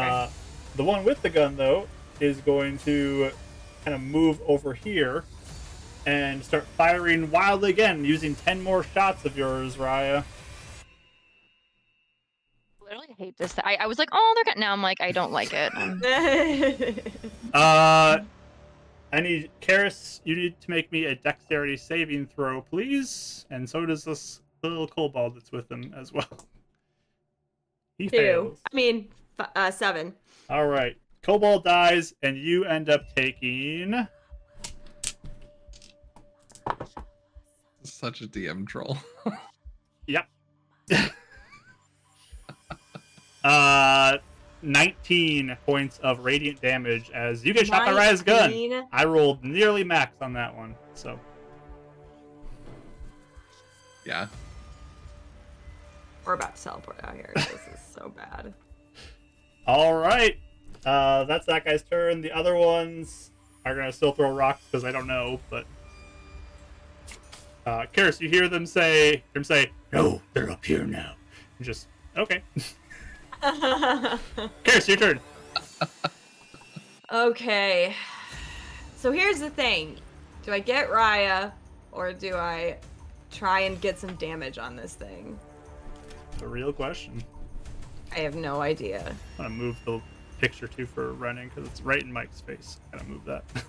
S3: Uh, the one with the gun, though, is going to kind of move over here and start firing wildly again, using 10 more shots of yours, Raya.
S4: literally hate this. I, I was like, oh, they're gonna. Now I'm like, I don't like it. Um,
S3: Uh, I need Karis. You need to make me a dexterity saving throw, please. And so does this little kobold that's with him as well. He
S1: Two.
S3: fails.
S1: I mean, f- uh, seven.
S3: All right, kobold dies, and you end up taking.
S5: such a DM troll.
S3: Yep. uh, nineteen points of radiant damage as you get shot by Raya's gun.
S1: Nineteen.
S3: I rolled nearly max on that one, so
S5: yeah.
S1: We're about to teleport out here. This is so bad.
S3: All right. Uh, that's that guy's turn. The other ones are going to still throw rocks because I don't know, but. Uh, Karis, you hear them say, them say,
S2: No, they're up here now.
S3: and just, okay. Karis, your turn.
S1: okay. So here's the thing: Do I get Raya, or do I try and get some damage on this thing?
S3: The real question.
S1: I have no idea.
S3: I'm going to move the picture too for running because it's right in Mike's face. Gotta move that.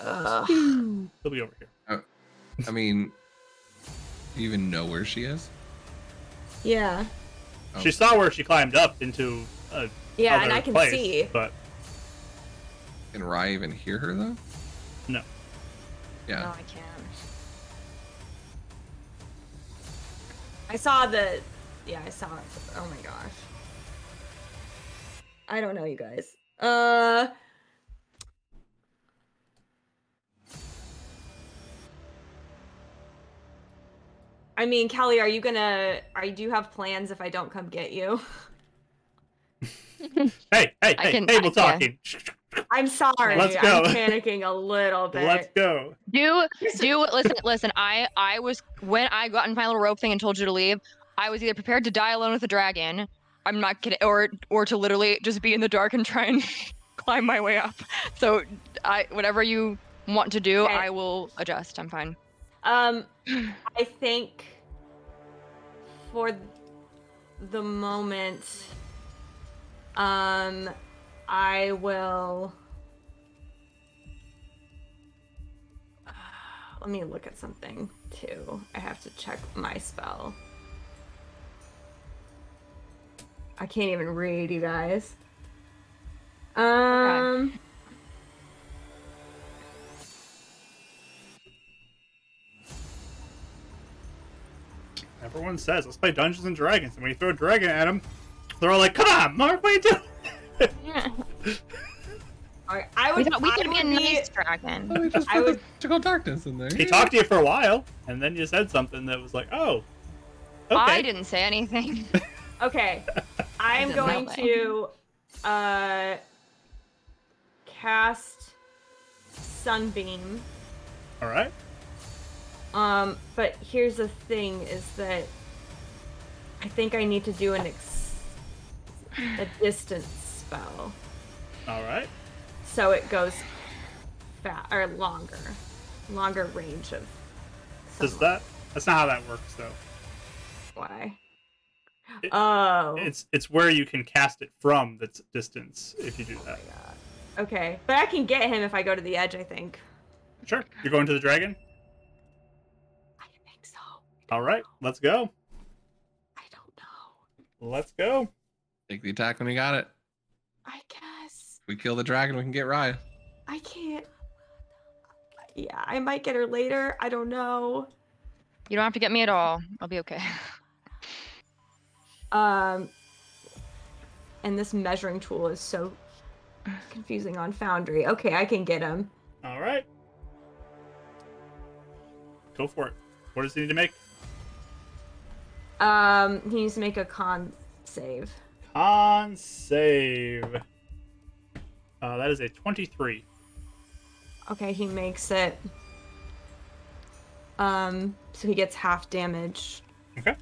S1: Ugh.
S3: He'll be over here.
S5: I mean do you even know where she is?
S1: Yeah.
S5: Oh.
S3: She saw where she climbed up into a.
S1: Yeah,
S3: other
S1: and I can
S3: place,
S1: see.
S3: But
S5: Can Rye even hear her though?
S3: no.
S4: no,
S5: Yeah.
S1: Oh,
S4: I can't.
S1: I saw the. Yeah, I saw it. Oh my gosh. I don't know, you guys. Uh. I mean, Kelly, are you gonna? Are do you have plans if I don't come get you?
S3: Hey, hey,
S4: I
S3: hey,
S4: can-
S3: table
S4: I- yeah.
S3: talking.
S1: I'm sorry.
S3: Let's go.
S1: I'm panicking a little bit.
S3: Let's go.
S4: Do do listen listen. I I was when I got in my little rope thing and told you to leave. I was either prepared to die alone with the dragon. I'm not kidding, or or to literally just be in the dark and try and climb my way up. So I whatever you want to do,
S1: Okay.
S4: I will adjust. I'm fine.
S1: Um, I think for th- the moment, um, I will. Let me look at something too. I have to check my spell. I can't even read, you guys. Um.
S3: Everyone says, let's play Dungeons and Dragons. And when you throw a dragon at them, they're all like, come on, Mark, what are you doing?
S1: all right, I
S4: We
S1: would.
S4: thought we could
S1: I
S4: be a
S1: would
S4: nice dragon.
S5: Oh, we just
S1: I
S5: put
S1: would-
S5: the magical darkness in there.
S3: He talked to you for a while, and then you said something that was like, oh, okay.
S4: I didn't say anything.
S1: Okay. I'm
S4: Doesn't
S1: going
S4: matter.
S1: to uh cast sunbeam.
S3: All right.
S1: Um but here's the thing is that I think I need to do an ex- a distance spell
S3: All right.
S1: so it goes fat or longer. Longer range of
S3: Does
S1: sunlight.
S3: that? That's not how that works, though.
S1: why?
S3: It-
S1: oh.
S3: It's it's where you can cast it from that's distance if you do that.
S1: Okay. But I can get him if I go to the edge, I think.
S3: Sure. You're going to the dragon.
S1: I think so.
S3: All right. Let's go.
S1: I don't know.
S3: Let's go.
S5: Take the attack when you got it.
S1: I guess
S5: If we kill the dragon, we can get Rye.
S1: I can't. Yeah, I might get her later. I don't know.
S4: You don't have to get me at all. I'll be okay.
S1: Um, and this measuring tool is so confusing on Foundry. Okay, I can get him.
S3: All right. Go for it. What does he need to make?
S1: Um, he needs to make a con save.
S3: Con save. Uh, that is a 23.
S1: Okay, he makes it. Um, so he gets half damage.
S3: Okay.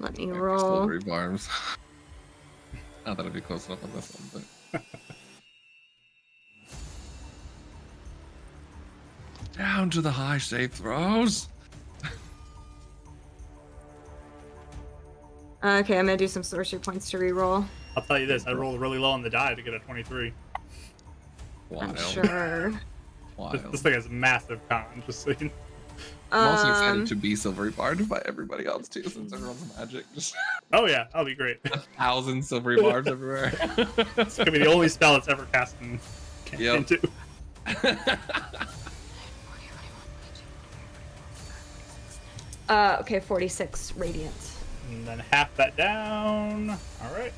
S1: Let me
S5: Yeah,
S1: roll.
S5: Slippery barms. Not that it'd be close enough on this one, but. Down to the high save throws.
S1: Okay, I'm gonna do some sorcery points to reroll.
S3: I'll tell you this I rolled really low on the die to get a 23.
S5: Wild,
S1: I'm sure.
S5: wild.
S3: This, this thing has massive con, just so you know.
S5: I'm also
S1: Um,
S5: excited to be silvery barbed by everybody else too, since everyone's magic. Just
S3: Oh, yeah, that'll be great.
S5: a thousand silvery barbs everywhere.
S3: It's gonna be the only spell it's ever cast in,
S5: Yep.
S3: into.
S1: Uh, okay, 46 radiant.
S3: And then half that down. All right.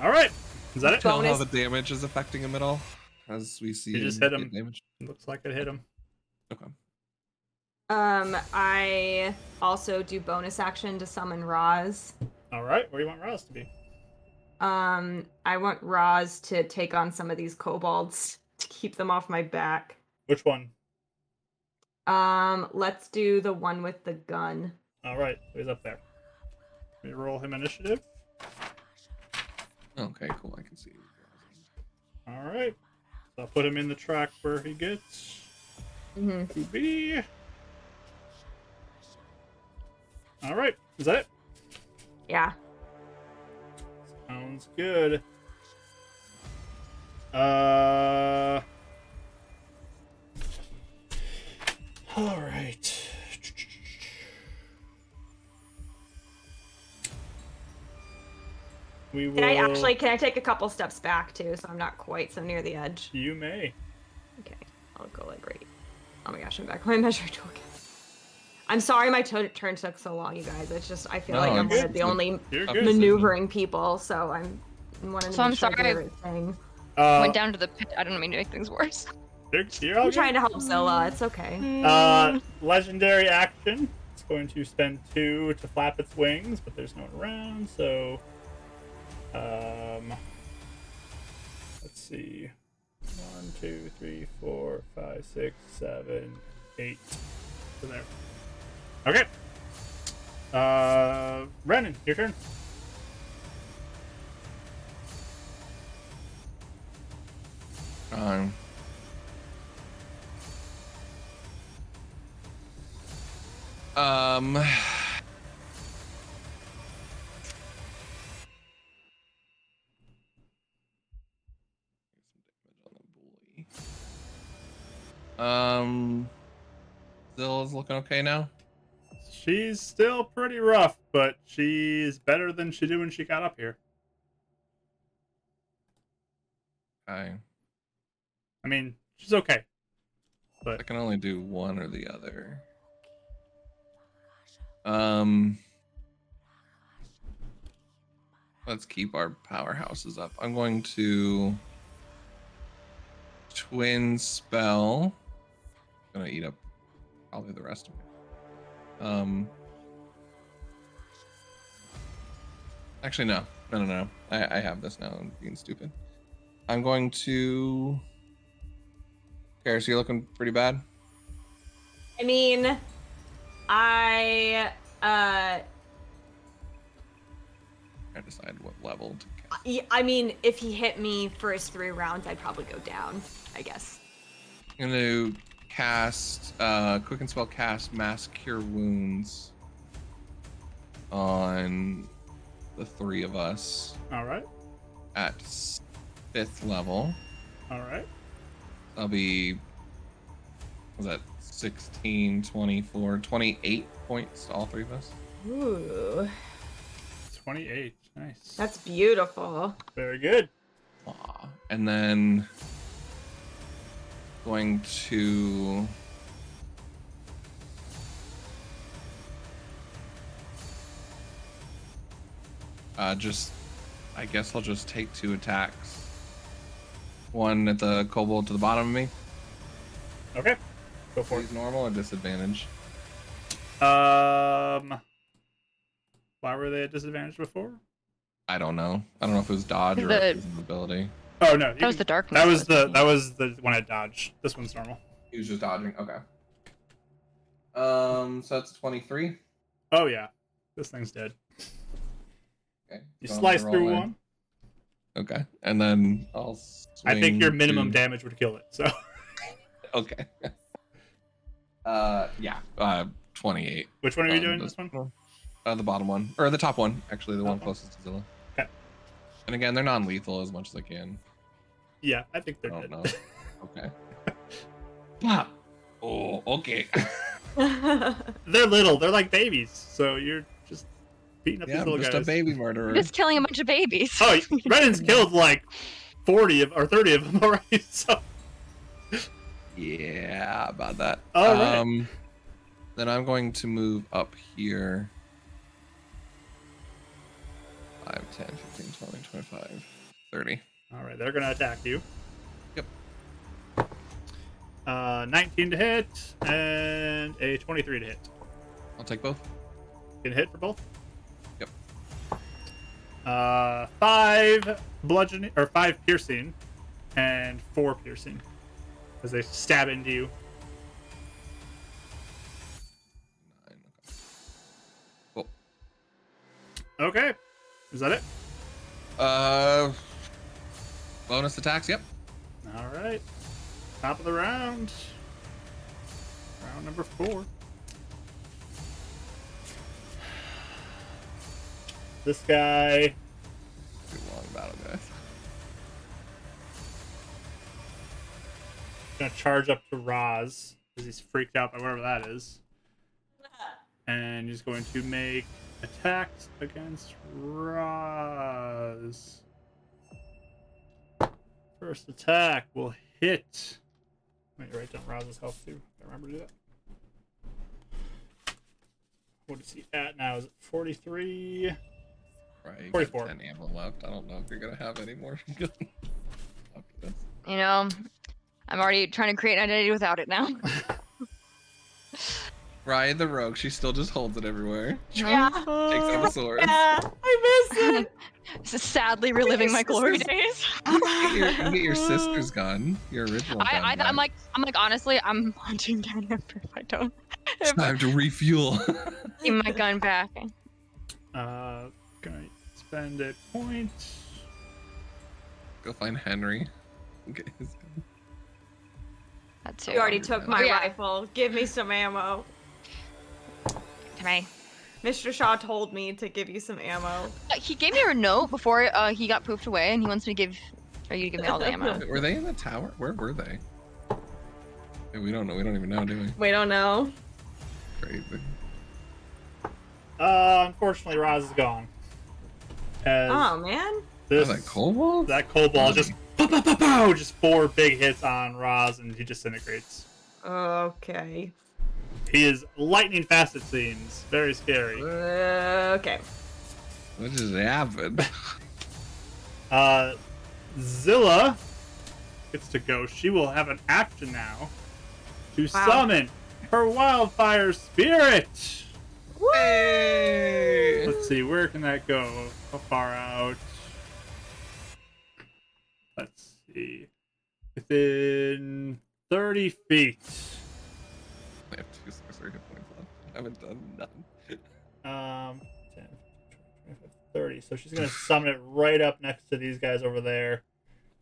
S3: All right. Is that it?
S5: Tell how
S1: Bonus-
S5: the damage is affecting him at all, as we see.
S3: You just
S5: him
S3: hit
S5: get
S3: him.
S5: Damage.
S3: Looks like it hit him.
S5: Okay.
S1: Um, I also do bonus action to summon Roz.
S3: All right. Where do you want Rouse to be?
S1: Um, I want Roz to take on some of these kobolds to keep them off my back.
S3: Which one?
S1: Um, let's do the one with the gun.
S3: All right. He's up there. We roll him initiative.
S5: Okay. Cool. I can see.
S3: All right. So I'll put him in the track where he gets
S1: Mm-hmm.
S3: to be. All right. Is that it?
S1: Yeah.
S3: Sounds good. Uh. All right. We will.
S1: Can I actually can I take a couple steps back too, so I'm not quite so near the edge?
S3: You may.
S1: Okay, I'll go like right. Oh my gosh, I'm back on my measuring tool again. I'm sorry my tu- turn took so long, you guys. It's just I feel
S5: No,
S1: like I'm
S5: it's-
S1: one of
S5: it's
S1: the
S5: a-
S1: only
S3: You're
S5: Uh,
S3: good.
S5: Manu-
S1: maneuvering people, so I'm. Wanted to
S4: So I'm
S1: make sure I did the
S4: sorry.
S1: right thing.
S3: Uh,
S4: Went down to the pit. I don't mean to make things worse.
S3: you're, you're all
S1: I'm
S3: good.
S1: trying to help Zilla. It's okay.
S3: Uh, legendary action. It's going to spend two to flap its wings, but there's no one around, so. Um, let's see. One, two, three, four, five, six, seven, eight. So there. Okay. Uh, Renan, your turn.
S5: Um. Um. Um. Zilla's looking okay now.
S3: She's still pretty rough, but she's better than she did when she got up here.
S5: Okay.
S3: I mean, she's okay.
S5: I can only do one or the other. Um, let's keep our powerhouses up. I'm going to twin spell. gonna eat up probably the rest of it. Um, actually no, no, no, no. I, I have this now. I'm being stupid. I'm going to. Karis, so you're looking pretty bad.
S1: I mean, I uh,
S5: I decide what level to cast.
S1: y- I mean, if he hit me first three rounds, I'd probably go down. I guess.
S5: I'm gonna cast uh quick and spell cast mass cure wounds on the three of us
S3: All right.
S5: at s- fifth level.
S3: All right.
S5: That'll be was that 16, 24, 28 points to all three of us.
S1: Ooh,
S3: 28. Nice.
S1: that's beautiful.
S3: very good.
S5: Aw. And then going to uh, just I guess I'll just take two attacks. One at the kobold to the bottom of me.
S3: Okay. Go for
S5: He's normal or disadvantage.
S3: it. Um, why were they at disadvantage before?
S5: I don't know. I don't know if it was dodge or
S4: The-
S5: if it was an ability.
S3: Oh no,
S4: That was the darkness.
S3: that was the that was the one I dodged. This one's normal.
S5: He was just dodging. Okay. Um. So that's twenty-three.
S3: Oh yeah, this thing's dead.
S5: Okay.
S3: You
S5: so I'm gonna
S3: slice
S5: roll
S3: through
S5: in.
S3: one.
S5: Okay, and then I'll.
S3: I think your minimum
S5: damage.
S3: damage would kill it. So
S5: Okay. uh, yeah. Uh, twenty-eight.
S3: which one are you
S5: Um,
S3: doing?
S5: this-
S3: This one.
S5: Uh, the bottom one or the top one, actually, the one
S3: Okay.
S5: closest to Zilla.
S3: Okay.
S5: And again, they're non-lethal as much as I can.
S3: Yeah, I think
S5: I don't
S3: they're dead.
S5: know. Okay. Pop. Oh, okay.
S3: They're little. They're like babies. So you're just beating up
S5: yeah,
S3: these
S5: I'm
S3: little
S5: just
S3: guys.
S5: a baby murderer.
S4: Just killing a bunch of babies.
S3: Oh, Renan's killed like forty of or thirty of them already. So
S5: Yeah, about that.
S3: All right.
S5: Um, then I'm going to move up here. 5, 10, 15, 20, 25, 30.
S3: all right, they're gonna attack you.
S5: Yep.
S3: Uh, 19 to hit and a 23 to hit.
S5: I'll take both.
S3: Can hit for both.
S5: Yep.
S3: Uh, five bludgeoning or five piercing, and four piercing, as they stab into you.
S5: Nine, okay. Cool.
S3: Okay, is that it?
S5: Uh, bonus attacks. Yep.
S3: All right. Top of the round. Round number four. This guy
S5: Too long battle, guys.
S3: gonna charge up to Roz because he's freaked out by whatever that is, and he's going to make attacks against Roz. First attack will hit. Wait, write down Roz's health too. I remember to do that. What is he at now? Is it 43?
S5: Right.
S3: 44.
S5: Ten ammo left. I don't know if you're gonna have any more. After this.
S4: You know, I'm already trying to create an identity without it now.
S5: Ryan the rogue. She still just holds it everywhere.
S1: yeah,
S5: Takes out the sword.
S1: yeah, I miss it.
S4: This is sadly reliving my glory days.
S5: You get your, you get your sister's gun. Your original gun.
S4: I, I
S5: Ryan.
S4: I'm like I'm like honestly I'm hunting down Emperor if I don't
S5: It's time to refuel.
S4: give my gun back.
S3: Uh, gonna spend a point.
S5: Go find Henry. Okay. his-
S4: That too.
S1: You already took my
S4: Oh, Yeah.
S1: rifle. Give me some ammo.
S4: Can I?
S1: Mr. Shaw told me to give you some ammo.
S4: Uh, He gave me a note before uh, he got pooped away, and he wants me to give. Are you to give me all the ammo?
S5: Were they in the tower? Where were they? Yeah, We don't know. We don't even know, do we?
S1: We don't know.
S5: Crazy.
S3: Uh, unfortunately, Roz is gone. As
S1: Oh man.
S5: Was
S3: this,
S5: that kobold?
S3: That cold ball just pow, pow, pow, pow, just four big hits on Roz, and he disintegrates.
S1: Okay.
S3: He is lightning fast, it seems. Very scary.
S1: Okay.
S5: What just happened?
S3: Uh, Zilla gets to go. She will have an action now to summon her wildfire spirit.
S5: Hey!
S3: Let's see, where can that go? How far out? Let's see. Within 30 feet.
S5: I have two sorcery hit points left. I haven't done none.
S3: Um, 10, 15, 20, 25, 30. So she's going to summon it right up next to these guys over there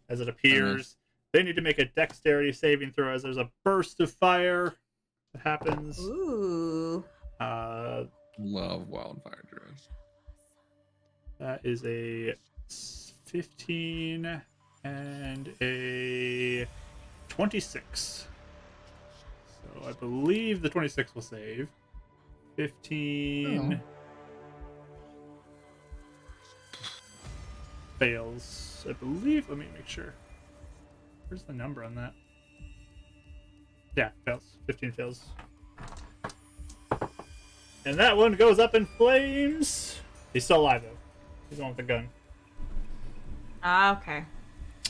S3: as it appears. They need to make a dexterity saving throw as there's a burst of fire that happens.
S1: Ooh.
S3: Uh,
S5: Love wildfire druids.
S3: that is a s- 15 and a 26. So I believe the 26 will save. 15 fails, I believe. Let me make sure. Where's the number on that? Yeah, fails. 15 fails. And that one goes up in flames. He's still alive, though. He's on with the gun.
S1: Ah, okay.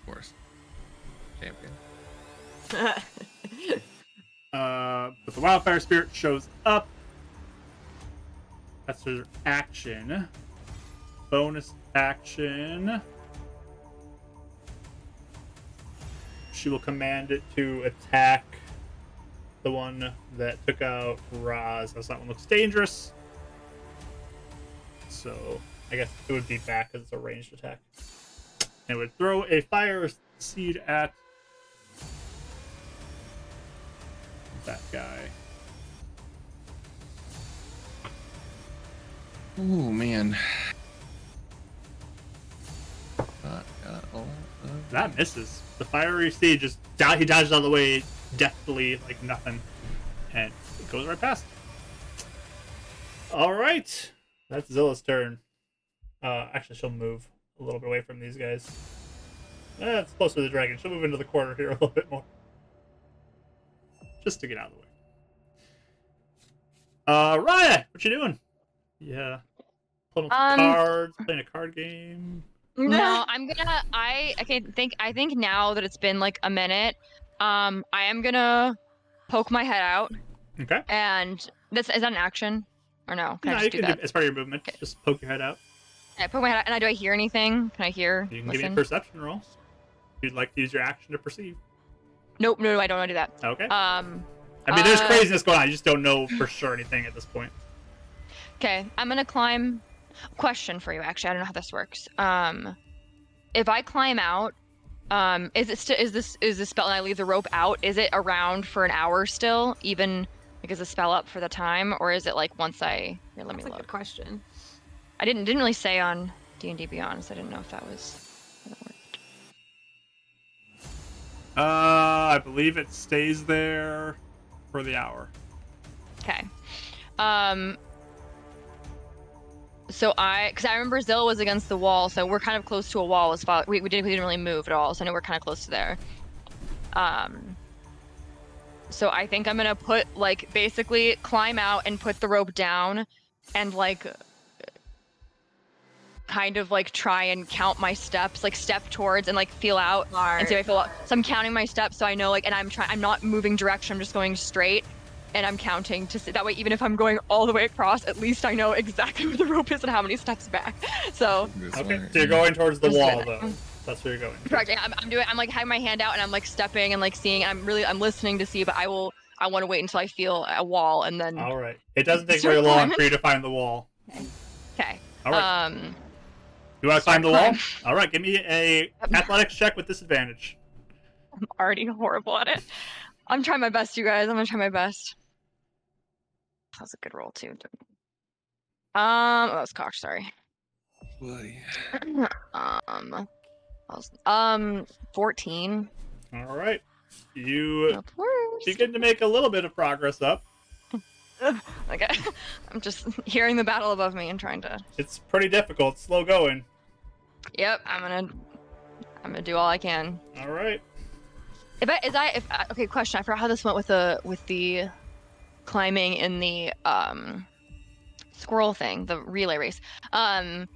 S5: Of course. Champion.
S3: Uh, but the wildfire spirit shows up. That's her action. Bonus action. She will command it to attack the one that took out Raz, as that one looks dangerous. So I guess it would be back as it's a ranged attack. And it would throw a fire seed at that guy.
S5: Ooh man. Not got a lot of
S3: That misses. The fiery seed just do- he dodges out of the way deftly like nothing, and it goes right past. All right, that's Zilla's turn. Uh, actually, she'll move a little bit away from these guys. Eh, it's closer to the dragon. She'll move into the corner here a little bit more, just to get out of the way. Uh, Raya, what you doing? Yeah, pulling
S4: Um,
S3: cards, playing a card game.
S4: No, I'm gonna. I okay. Think I think now that it's been like a minute, um, I am gonna poke my head out,
S3: Okay.
S4: and this is that an action or no? Can I
S3: No, you
S4: just do
S3: can
S4: that?
S3: do as part of your movement. Just poke your head out.
S4: I poke my head out, and I do I hear anything? Can I hear?
S3: You can give me a
S4: Listen?
S3: perception roll. If you'd like to use your action to perceive.
S4: nope, no, no, I don't want to do that.
S3: Okay.
S4: Um,
S3: I mean, there's
S4: uh,
S3: craziness going on. You just don't know for sure anything at this point.
S4: okay, I'm gonna climb. Question for you, actually, I don't know how this works. Um, if I climb out, um, is it still is this is the spell and I leave the rope out? Is it around for an hour still, even? Because the spell up for the time, or is it like once I here, let
S1: That's
S4: me
S1: a
S4: look.
S1: good question.
S4: I didn't didn't really say on D and D Beyond, so I didn't know if that was. how that worked.
S3: Uh, I believe it stays there for the hour.
S4: Okay. Um. So I, because I remember Zilla was against the wall, so we're kind of close to a wall. As far we, we didn't we didn't really move at all, so I know we're kind of close to there. Um. So I think I'm gonna put like basically climb out and put the rope down, and like kind of like try and count my steps, like step towards and like feel out and see if I feel out. So I'm counting my steps, so I know like, and I'm trying. I'm not moving direction. I'm just going straight, and I'm counting to see. That way, even if I'm going all the way across, at least I know exactly where the rope is and how many steps back. So
S5: this
S3: Okay.
S5: one.
S3: So you're going towards the
S4: Just
S3: wall,
S4: wait.
S3: though. That's where you're going.
S4: correct. yeah, I'm, I'm doing. I'm like having my hand out and I'm like stepping and like seeing. I'm really. I'm listening to see, but I will. I want to wait until I feel a wall and then.
S3: All right. It doesn't take
S4: Start
S3: very long
S4: climbing.
S3: for you to find the wall.
S4: Okay.
S3: All right.
S4: Um.
S3: you want
S4: start
S3: to climb the wall?
S4: climbing.
S3: All right. Give me a
S4: Um,
S3: athletics check with disadvantage.
S4: I'm already horrible at it. I'm trying my best, you guys. I'm gonna try my best. That was a good roll too. Um. Oh, that was cocked. Sorry.
S5: Bloody.
S4: um, else- um, fourteen.
S3: All right. You
S4: Not the worst.
S3: begin to make a little bit of progress up.
S4: Okay, I'm just hearing the battle above me and trying to.
S3: It's pretty difficult. Slow going.
S4: Yep, I'm gonna, I'm gonna do all I can.
S3: All right.
S4: If I, is I, if I, okay, question. I forgot how this went with the with the climbing in the um squirrel thing, the relay race. Um,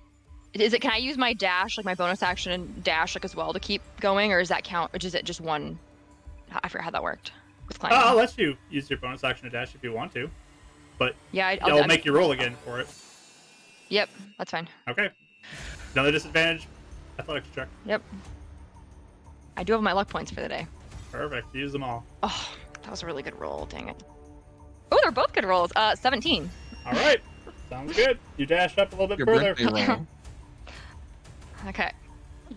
S4: is it? Can I use my dash, like my bonus action and dash, like as well, to keep going, or is that count? Or is it just one? I forgot how that worked with climbing.
S3: I'll let Uh, you use your bonus action to dash if you want to.
S4: yeah, I, I'll,
S3: I'll,
S4: I'm-
S3: make you roll again for it.
S4: Yep, that's fine.
S3: Okay. Another disadvantage. Athletics check.
S4: I do have my luck points for the day.
S3: Perfect. Use them all.
S4: Oh, that was a really good roll. Dang it. Oh, they're both good rolls. Uh, 17.
S3: All right. Sounds good. You dash up a little bit
S5: Your
S3: further.
S5: birthday roll.
S4: Okay.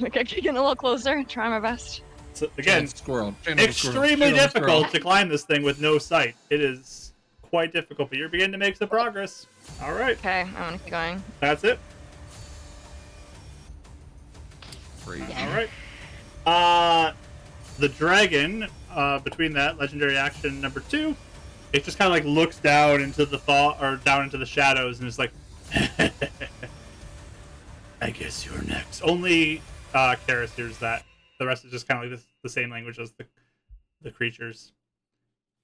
S4: Okay, getting a little closer. Trying my best.
S3: So,
S5: Channel
S3: again,
S5: squirrel. channel squirrel, channel
S3: extremely
S5: squirrel.
S3: difficult to climb this thing with no sight. It is quite difficult, but you're beginning to make some progress. All right.
S4: Okay, I'm gonna keep going.
S3: That's it.
S5: Crazy.
S3: All right. Uh, the dragon, uh, between that legendary action number two, it just kind of like looks down into the fall or down into the shadows and is like,
S2: I I guess you're next.
S3: Only uh, Karis hears that. The rest is just kind of like this, the same language as the the creatures.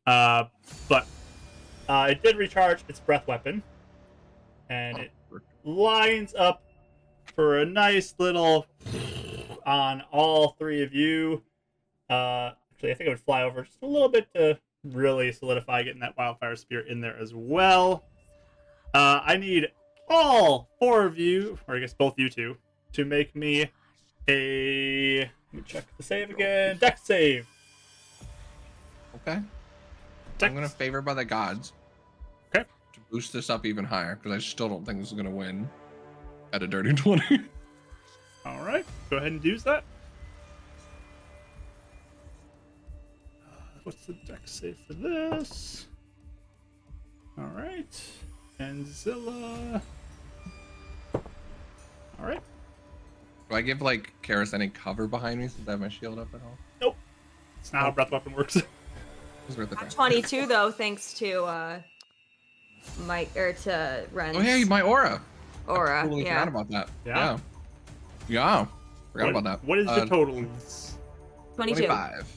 S3: Uh, but uh, it did recharge its breath weapon, and it lines up for a nice little on all three of you. Uh, actually, I think I would fly over just a little bit to really solidify getting that wildfire spear in there as well. Uh, I need all four of you, or I guess both you two, to make me a. Let me check the save again. Deck save.
S5: Okay.
S3: Dex.
S5: I'm gonna favor by the gods.
S3: Okay.
S5: To boost this up even higher, because I still don't think this is gonna win at a dirty 20.
S3: All right. Go ahead and use that. Uh, what's the deck save for this? All right. And Zilla. All right.
S5: Do I give like Karis any cover behind me since I have my shield up at all?
S3: It's
S5: Oh.
S3: not how breath weapon works.
S5: It's worth a try.
S1: Got 22 though, thanks to uh, Mike or to Ren's
S5: Oh hey, my aura.
S1: aura.
S5: totally
S1: yeah.
S5: forgot about that.
S3: Yeah?
S5: Yeah. Yeah. Forgot
S3: What-
S5: about that.
S3: What is
S5: Uh,
S3: your total?
S1: 22.
S5: 25.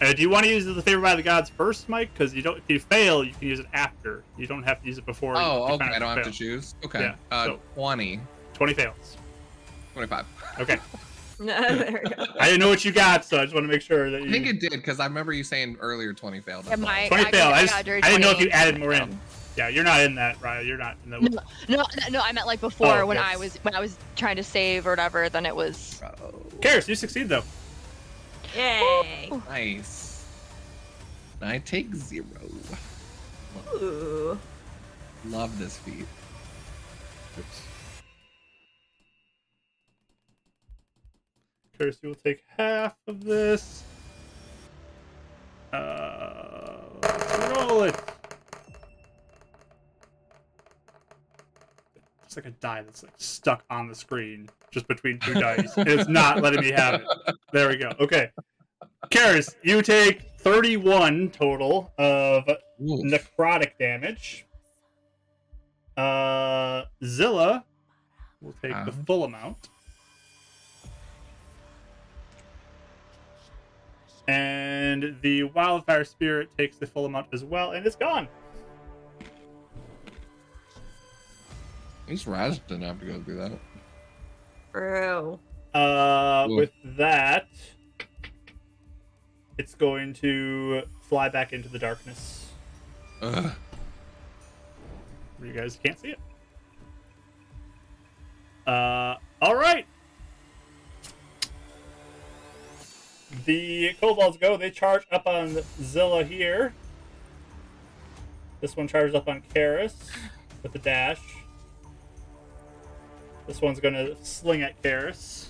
S3: Uh, do you want to use the favor by the gods first, Mike? Because you don't. If you fail, you can use it after. You don't have to use it before. you-
S5: Oh,
S3: you
S5: okay.
S3: kind of
S5: I don't have
S3: fail.
S5: to choose. Okay.
S3: Yeah,
S5: uh,
S3: so-
S5: 20.
S3: Twenty fails.
S5: 25.
S3: Okay.
S1: there we go.
S3: I didn't know what you got, so I just want to make sure that you.
S5: I think it did because I remember you saying earlier 20 failed.
S4: Yeah, my,
S3: Twenty
S4: I,
S3: fail.
S4: got-
S3: I,
S4: I
S3: just,
S4: got
S3: I
S4: a dirty
S3: didn't know if
S4: 20.
S3: you added more in. Yeah, you're not in that, Ryan. You're not in the.
S4: No, no, no, I meant like before
S3: Oh,
S4: when
S3: yes.
S4: I was when I was trying to save or whatever. Then it was
S5: Oh,
S3: Karis, you succeed though.
S1: Yay.
S5: nice. I take zero.
S1: Ooh.
S5: Love this feat.
S3: Oops. Karis, you will take half of this. Uh, let's roll it. It's like a die that's like stuck on the screen, just between two dice. it's not letting me have it. There we go. Okay, Karis, you take thirty-one total of
S5: Ooh.
S3: necrotic damage. Uh, Zilla will take the
S5: Uh-huh.
S3: full amount. And the wildfire spirit takes the full amount as well, and it's gone.
S5: At least Raz didn't have to go through that.
S1: True.
S3: Uh,
S5: Ooh.
S3: with that, it's going to fly back into the darkness
S5: Ugh.
S3: where you guys can't see it. Uh, all right. The kobolds go. They charge up on Zilla here. This one charges up on Karis with a dash. This one's gonna sling at Karis.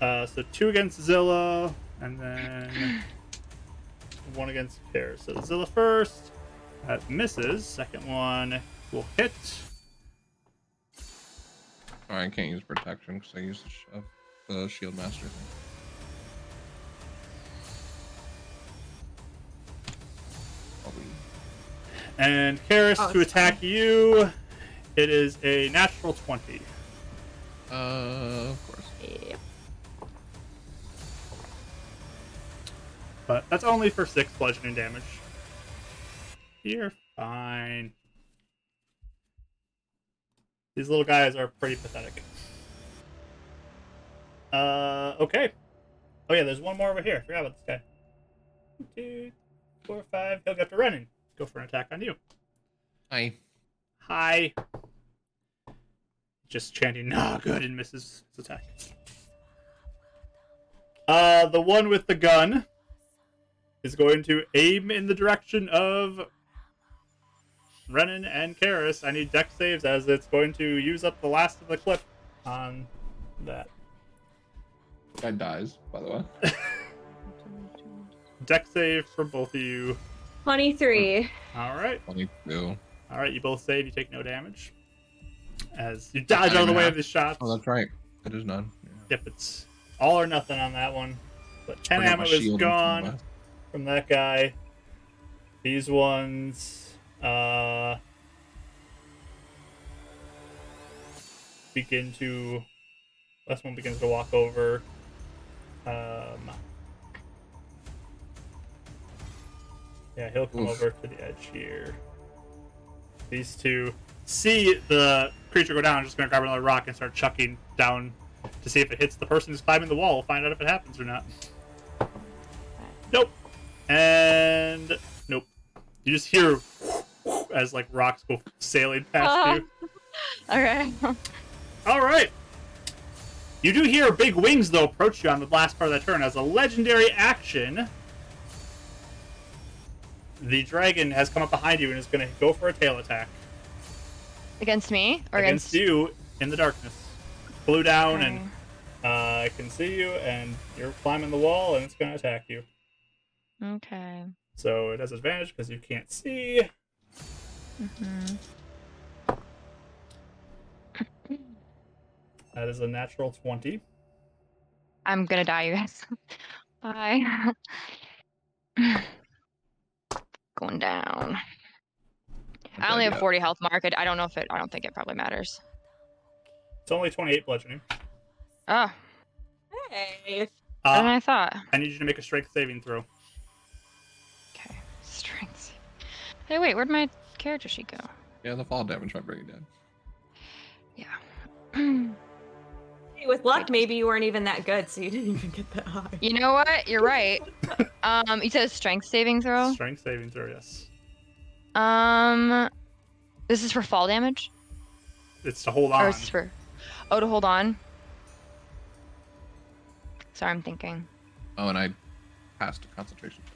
S3: Uh, so two against Zilla, and then one against Karis. So Zilla first. That misses. Second one will hit.
S5: All right, I can't use protection because I used the, sh- uh, the shield master thing. Probably.
S3: And Karis
S1: Oh,
S3: to
S1: it's
S3: attack you. It is a natural 20.
S5: Uh, of course.
S1: Yep.
S3: But that's only for 6 bludgeoning damage. You're fine. These little guys are pretty pathetic. Uh, okay. Oh yeah, there's one more over here. I forgot about this guy. One, Two, four, five. He'll get to running. Go for an attack on you.
S5: Hi.
S3: Hi. Just chanting, nah, good, and misses his attack. Uh, the one with the gun is going to aim in the direction of Renan and Karis. I need deck saves as it's going to use up the last of the clip on that.
S5: That dies, by the way.
S3: Deck save for both of you.
S1: 23.
S3: All right.
S5: 22.
S3: All right, you both save. You take no damage. As you dodge out of the way of the shots.
S5: Oh, that's right. It is none. Yeah.
S3: Yep, it's all or nothing on that one. But 10
S5: Forgot my
S3: ammo is
S5: shield in front of
S3: gone
S5: us.
S3: from that guy. These ones. Uh, begin to. Last one begins to walk over. Um, yeah, he'll come
S5: Oof.
S3: over to the edge here. These two see the creature go down. Just gonna grab another rock and start chucking down to see if it hits the person who's climbing the wall. We'll find out if it happens or not. Nope. And nope. You just hear as like rocks go sailing
S4: Uh-huh.
S3: past you.
S4: Okay.
S3: All right. You do hear big wings though approach you on the last part of that turn as a legendary action. The dragon has come up behind you and is going to go for a tail attack
S4: Against me or
S3: against,
S4: against,
S3: you in the darkness. Flew down
S4: Okay.
S3: and uh, can see you, and you're climbing the wall, and it's going to attack you.
S4: Okay.
S3: So it has advantage because you can't see.
S4: Mhm.
S3: That is a natural twenty.
S4: I'm gonna die, you guys. Bye. Going down. I only have 40 health mark. I I don't know if it. I don't think it probably matters.
S3: It's only twenty-eight bludgeoning.
S4: Oh,
S1: Hey.
S4: better than
S3: Uh,
S4: I thought.
S3: I need you to make a strength saving throw.
S4: Okay. Strength. Hey, wait. Where'd my character sheet go?
S5: Yeah, the fall damage might bring it down.
S4: Yeah.
S1: Hey, with luck, maybe you weren't even that good, so you didn't even get that high.
S4: you know what? You're right. Um, you said a strength saving throw.
S3: Strength saving throw. Yes.
S4: Um, this is for fall damage,
S3: It's to hold
S4: or
S3: on.
S4: is this for? Oh, to hold on. Sorry, I'm thinking.
S5: Oh, and I passed a concentration. check.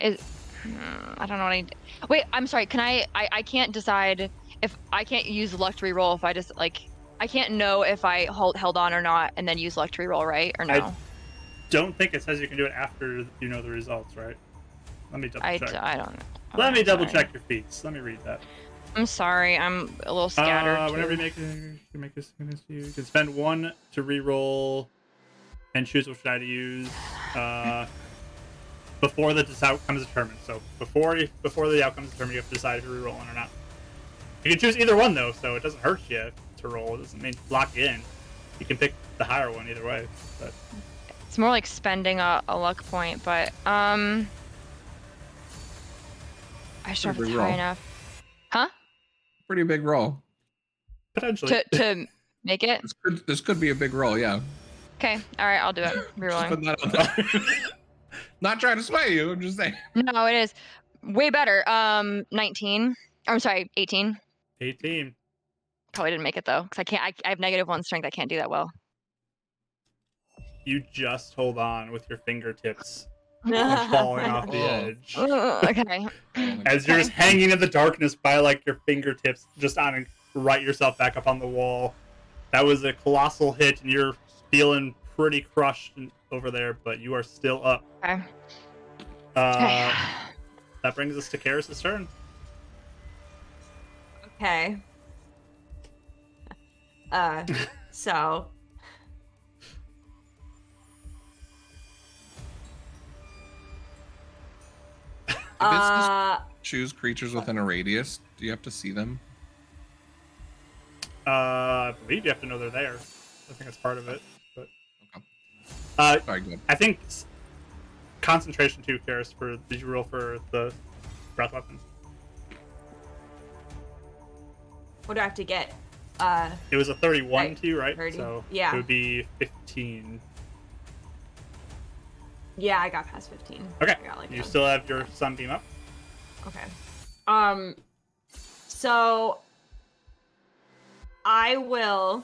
S4: Is Hmm, I don't know what I. Wait, I'm sorry. Can I, I? I can't decide if I can't use luck to reroll if I just like. I can't know if I hold held on or not, and then use luck to reroll, right? Or
S3: I-
S4: no?
S3: Don't think it says you can do it after you know the results, right? Let me double
S4: I, d-
S3: check.
S4: I don't know.
S3: Let
S4: Okay,
S3: me double
S4: sorry.
S3: check your feats. Let me read that.
S4: I'm sorry. I'm a little scattered.
S3: Uh, whenever
S4: too.
S3: you make a, you make this against you, you can spend one to reroll and choose which die to use uh, before the dis- outcome is determined. So before you- before the outcome is determined, you have to decide if you're rerolling or not. You can choose either one though, so it doesn't hurt you to roll. It doesn't mean lock you in. You can pick the higher one either way. But
S4: It's more like spending a, a luck point, but um, I should have
S5: Pretty
S4: it's
S5: roll.
S4: high enough
S5: Pretty big roll.
S3: potentially,
S4: to to make it.
S5: This could, this could be a big roll. Yeah.
S4: Okay, all right, I'll do it.
S5: Just put
S4: Rerolling.
S5: that out there. Not trying to sway you. I'm just saying.
S4: No, it is way better. Um, 19. I'm sorry, 18.
S3: 18.
S4: Probably didn't make it though, because I can't. I, I have negative one strength. I can't do that well.
S3: You just hold on with your fingertips and falling off the
S5: Oh.
S3: edge.
S4: Ugh, okay.
S3: as you're
S4: Okay.
S3: just hanging in the darkness by like your fingertips, just on and right yourself back up on the wall. That was a colossal hit, and you're feeling pretty crushed and- over there, but you are still up.
S4: Okay.
S3: Uh, that brings us to Karis' turn.
S1: Okay. Uh, so. Uh,
S5: Choose creatures within a radius. Do you have to see them?
S3: Uh, I believe you have to know they're there. I think that's part of it. But
S5: Okay.
S3: uh,
S5: Sorry, good.
S3: I think s- concentration too, Karis. For did you roll for the breath weapon?
S1: what do I have to get? Uh,
S3: It was a 31
S1: Right,
S3: to you, right?
S1: 30,
S3: So
S1: yeah.
S3: it would be 15.
S1: yeah, I got past 15.
S3: Okay.
S1: I got like
S3: You
S1: a-
S3: still have your sunbeam up.
S1: Okay. Um so I will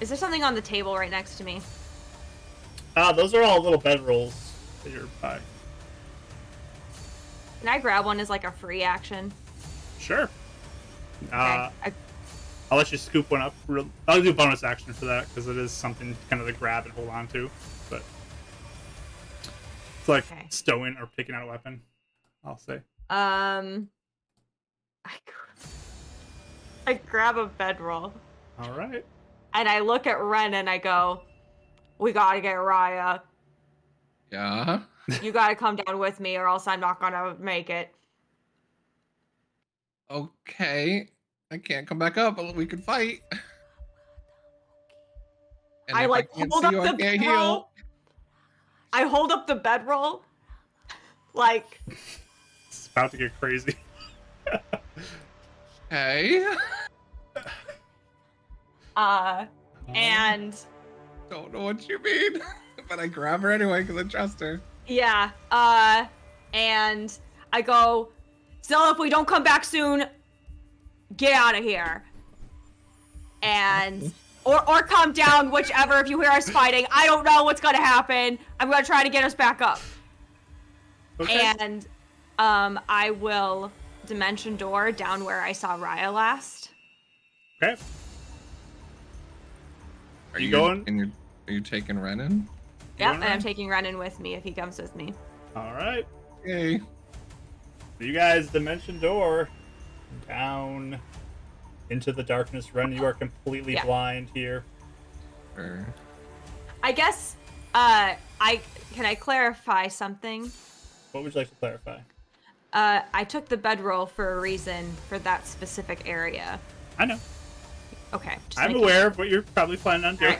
S1: Is there something on the table right next to me?
S3: Ah, those are all little bed rolls that you're by.
S1: Can I grab one as like a free action?
S3: Sure. Uh,
S1: I,
S3: I'll let you scoop one up. Real- I'll do bonus action for that because it is something kind of to grab and hold on to. But it's like
S1: Okay.
S3: stowing or taking out a weapon. I'll say.
S1: um I, gr- I grab a bedroll
S3: All right.
S1: and I look at Ren and I go, "We got to get Raya.
S5: Yeah.
S1: You got to come down with me or else I'm not going to make it."
S5: okay, I can't come back up. but We can fight. And
S1: I
S5: if
S1: like
S5: can't
S1: hold
S5: see
S1: up
S5: you,
S1: the bedroll. I hold up the bedroll. Like
S3: It's about to get crazy.
S5: Okay,
S1: uh and
S5: don't know what you mean, but I grab her anyway because I trust her.
S1: yeah, uh and I go, Zella, if we don't come back soon, get out of here. And or or come down, whichever if you hear us fighting. I don't know what's gonna happen. I'm gonna try to get us back up.
S3: Okay.
S1: And um, I will dimension door down where I saw Raya last.
S3: okay.
S5: Are
S3: You going?
S5: And you're are you taking Renan?
S1: Yep, and
S3: Alright.
S1: I'm taking Renan with me if he comes with me.
S3: All right.
S5: Yay!
S3: You guys, dimension door down into the darkness. Ren, you are completely
S1: Yeah.
S3: blind here.
S5: Or-
S1: I guess uh, I can I clarify something.
S3: What would you like to clarify?
S1: Uh, I took the bedroll for a reason for that specific area.
S3: I know.
S1: Okay, just
S3: I'm
S1: making-
S3: aware of what you're probably planning on doing.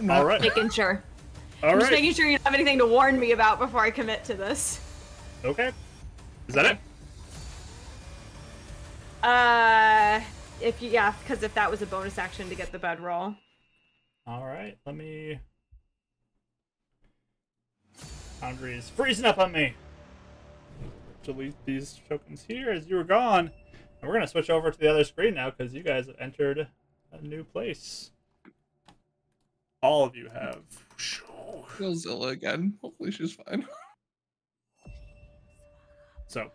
S1: Alright.
S3: All right.
S1: Making sure.
S3: All
S1: I'm just
S3: right.
S1: making sure you don't have anything to warn me about before I commit to this.
S3: Okay. Is that it?
S1: Uh, if you, yeah, because if that was a bonus action to get the bedroll.
S3: All right. Let me. Foundry is freezing up on me. Delete these tokens here as you were gone. And we're going to switch over to the other screen now because you guys have entered a new place. All of you have.
S5: Kill Zilla again. Hopefully she's fine.
S3: So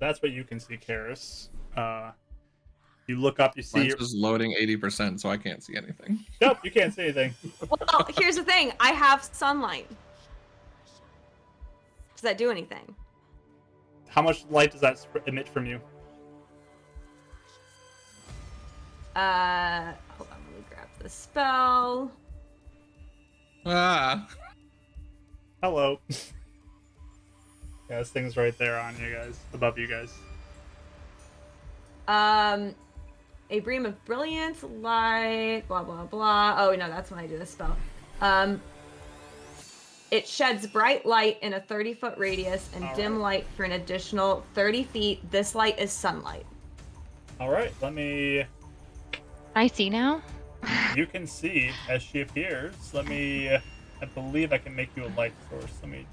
S3: that's what you can see, Karis. Uh, you look up, you see.
S5: Mine's
S3: Your...
S5: just loading eighty percent, so I can't see anything.
S3: Nope, you can't see anything.
S1: Well, here's the thing. I have sunlight. Does that do anything?
S3: How much light does that sp- emit from you?
S1: Uh, hold on. Let me grab the spell.
S5: Ah,
S3: Hello. yeah, this thing's right there on you guys, above you guys.
S1: Um, a beam of brilliance, light, blah blah blah. Oh no, that's when I do the spell. Um, it sheds bright light in a 30 foot radius and
S3: All
S1: dim
S3: right.
S1: light for an additional 30 feet. This light is sunlight.
S3: All right, let me.
S4: I see now.
S3: You can see as she appears. Let me. I believe I can make you a light source. Let me.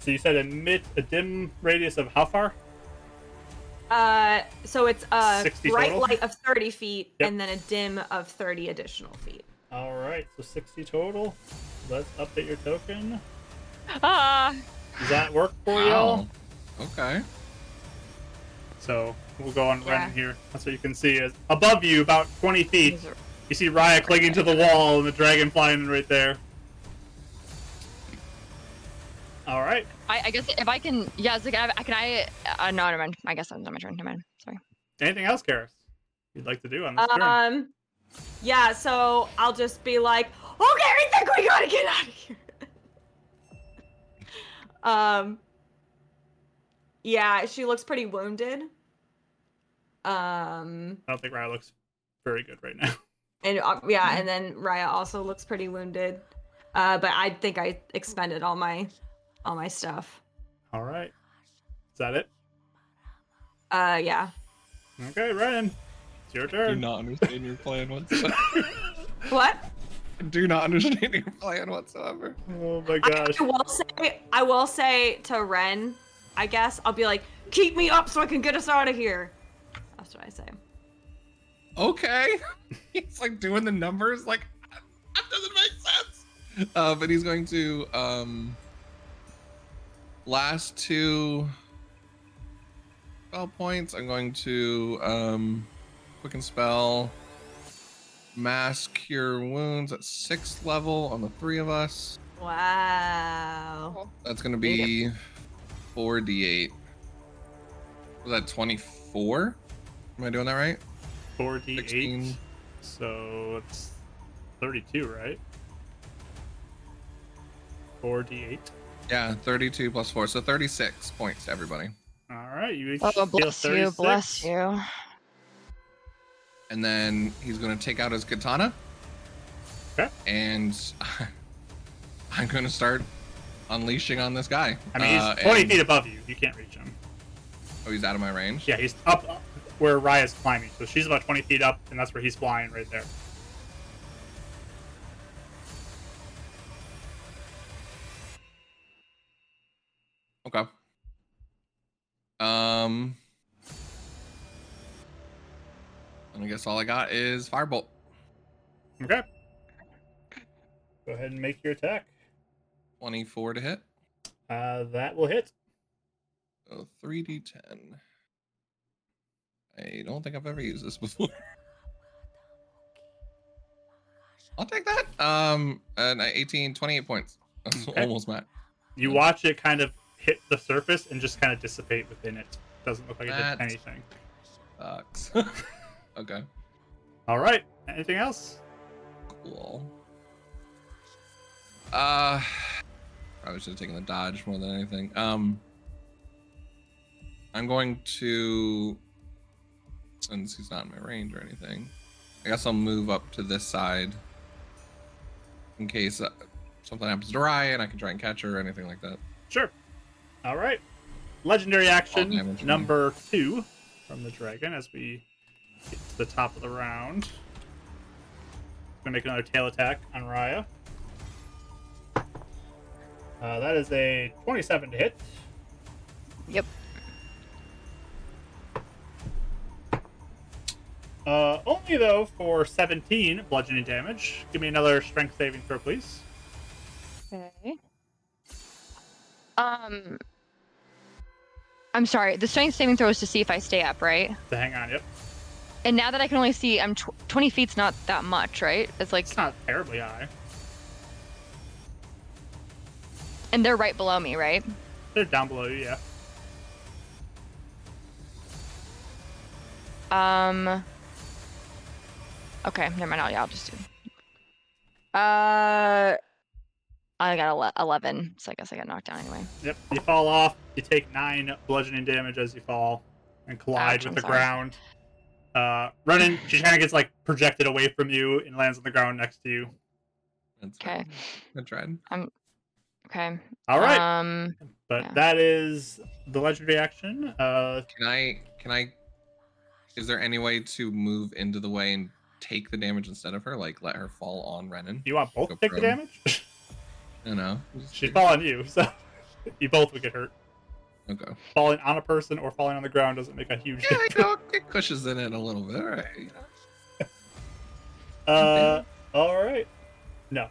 S3: So you said emit a dim radius of how far?
S1: Uh, so it's a
S3: 60
S1: bright
S3: total?
S1: light of 30 feet
S3: Yep.
S1: and then a dim of 30 additional feet.
S3: All right, so 60 total. Let's update your token.
S4: Ah,
S3: Does that work for
S5: wow.
S3: y'all?
S5: Okay.
S3: So we'll go on
S1: Yeah.
S3: Ren here. That's what you can see is above you, about 20 feet.
S4: these are-
S3: You see Raya clinging to the wall and the dragon flying right there. All right.
S4: I, I guess if I can, yeah, it's like, I, I can I? Uh, no, never mind. I guess that's not my turn. Never mind. Sorry.
S3: Anything else, Karis? You'd like to do on this
S4: Uh,
S3: turn?
S1: Um, yeah, so I'll just be like, okay, I think we gotta get out of here. um, yeah, she looks pretty wounded. Um,
S3: I don't think Raya looks very good right now.
S1: and uh, yeah, and then Raya also looks pretty wounded. Uh, but I think I expended all my, all my stuff.
S3: All right. Is that it?
S1: Uh, yeah.
S3: Okay, Ryan. It's your
S5: Do
S3: turn.
S5: not understand your plan whatsoever.
S1: What?
S5: do not understand your plan whatsoever.
S3: Oh my
S1: I,
S3: gosh.
S1: I will say, I will say to Ren, I guess I'll be like, keep me up so I can get us out of here. That's what I say.
S5: Okay. he's like doing the numbers like that doesn't make sense. Uh, but he's going to um last two spell points. I'm going to um quicken spell mass cure wounds at sixth level on the three of us.
S1: Wow.
S5: That's gonna be four D eight. Was that twenty four? Am I doing that right?
S3: 4d8.
S5: 16.
S3: So it's 32, right? 4d8.
S5: Yeah, 32 plus 4. So 36 points, to everybody.
S3: All right, you each
S4: Oh,
S3: deal
S4: bless you,
S3: 36.
S4: bless you.
S5: And then he's going to take out his katana.
S3: Okay.
S5: And I'm going to start unleashing on this guy.
S3: I mean, he's
S5: Uh,
S3: 20
S5: and-
S3: feet above you. You can't reach him.
S5: Oh, he's out of my range?
S3: Yeah, he's up, up where Raya's climbing. So she's about 20 feet up, and that's where he's flying right there.
S5: Okay. Um. And I guess all I got is firebolt.
S3: Okay. Go ahead and make your attack.
S5: 24 to hit.
S3: Uh, that will hit.
S5: So 3d10. I don't think I've ever used this before. I'll take that. Um, and I- 18, 28 points. That's
S3: Okay.
S5: almost max.
S3: You
S5: Mm.
S3: watch it kind of hit the surface and just kind of dissipate within it. Doesn't look like it did
S5: That's-
S3: anything.
S5: Sucks. okay,
S3: All right. Anything else?
S5: cool. Uh, probably should have taken the dodge more than anything. Um, I'm going to, since he's not in my range or anything, I guess I'll move up to this side in case uh, something happens to Ryan. I can try and catch her or anything like that.
S3: Sure. All right. Legendary
S5: All
S3: action
S5: damage, right?
S3: number two from the dragon as we get to the top of the round. Gonna make another tail attack on Raya. Uh, that is a 27 to hit.
S4: Yep.
S3: Uh, only though for 17 bludgeoning damage. Give me another strength saving throw, please.
S4: Okay. Um, I'm sorry. The strength saving throw is to see if I stay up, right?
S3: So hang on, yep.
S4: And now that I can only see, I'm tw- 20 feet's not that much, right? It's like,
S3: It's not terribly high.
S4: and they're right below me, right?
S3: They're down below you, yeah.
S4: Um. Okay, never mind. I'll, yeah, I'll just do. Uh, I got ele- eleven, so I guess I got knocked down anyway.
S3: Yep. You fall off. You take nine bludgeoning damage as you fall and collide
S4: Ouch,
S3: with
S4: I'm
S3: the
S4: sorry.
S3: ground. Uh, running, she kind of gets like projected away from you and lands on the ground next to you.
S5: That's
S4: Okay,
S5: fine. Good try.
S4: okay.
S3: All right,
S4: Um,
S3: but
S4: yeah.
S3: that is the legendary action. Uh,
S5: Can I? Can I? Is there any way to move into the way and take the damage instead of her? Like let her fall on Renan?
S3: you want both
S5: Go
S3: to take the
S5: prone.
S3: damage?
S5: No, no.
S3: She'd fall on you, so you both would get hurt.
S5: Okay.
S3: Falling on a person or falling on the ground doesn't make a huge
S5: Yeah, it,
S3: difference.
S5: go, it cushions it in a little bit. All right. you know.
S3: Uh, all right. No.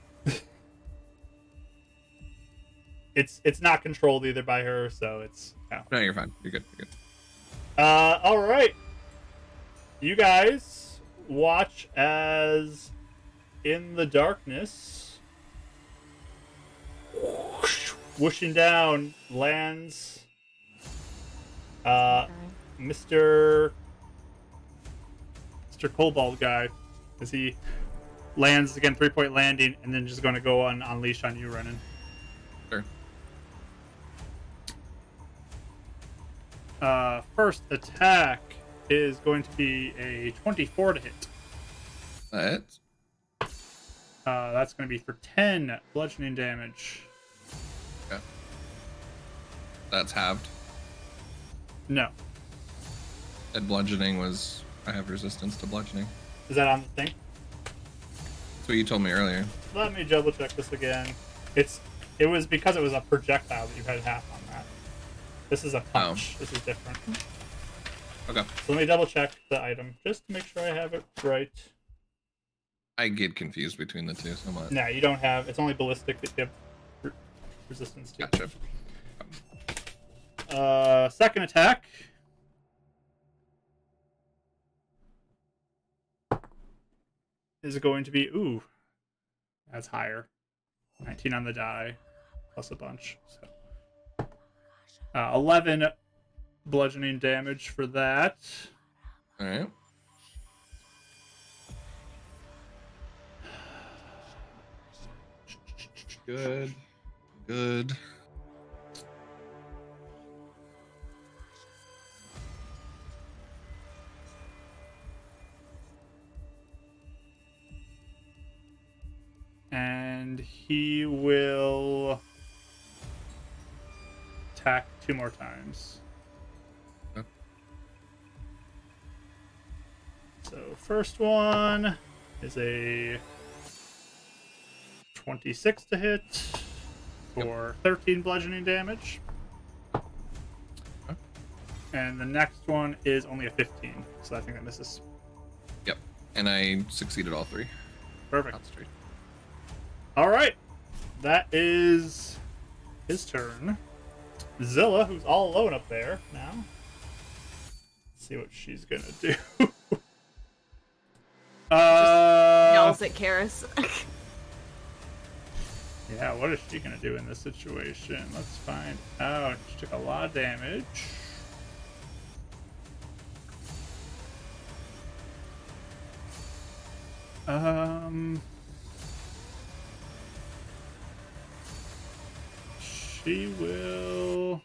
S3: it's it's not controlled either by her, so it's no.
S5: No, you're fine. You're good. You're good.
S3: Uh, all right. You guys watch as in the darkness, whoosh, whooshing down lands. Uh, Mr. Mr. Cobalt guy, as he lands again, three point landing, and then just going to go on unleash on you, Renan.
S5: Sure.
S3: Uh, first attack is going to be a 24 to hit.
S5: That hits.
S3: Uh, that's going to be for 10 bludgeoning damage.
S5: That's halved.
S3: No.
S5: And bludgeoning was. I have resistance to bludgeoning.
S3: Is that on the thing?
S5: That's what you told me earlier.
S3: Let me double check this again. It's it was because it was a projectile that you had half on that. This is a punch. This is different.
S5: Okay.
S3: So let me double check the item just to make sure I have it right.
S5: I get confused between the two so much.
S3: No, you don't have. It's only ballistic that you have re- resistance to.
S5: Gotcha.
S3: Uh, second attack. Is going to be ooh, that's higher, nineteen on the die, plus a bunch, so uh, eleven bludgeoning damage for that.
S5: All right. Good. Good.
S3: he will attack two more times.
S5: Okay.
S3: So first one is a 26 to hit for 13 bludgeoning damage.
S5: Okay.
S3: And the next one is only a 15, so I think that misses.
S5: Yep. And I succeeded all three.
S3: Perfect.
S5: That's straight.
S3: All right, that is his turn. Zilla, who's all alone up there now, let's see what she's gonna do. uh,
S1: Yells at Karis.
S3: yeah, what is she gonna do in this situation? Let's find out. She took a lot of damage. Um. She will.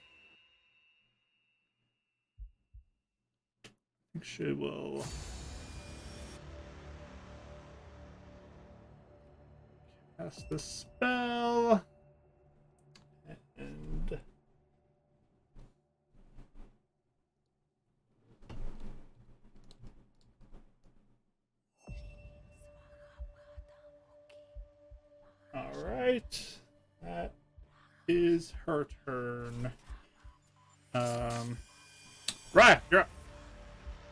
S3: I think she will. Cast the spell. And. Alright. That is her turn. Um, right, you're up.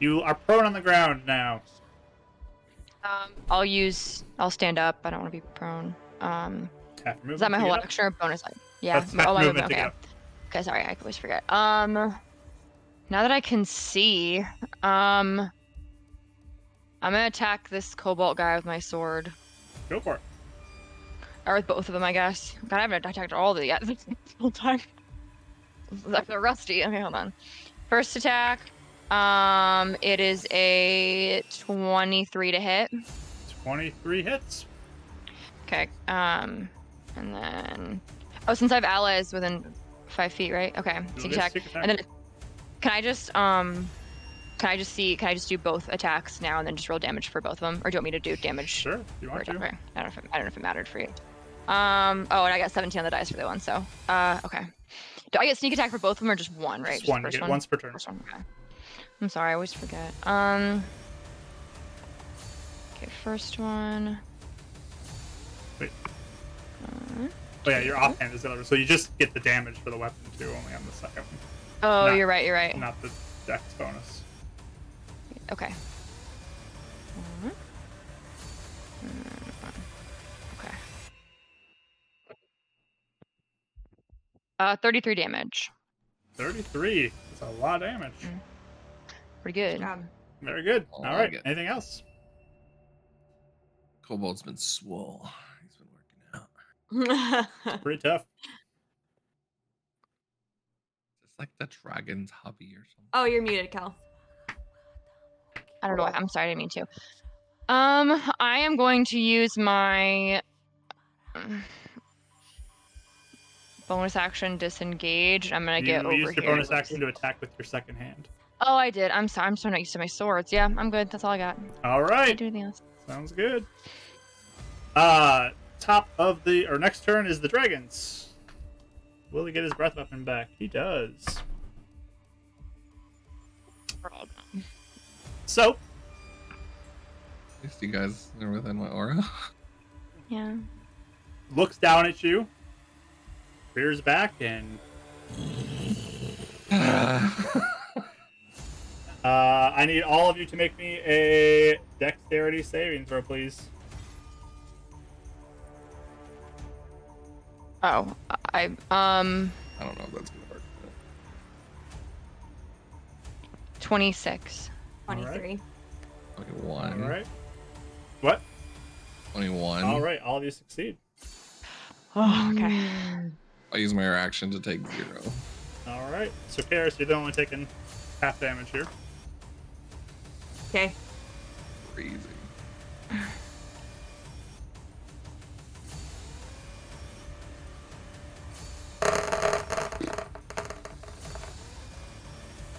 S3: You are prone on the ground now.
S4: Um, I'll use. I'll stand up. I don't want to be prone. Um,
S3: Half movement
S4: is that my
S3: to
S4: whole
S3: get up.
S4: action or bonus? Line? Yeah.
S3: That's
S4: my,
S3: half
S4: oh, my
S3: movement
S4: movement.
S3: to
S4: Okay.
S3: get up.
S4: Okay. Sorry, I always forget. Um, now that I can see, um, I'm gonna attack this cobalt guy with my sword,
S3: Go for it.
S4: or with both of them, I guess. God, I haven't attacked all of them yet this whole time. Like they're rusty. Okay, hold on. First attack. Um, it is a 23 to hit.
S3: 23 hits.
S4: Okay. Um, and then oh, since I have allies within five feet, right? Okay.
S3: You'll
S4: Sneak
S3: get
S4: attack.
S3: sneak attack.
S4: And then can I just um, can I just see? Can I just do both attacks now and then just roll damage for both of them, or do you want me to do damage?
S3: Sure, if you
S4: per
S3: want
S4: attack?
S3: to.
S4: Okay. I don't know if it, I don't know if it mattered for you. Um. Oh, and I got 17 on the dice for the one. So. Uh. Okay. Do I get sneak attack for both of them or just one? Right.
S3: Just
S4: the
S3: one, you
S4: first
S3: get once per turn.
S4: First one. Okay. I'm sorry. I always forget. Um. Okay. First one.
S3: Wait.
S4: Uh,
S3: But yeah, your offhand is the other, so you just get the damage for the weapon too, only on the second one,
S4: oh,
S3: Nah.
S4: you're right. You're right.
S3: not the dex bonus.
S4: Okay. Mhm. Mm, Okay. Uh, 33 damage.
S3: 33. That's a lot of damage.
S4: Mm. Pretty good.
S3: Very good.
S5: I
S3: All
S5: like
S3: right.
S5: it.
S3: Anything else?
S5: Cobalt's been swole. He's been working out.
S3: Pretty tough.
S5: It's like the dragon's hobby or something.
S1: oh, you're muted, Kel.
S4: I don't know why. I'm sorry. I didn't mean to. Um, I am going to use my mm, bonus action disengage. I'm gonna
S3: you
S4: get over
S3: used your
S4: here.
S3: bonus action to attack with your second hand.
S4: Oh, I did. I'm sorry. I'm so not used to my swords. Yeah, I'm good. That's all I got.
S3: All
S4: I
S3: right.
S4: do anything else?
S3: Sounds good. Uh top of the or next turn is the dragons. Will he get his breath weapon back? He does. So
S5: At least you guys are within my aura.
S4: Yeah.
S3: looks down at you, rears back, and uh, I need all of you to make me a dexterity saving throw, please.
S4: Oh, I um.
S5: I don't know if that's gonna work. but-
S4: 26.
S3: All right.
S1: 23.
S5: 21.
S3: All right. What?
S5: 21.
S3: All right. All of you succeed.
S4: Oh, okay.
S5: I use my reaction to take zero.
S3: All right. So Karis, you're the only taking half damage here.
S1: Okay.
S5: Crazy.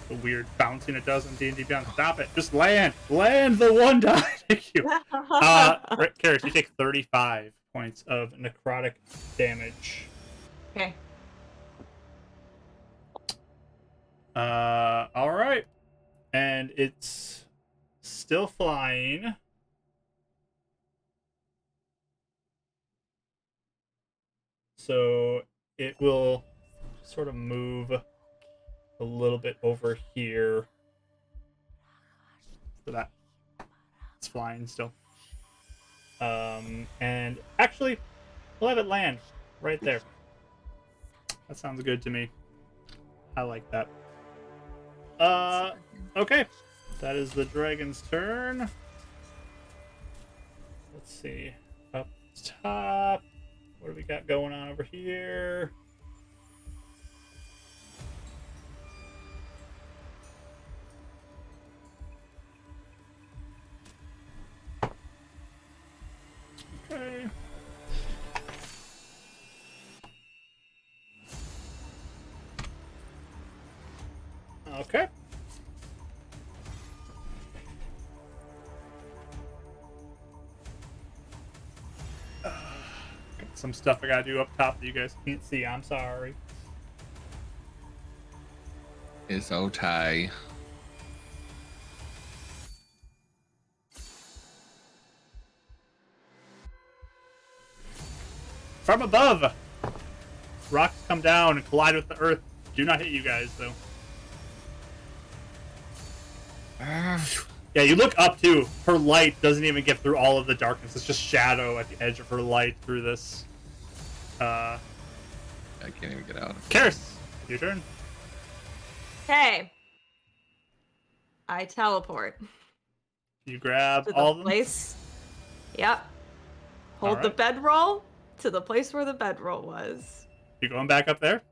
S3: the weird bouncing it does in D&D Beyond. Stop it. Just Uh, land. Land the one die. Thank you. Uh, Rick Karis, you take 35 points of necrotic damage.
S1: Okay.
S3: Uh, all right, and it's still flying. So it will sort of move a little bit over here. So that it's flying still. Um, and actually, we'll have it land right there. That sounds good to me. I like that. Uh, okay. That is the dragon's turn. Let's see. Up top. What do we got going on over here? Okay. Okay. Got some stuff I gotta do up top that you guys can't see. I'm sorry.
S5: It's Otai.
S3: From above, rocks come down and collide with the earth. Do not hit you guys, though.
S1: Ah.
S3: Yeah, you look up too. Her light doesn't even get through all of the darkness. It's just shadow at the edge of her light through this. Uh,
S5: I can't even get out. of
S3: Karis, your turn.
S1: Okay. I teleport
S3: You grab
S1: to the
S3: all of them.
S1: place. Yep. Hold the
S3: Alright.
S1: bedroll to the place where the bedroll was.
S3: You're going back up there?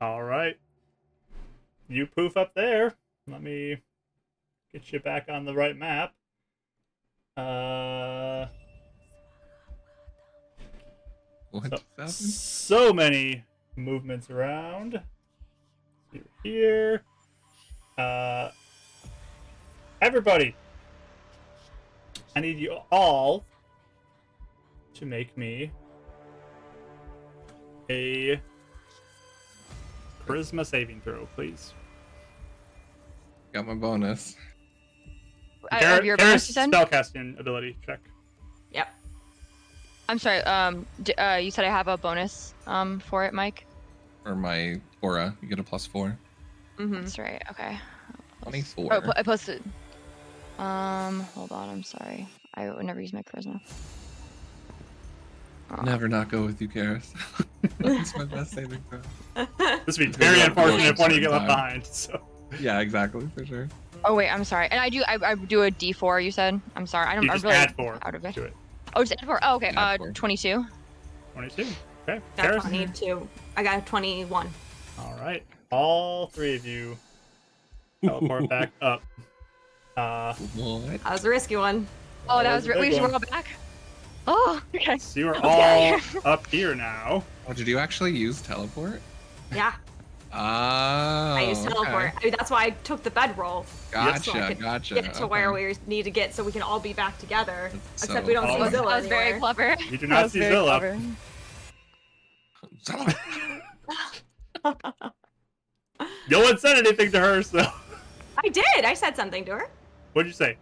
S3: All right. You poof up there. Let me get you back on the right map. Uh,
S5: What
S3: So-
S5: just happened?
S3: so many movements around. You're here. Uh, everybody, I need you all to make me a charisma saving throw, please.
S5: Got my bonus.
S4: I, I have Uh, your bonus, you said?
S3: spellcasting ability check.
S1: Yep.
S4: I'm sorry. Um, d- uh, you said I have a bonus um for it, Mike.
S5: Or my aura. You get a plus four.
S1: Mm-hmm.
S4: That's right. Okay.
S5: 24.
S4: Oh, I posted. Um, hold on. I'm sorry. I would never use my charisma. Oh,
S5: Never not go with you, Karis. That's my best saving throw.
S3: This would be
S5: It's
S3: very
S5: gonna be on
S3: unfortunate if one of you get left
S5: promotion
S3: behind. So
S5: Yeah, exactly, for sure.
S4: Oh wait, I'm sorry. And I do. I, I do a D4. You said. I'm sorry. I don't.
S3: you
S4: I'm
S3: just
S4: really
S3: add four
S4: out of it.
S3: to it.
S4: Oh, just add four. Oh, okay.
S5: Add
S4: Uh,
S5: four.
S4: 22.
S3: 22. Okay.
S1: Got
S3: Karis?
S1: 22. I got 21.
S3: All right, all three of you teleport back up. Uh,
S5: What?
S1: That was a risky one.
S4: Oh, that
S3: that
S4: was.
S3: was a
S4: Re-
S3: big
S4: we should
S3: one.
S4: roll back. Oh, okay.
S3: so you are
S4: Okay.
S3: all up here now.
S5: Oh, did you actually use teleport?
S1: Yeah,
S5: Oh.
S1: I used teleport. I mean, that's why I took the bedroll.
S5: Gotcha,
S1: so I could
S5: gotcha.
S1: Get to where
S5: okay.
S1: we need to get so we can all be back together.
S5: That's
S1: Except
S5: so
S1: we don't
S3: Oh,
S1: see
S3: that
S1: Zilla.
S4: That was very
S1: anywhere.
S4: clever.
S3: You do
S4: That
S3: not
S4: was
S3: see
S4: very
S3: Zilla.
S4: clever.
S5: Teleport.
S3: No one said anything to her, so
S1: I did. I said something to her.
S3: what'd you say?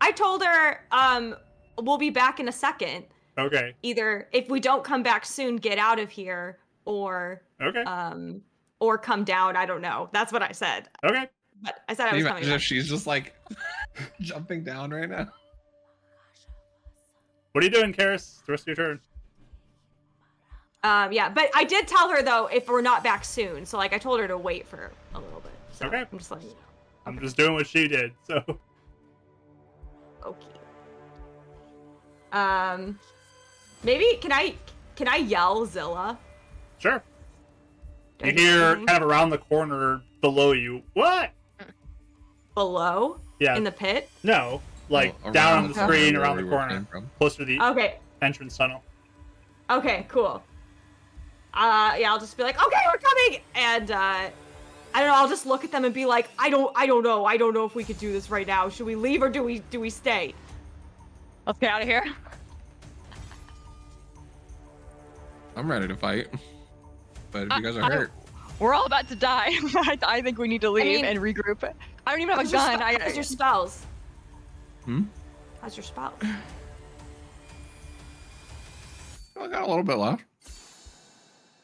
S1: I told her, um, we'll be back in a second.
S3: Okay,
S1: Either if we don't come back soon, get out of here, or
S3: okay,
S4: Uh,
S1: um, or come down. I don't know. That's what I said.
S3: okay.
S1: But I said I
S5: Can
S1: was
S5: you
S1: coming.
S5: imagine if
S1: Back.
S5: she's just like jumping down right now?
S3: What are you doing, Karis? The rest of your turn.
S1: Um, yeah, but I did tell her though if we're not back soon. So like I told her to wait for a little bit. So
S3: Okay.
S1: I'm just letting you know.
S3: I'm
S1: Okay.
S3: just doing what she did. So
S1: Okay. Um, maybe can I can I yell Zilla? Mm-hmm.
S3: sure.
S1: Do I
S3: You
S1: do
S3: hear
S4: Mm-hmm.
S1: anything?
S3: kind of around the corner below you. What?
S1: below
S3: Yeah.
S1: in the pit.
S3: no, like
S5: Well,
S3: down
S5: around
S3: on the
S4: corner
S3: screen,
S5: where
S3: around
S5: we
S3: the
S5: were
S3: corner,
S5: came from.
S3: closer to the
S4: Oh.
S1: Okay.
S3: entrance tunnel.
S1: Okay. Cool. Uh, yeah, I'll just be like, okay, we're coming, and uh, I don't know. I'll just look at them and be like, I don't, I don't know, I don't know if we could do this right now. Should we leave or do we do we stay?
S4: Let's get out of here.
S5: I'm ready to fight. But
S1: Uh,
S5: if you guys are
S4: I- I-
S5: hurt,
S4: We're all about to die. I, I think we need to leave
S1: mean-
S4: and regroup. I don't even have a
S1: How's your
S4: gun.
S1: spe-
S4: I,
S1: how's your spells?
S5: Hmm?
S1: How's your spell?
S5: I got a little bit left.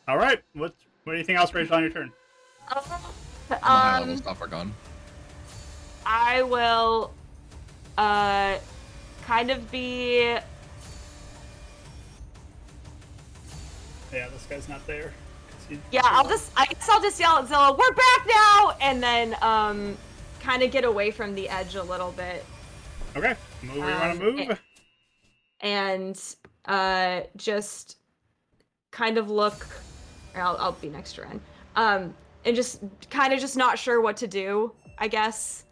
S3: All right. What's what anything else, Rachel, on your turn?
S5: I'm um,
S1: Um,
S5: stuff are gone.
S1: I will uh kind of be
S3: Yeah, this guy's not there.
S1: yeah, I'll just I guess I'll just yell at Zilla, we're back now and then um kind of get away from the edge a little bit
S3: Okay. Move where you want
S1: Um,
S3: to move.
S1: it- and uh just kind of look or I'll, I'll be next to Ren. Um and just kind of just not sure what to do, I guess.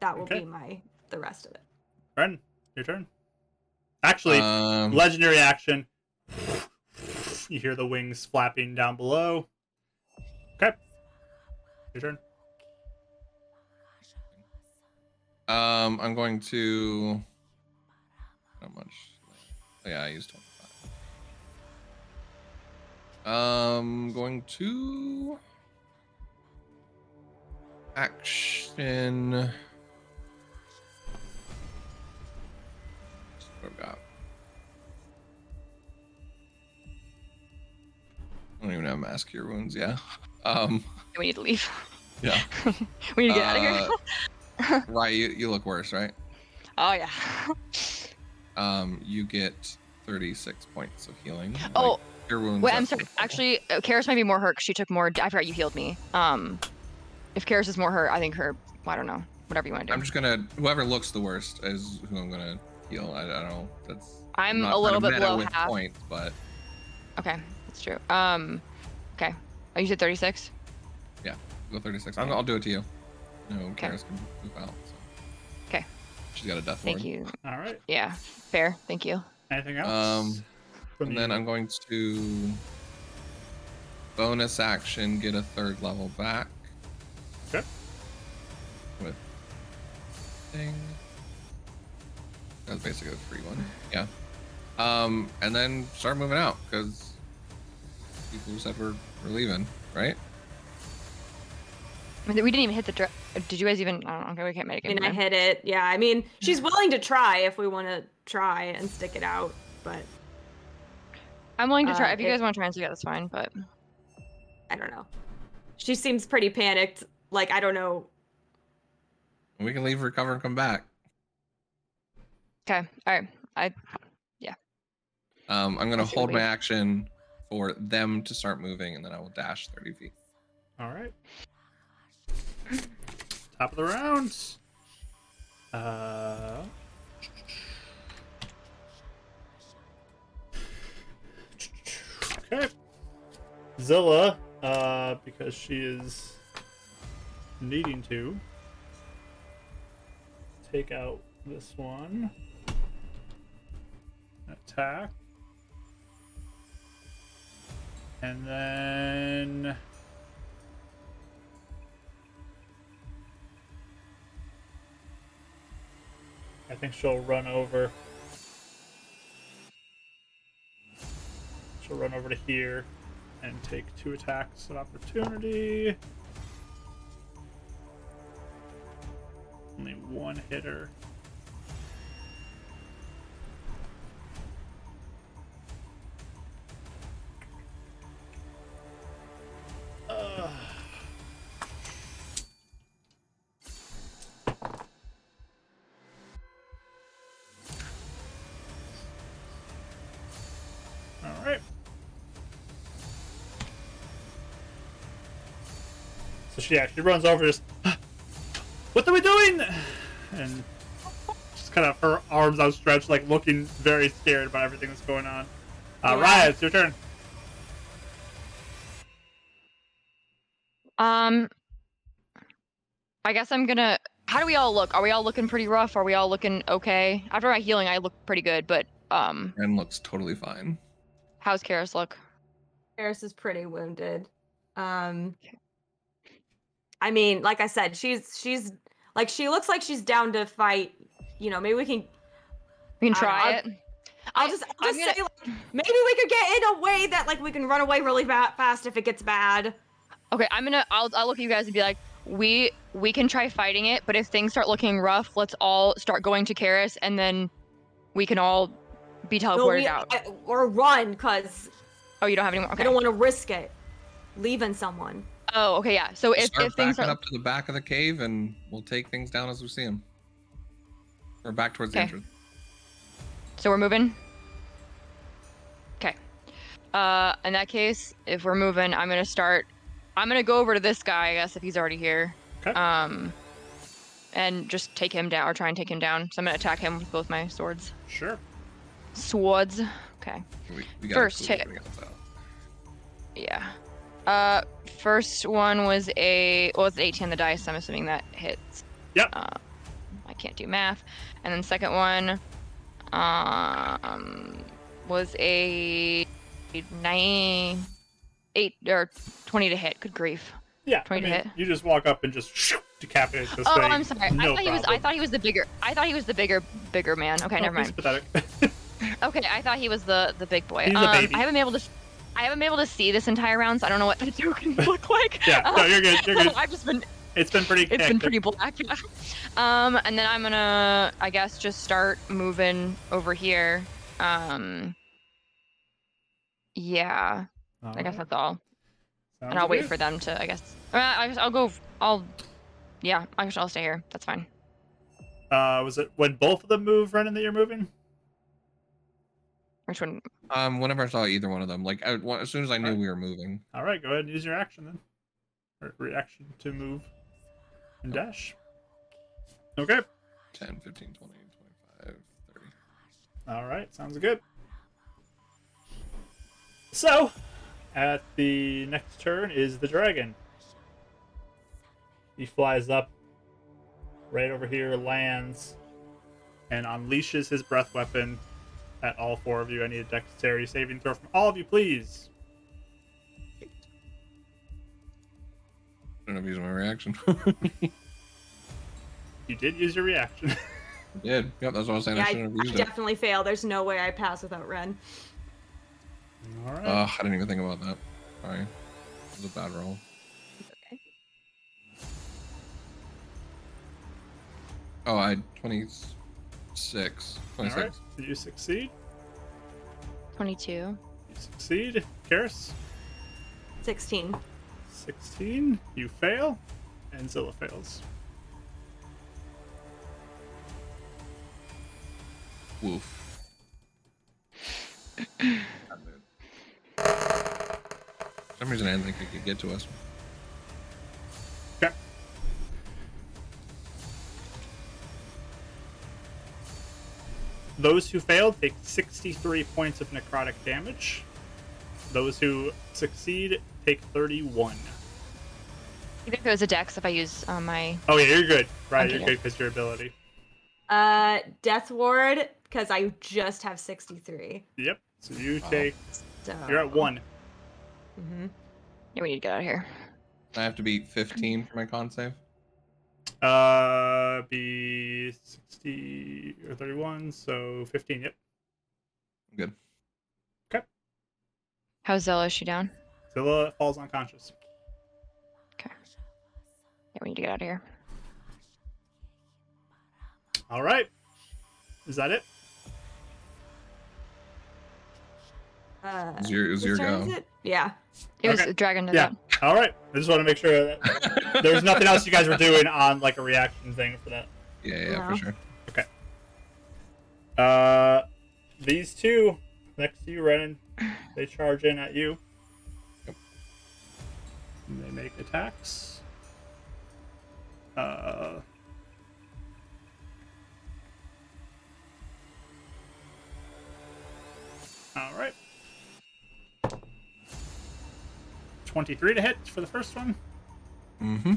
S1: That will
S3: Okay.
S1: be my the rest of it.
S3: Ren, your turn. Actually,
S5: Um,
S3: legendary action. You hear the wings flapping down below. Okay. Your turn.
S5: um, I'm going to. How much? Oh, yeah, I used 25. Um, going to. Action. What I've got. I don't even have mask cure wounds. Yeah. Um.
S4: we need to leave.
S5: Yeah.
S4: We need to get out of here.
S5: Uh, right, you, you look worse, right?
S4: Oh yeah.
S5: Um, you get 36 points of healing. Like,
S4: Oh,
S5: your wounds.
S4: Wait,
S5: are
S4: I'm sorry.
S5: full.
S4: Actually, uh, Karis might be more hurt because she took more. I forgot you healed me. Um, if Karis is more hurt, I think her. I don't know. Whatever you want to do.
S5: I'm just gonna. Whoever looks the worst is who I'm gonna heal. I, I don't know. That's.
S4: I'm
S5: not
S4: a little
S5: kinda
S4: bit
S5: meta
S4: below
S5: with
S4: half.
S5: points, but
S4: Okay, that's true. Um, okay. Oh, you said 36.
S5: go 36. I'll, I'll do it to you. No,
S4: Okay.
S5: Karis can move out. So.
S4: Okay.
S5: She's got a death
S4: Thank
S5: ward.
S4: you.
S3: All right.
S4: Yeah, fair. Thank you.
S3: Anything else?
S5: Um,
S3: from
S5: And
S3: you?
S5: then I'm going to bonus action get a third level back.
S3: Okay.
S5: With thing. That's basically a free one. Yeah. Um, and then start moving out because people said we're, we're leaving, right?
S4: I mean, We didn't even hit the. Dra- Did you guys even? I don't know. Okay, we can't make
S1: I
S4: it.
S1: mean, I
S4: anywhere.
S1: hit it. Yeah, I mean, she's willing to try if we want to try and stick it out, but
S4: I'm willing to
S1: uh,
S4: try. if you
S1: it-
S4: guys want to try and see it, that's fine. But
S1: I don't know. She seems pretty panicked. Like, I don't know.
S5: We can leave, recover, and come back.
S4: okay. All right.
S5: Um, I'm gonna
S4: I see
S5: hold
S4: what
S5: my
S4: you-
S5: action for them to start moving, and then I will dash 30 feet.
S3: All right. Top of the rounds. Uh. Okay. Zilla, uh, because she is needing to take out this one. Attack. And then. I think she'll run over. She'll run over to here and take two attacks of opportunity. Only one hitter. Ugh. All right. So she yeah, she runs over, just what are we doing? And just kind of her arms outstretched, like looking very scared about everything that's going on. Uh, Raya, it's your turn.
S4: Um, I guess I'm gonna. How do we all look? Are we all looking pretty rough? Are we all looking okay? After my healing, I look pretty good, but um,
S5: Ren looks totally fine.
S4: how's Karis look?
S1: Paris is pretty wounded. Um, I mean, like I said, she's, she's, like, she looks like she's down to fight. You know, maybe we can, I
S4: We can
S1: don't know,
S4: try
S1: I'll-
S4: it.
S1: I'll
S4: I-
S1: just, I'll
S4: I'm
S1: just say, like, maybe we could get in a way that, like, we can run away really fa- fast if it gets bad.
S4: Okay, I'm gonna. I'll, I'll look at you guys and be like, we we can try fighting it, but if things start looking rough, let's all start going to Karis, and then we can all be
S1: No,
S4: teleported
S1: we-
S4: out.
S1: I- uh, or run, because
S4: oh, you don't have anyone.
S1: I
S4: Okay.
S1: don't want to risk it. Leaving someone.
S4: Oh, okay, yeah. So if,
S5: start
S4: if things
S5: backing
S4: are
S5: up to the back of the cave, and we'll take things down as we see them. Or back towards the
S4: Okay.
S5: entrance.
S4: So we're moving. Okay. Uh, in that case, if we're moving, I'm gonna start. I'm gonna go over to this guy, I guess, if he's already here.
S3: Okay.
S4: Um, and just take him down, or try and take him down. So I'm gonna attack him with both my swords.
S3: Sure.
S4: Swords. Okay.
S5: We, we gotta
S4: First
S5: include
S4: hit.
S5: everything else out.
S4: Yeah. Uh, first one was a well, it's 18 on the dice. so I'm assuming that hits.
S3: Yep.
S4: Uh, I can't do math. And then second one, um, was a nine, eight or 20 to hit. Good grief.
S3: Yeah. I
S4: Trying to
S3: mean,
S4: hit.
S3: you just walk up and just decapitate this
S4: oh,
S3: thing.
S4: I'm sorry.
S3: No
S4: I thought he was. I
S3: problem.
S4: thought he was the bigger. I thought he was the bigger, bigger man. Okay, never
S3: Oh, he's
S4: mind.
S3: pathetic.
S4: Okay, I thought he was the the big boy.
S3: He's a
S4: um,
S3: baby.
S4: I haven't been able to. I haven't been able to see this entire round, so I don't know what the token look like.
S3: yeah. No, you're good. You're good.
S4: I've just been
S3: It's been pretty.
S4: It's been
S3: hectic.
S4: pretty black. um, and then I'm gonna, I guess, just start moving over here. Um, yeah, I guess that's all.
S3: Sounds
S4: And I'll wait
S3: good.
S4: for them to, I guess. Uh, I guess I'll go. I'll. Yeah, I guess I'll stay here. That's fine.
S3: Uh, was it when both of them move, running that you're moving?
S4: Which one?
S5: Um, whenever I saw either one of them, like I, wa- as soon as I knew we were moving,
S3: All right, go ahead and use your action then. Or reaction to move and dash. Okay.
S5: 10, 15, 20, 25, 30.
S3: All right. Sounds good. So, at the next turn is the dragon. He flies up right over here, lands, and unleashes his breath weapon at all four of you. I need a dexterity saving throw from all of you, please.
S5: I don't know if he's my reaction.
S3: You did use your reaction.
S5: yeah, yep, that's what I was saying.
S1: Yeah,
S5: I
S1: I,
S5: shouldn't
S1: I
S5: have used it.
S1: definitely fail. There's no way I pass without Ren.
S3: all right.
S5: Ugh, I didn't even think about that. Sorry, it was a bad roll. Oh, I 26, 26.
S3: Alright, so you succeed.
S4: Twenty-two.
S3: You succeed. Karis,
S1: 16.
S3: 16. You fail. And Zilla fails.
S5: Woof. For some reason, I didn't think it could get to us.
S3: Okay. Those who failed take 63 points of necrotic damage. Those who succeed take 31.
S4: You think it was a dex if I use uh, my.
S3: Oh, yeah, you're good. Right,
S4: Okay,
S3: you're
S4: yeah.
S3: good because your ability.
S1: Uh, Death Ward, because I just have 63.
S3: Yep. So you
S5: Wow.
S3: take.
S1: So.
S3: You're at one.
S1: Mhm.
S4: Yeah, we need to get out of here.
S5: I have to beat 15 for my con save.
S3: Uh, be 60 or 31, so 15. Yep.
S5: I'm good.
S4: How's Zella? Is she down?
S3: Zilla falls unconscious.
S4: Yeah, we need to get out of here.
S3: All right. Is that it?
S1: Uh,
S5: It was your, it was your
S1: whose turn
S5: go.
S1: is it? Yeah.
S4: It was
S3: Okay.
S4: the dragon.
S3: Yeah. All right. I just want to make sure that there's nothing else you guys were doing on like a reaction thing for that.
S5: Yeah, yeah, for
S1: No.
S5: sure.
S3: Uh, these two next to you, Renan, they charge in at you.
S5: Yep.
S3: And they make attacks. Uh. All right. 23 to hit for the first one.
S5: Mm-hmm.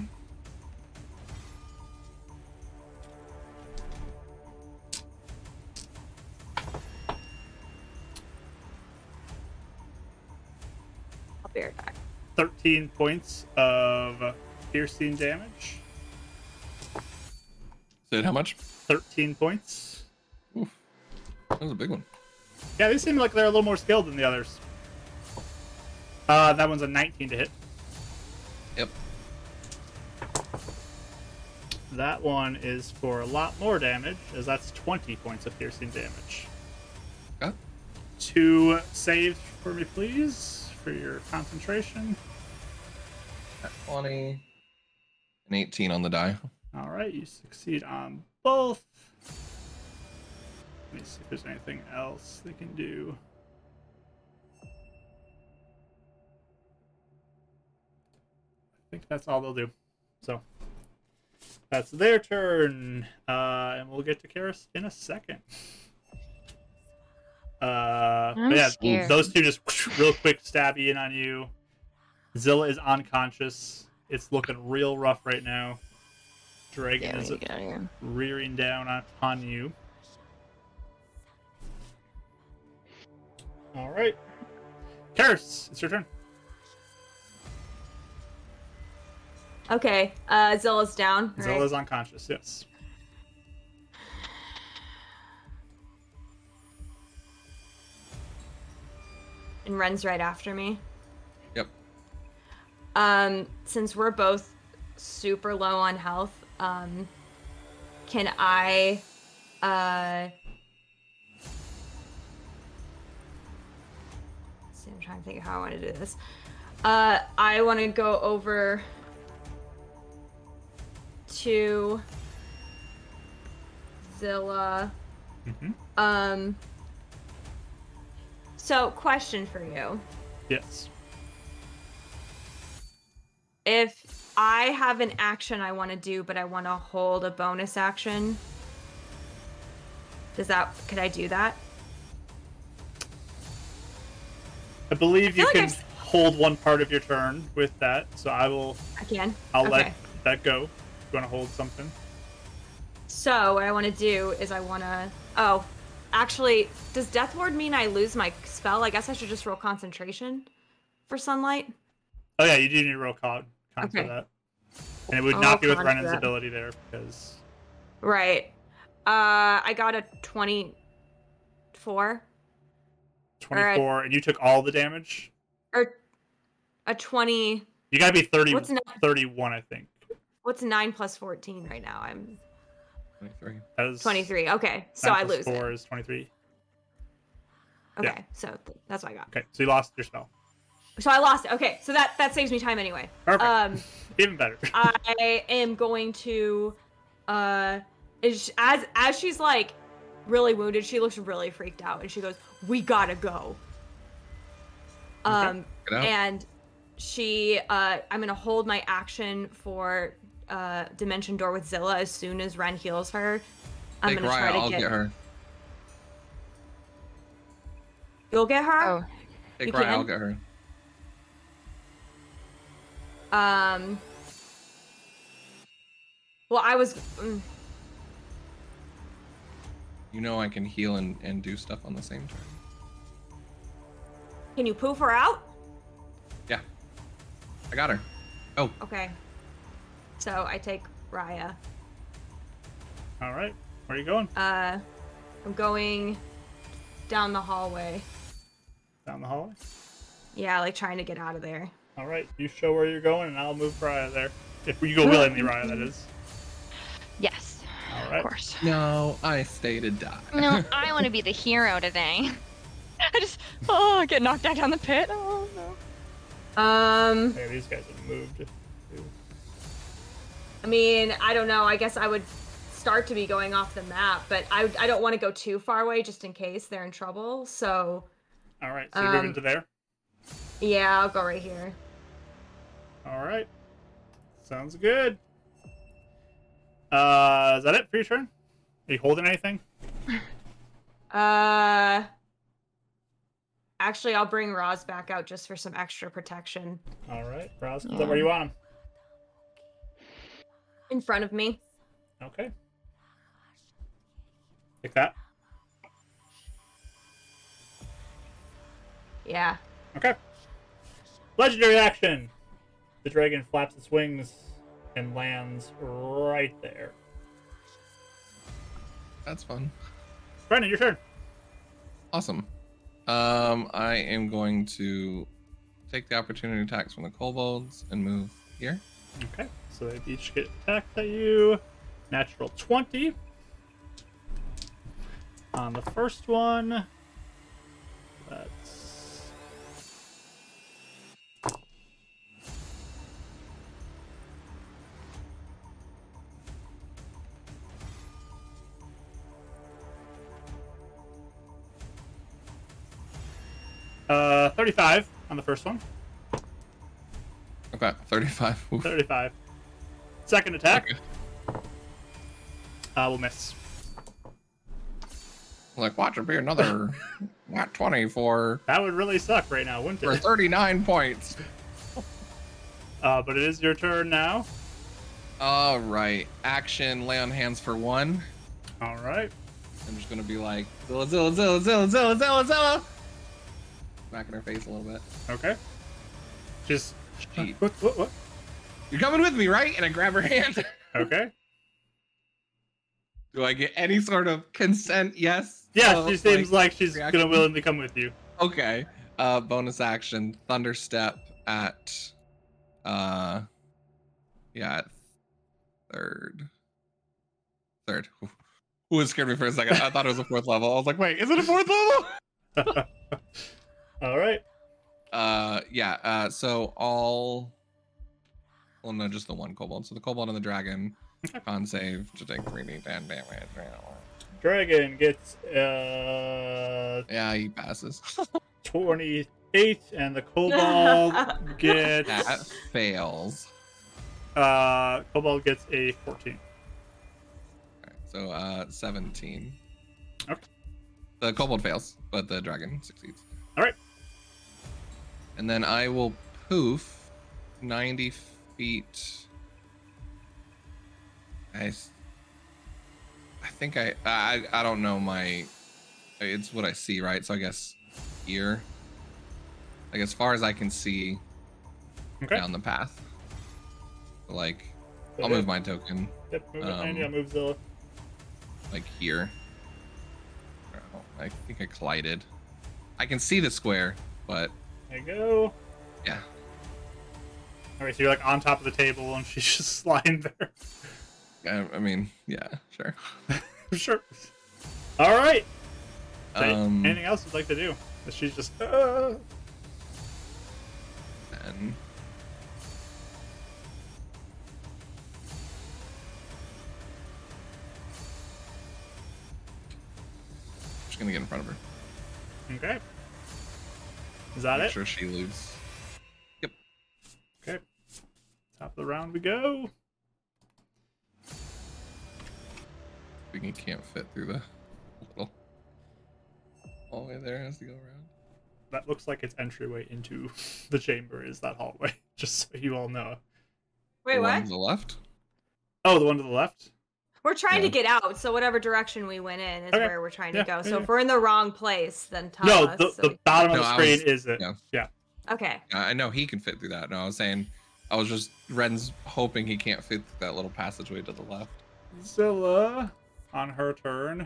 S1: I'll be right back.
S3: 13 points of piercing damage.
S5: Said how much?
S3: 13 points.
S5: Oof. That was a big one.
S3: Yeah, they seem like they're a little more skilled than the others. Uh, that one's a 19 to hit.
S5: Yep.
S3: That one is for a lot more damage, as that's 20 points of piercing damage.
S5: Okay.
S3: Two saves for me, please, for your concentration.
S5: At 20. An 18 on the die.
S3: All right, you succeed on both. Let me see if there's anything else they can do. I think that's all they'll do. So that's their turn, uh, and we'll get to Karis in a second. Uh,
S4: I'm
S3: but yeah,
S4: scared.
S3: those two just real quick stab Ian on you. Zilla is unconscious. It's looking real rough right now. Dragon
S4: Yeah, we
S3: is
S4: need to get out of here.
S3: rearing down upon you. All right, Karis, it's your turn.
S1: Okay. Uh, Zilla's down. right?
S3: Zilla's unconscious. Yes.
S1: and Ren's right after me.
S5: Yep.
S1: Um, since we're both super low on health, um, can I, uh, see, I'm trying to think of how I want to do this. Uh, I want to go over to Zilla.
S3: Mhm.
S1: Um, so question for you.
S3: Yes.
S1: if I have an action I want to do, but I want to hold a bonus action, does that could I do that?
S3: I believe you
S1: feel like
S3: can
S1: I've s-
S3: hold one part of your turn with that, so I will.
S1: I can.
S3: I'll
S1: Okay.
S3: let that go. You want to hold something?
S1: So what I want to do is I want to. Oh, actually, does Death Ward mean I lose my spell? I guess I should just roll concentration for sunlight.
S3: Oh yeah, you do need to roll con, con
S1: Okay.
S3: for that, and it would
S1: I'll
S3: not be
S1: roll
S3: with
S1: con for
S3: Renan's
S1: that.
S3: ability there because
S1: Right. Uh, I got a twenty-four
S3: twenty-four, and you took all the damage.
S1: or a twenty.
S3: You gotta be 30,
S1: What's nine?
S3: 31, I think.
S1: What's nine plus fourteen right now? I'm
S5: 23.
S3: That is-
S1: twenty-three. Okay, so
S3: nine
S1: I
S3: plus
S1: lose. it.
S3: Four is twenty-three.
S1: Okay,
S3: Yeah.
S1: so th- that's what I got.
S3: Okay, so you lost your spell.
S1: So I lost it. Okay, so that that saves me time anyway.
S3: Perfect.
S1: Um,
S3: Even better.
S1: I am going to, uh, is- as as she's like really wounded, she looks really freaked out, and she goes, "We gotta go." Um,
S5: Get out.
S1: and she, uh, I'm gonna hold my action for uh Dimension Door with Zilla as soon as Ren heals her. I'm
S5: Take
S1: gonna
S5: Raya,
S1: try to
S5: I'll
S1: get,
S5: get her.
S1: You'll get
S4: Oh,
S1: her.
S5: Take
S1: You
S5: Raya, I'll
S1: can?
S5: get her.
S1: Um. Well, I was. mm,
S5: You know I can heal and, and do stuff on the same turn.
S1: Can you poof her out?
S5: Yeah. I got her. Oh,
S1: Okay. So I take Raya.
S3: all right, where are you going?
S1: Uh, I'm going down the hallway.
S3: Down the hallway.
S1: Yeah, like trying to get out of there.
S3: All right, you show where you're going, and I'll move Raya there. If you go willingly, Raya, that is.
S4: yes.
S3: All
S4: Of
S3: right.
S4: course.
S5: no, I stay to die.
S4: No, I want to be the hero today. I just oh get knocked back down the pit. Oh no.
S1: Um,
S3: Yeah, these guys have moved.
S1: I mean, I don't know. I guess I would start to be going off the map, but I, I don't want to go too far away just in case they're in trouble. So
S3: All right, so you're moving
S1: Um,
S3: to there.
S1: yeah, I'll go right here.
S3: All right, sounds good. Uh, is that it for your turn? Are you holding anything?
S1: Uh, actually, I'll bring Roz back out just for some extra protection
S3: All right, Rouse, is
S1: Um,
S3: that where you want him?
S1: in front of me.
S3: Okay. Like that.
S1: Yeah.
S3: Okay. Legendary action. The dragon flaps its wings and lands right there.
S5: That's fun.
S3: Brendan, your turn.
S5: Awesome. Um, I am going to take the opportunity attacks from the kobolds and move here.
S3: Okay, so they each get attacked at you. Natural 20. On the first one, that's. Uh, 35 on the first one.
S5: Okay, 35. Oof.
S3: 35. Second attack. Uh, we'll miss.
S5: Like, watch it be another nat 20 for,
S3: That would really suck right now, wouldn't
S5: for
S3: it?
S5: 39 points.
S3: Uh, but it is your turn now.
S5: All right, action, lay on hands for one.
S3: All right.
S5: I'm just gonna be like, Zilla, Zilla, Zilla, Zilla, Zilla, Zilla, Zilla. Smacking her face a little bit.
S3: Okay. Just.
S5: She-
S3: What, what, what?
S5: You're coming with me, right? And I grab her hand.
S3: Okay.
S5: Do I get any sort of consent? Yes.
S3: Yeah,
S5: So,
S3: she seems Uh, like, she's
S5: reaction?
S3: gonna willingly come with you.
S5: Okay. Uh, bonus action, thunder step at, uh, yeah, at third, third. Who scared me for a second? I thought it was a fourth level. I was like, wait, is it a fourth level?
S3: All right.
S5: Uh, yeah. Uh, so all. Well, no, just the one kobold. So the kobold and the dragon con save to take three d ten damage.
S3: Dragon gets uh
S5: Yeah, he passes.
S3: 28, and the kobold
S5: That
S3: gets
S5: fails.
S3: uh kobold gets a 14.
S5: Alright, so uh, seventeen.
S3: Okay.
S5: The kobold fails, but the dragon succeeds.
S3: Alright.
S5: And then I will poof ninety feet. I, s- I think I, I I don't know my. It's what I see, right? So I guess here. Like as far as I can see
S3: Okay.
S5: down the path. Like I'll move my token
S3: Yep, move it
S5: um,
S3: 90, I'll move Zilla.
S5: like here. Oh, I think I collided. I can see the square, but
S3: There you go.
S5: yeah.
S3: All right, so you're like on top of the table, and she's just lying there.
S5: I, I mean, yeah, sure.
S3: sure. All right. So
S5: Um,
S3: anything else you'd like to do? She's just. Uh...
S5: and- Just gonna get in front of her.
S3: Okay. Is that
S5: Make
S3: it?
S5: sure she leaves.
S3: Okay. Top of the round we go.
S5: We can- can't fit through the little hallway there. Has to go around.
S3: That looks like its entryway into the chamber is that hallway. Just so you all know.
S1: Wait,
S5: the One
S1: what?
S5: to the left.
S3: Oh, the one to the left.
S1: We're trying to
S5: Yeah.
S1: get out, so whatever direction we went in is
S3: Okay.
S1: where we're trying
S3: Yeah,
S1: to go.
S3: yeah,
S1: So
S3: yeah.
S1: if we're in the wrong place, then tell
S3: no,
S1: us.
S3: the,
S1: so
S3: the
S1: we-
S3: bottom of
S5: No,
S3: the
S5: I
S3: screen
S5: was-
S3: is it.
S5: yeah.
S1: okay.
S5: I I know he can fit through that. No, I was saying, I was just Ren's hoping he can't fit through that little passageway to the left.
S3: Zilla, on her turn,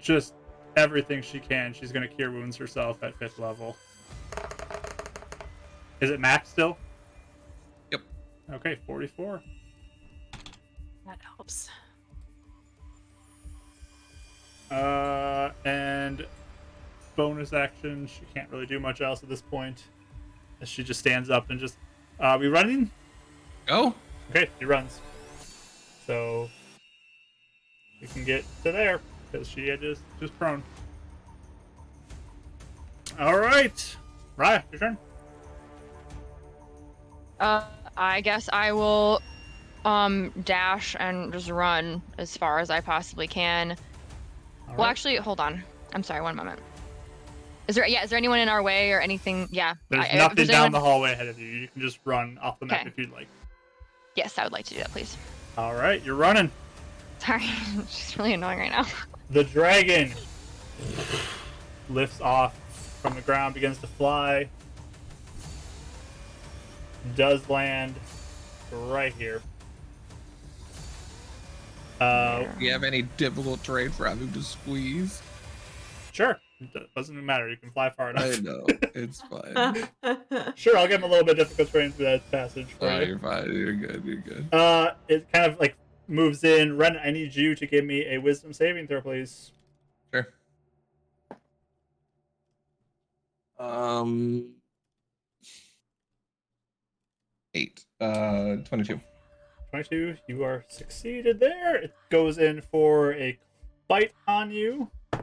S3: just everything she can. She's gonna cure wounds herself at fifth level. Is it max still?
S5: Yep.
S3: Okay, forty-four.
S1: That helps.
S3: Uh, and bonus action. She can't really do much else at this point. As She just stands up and just. Uh, we running?
S5: Go.
S3: Okay, she runs. So we can get to there because she is just just prone. All right, Raya, your turn.
S4: Uh, I guess I will um dash and just run as far as I possibly can.
S3: All
S4: Well,
S3: right.
S4: actually, hold on. I'm sorry. One moment. Is there yeah? Is there anyone in our way or anything? Yeah.
S3: there's
S4: I- if
S3: nothing down
S4: anyone-
S3: the hallway ahead of you. You can just run off the map
S4: Okay.
S3: if you'd like.
S4: Yes, I would like to do that, please.
S3: All right, you're running.
S4: Sorry, she's really annoying right now.
S3: The dragon lifts off from the ground, begins to fly, does land right here. Uh,
S5: Do you have any difficult terrain for having to squeeze?
S3: Sure. It doesn't matter. You can fly far
S5: I
S3: enough.
S5: know. It's fine.
S3: Sure, I'll give him a little bit of difficult terrain through that passage. For
S5: Oh,
S3: you.
S5: you're fine. You're good. You're good.
S3: Uh, it kind of like moves in. Ren, I need you to give me a wisdom saving throw, please.
S5: Sure. Um, eight. Uh, twenty-two.
S3: 22, you are succeeded there. It goes in for a bite on you. So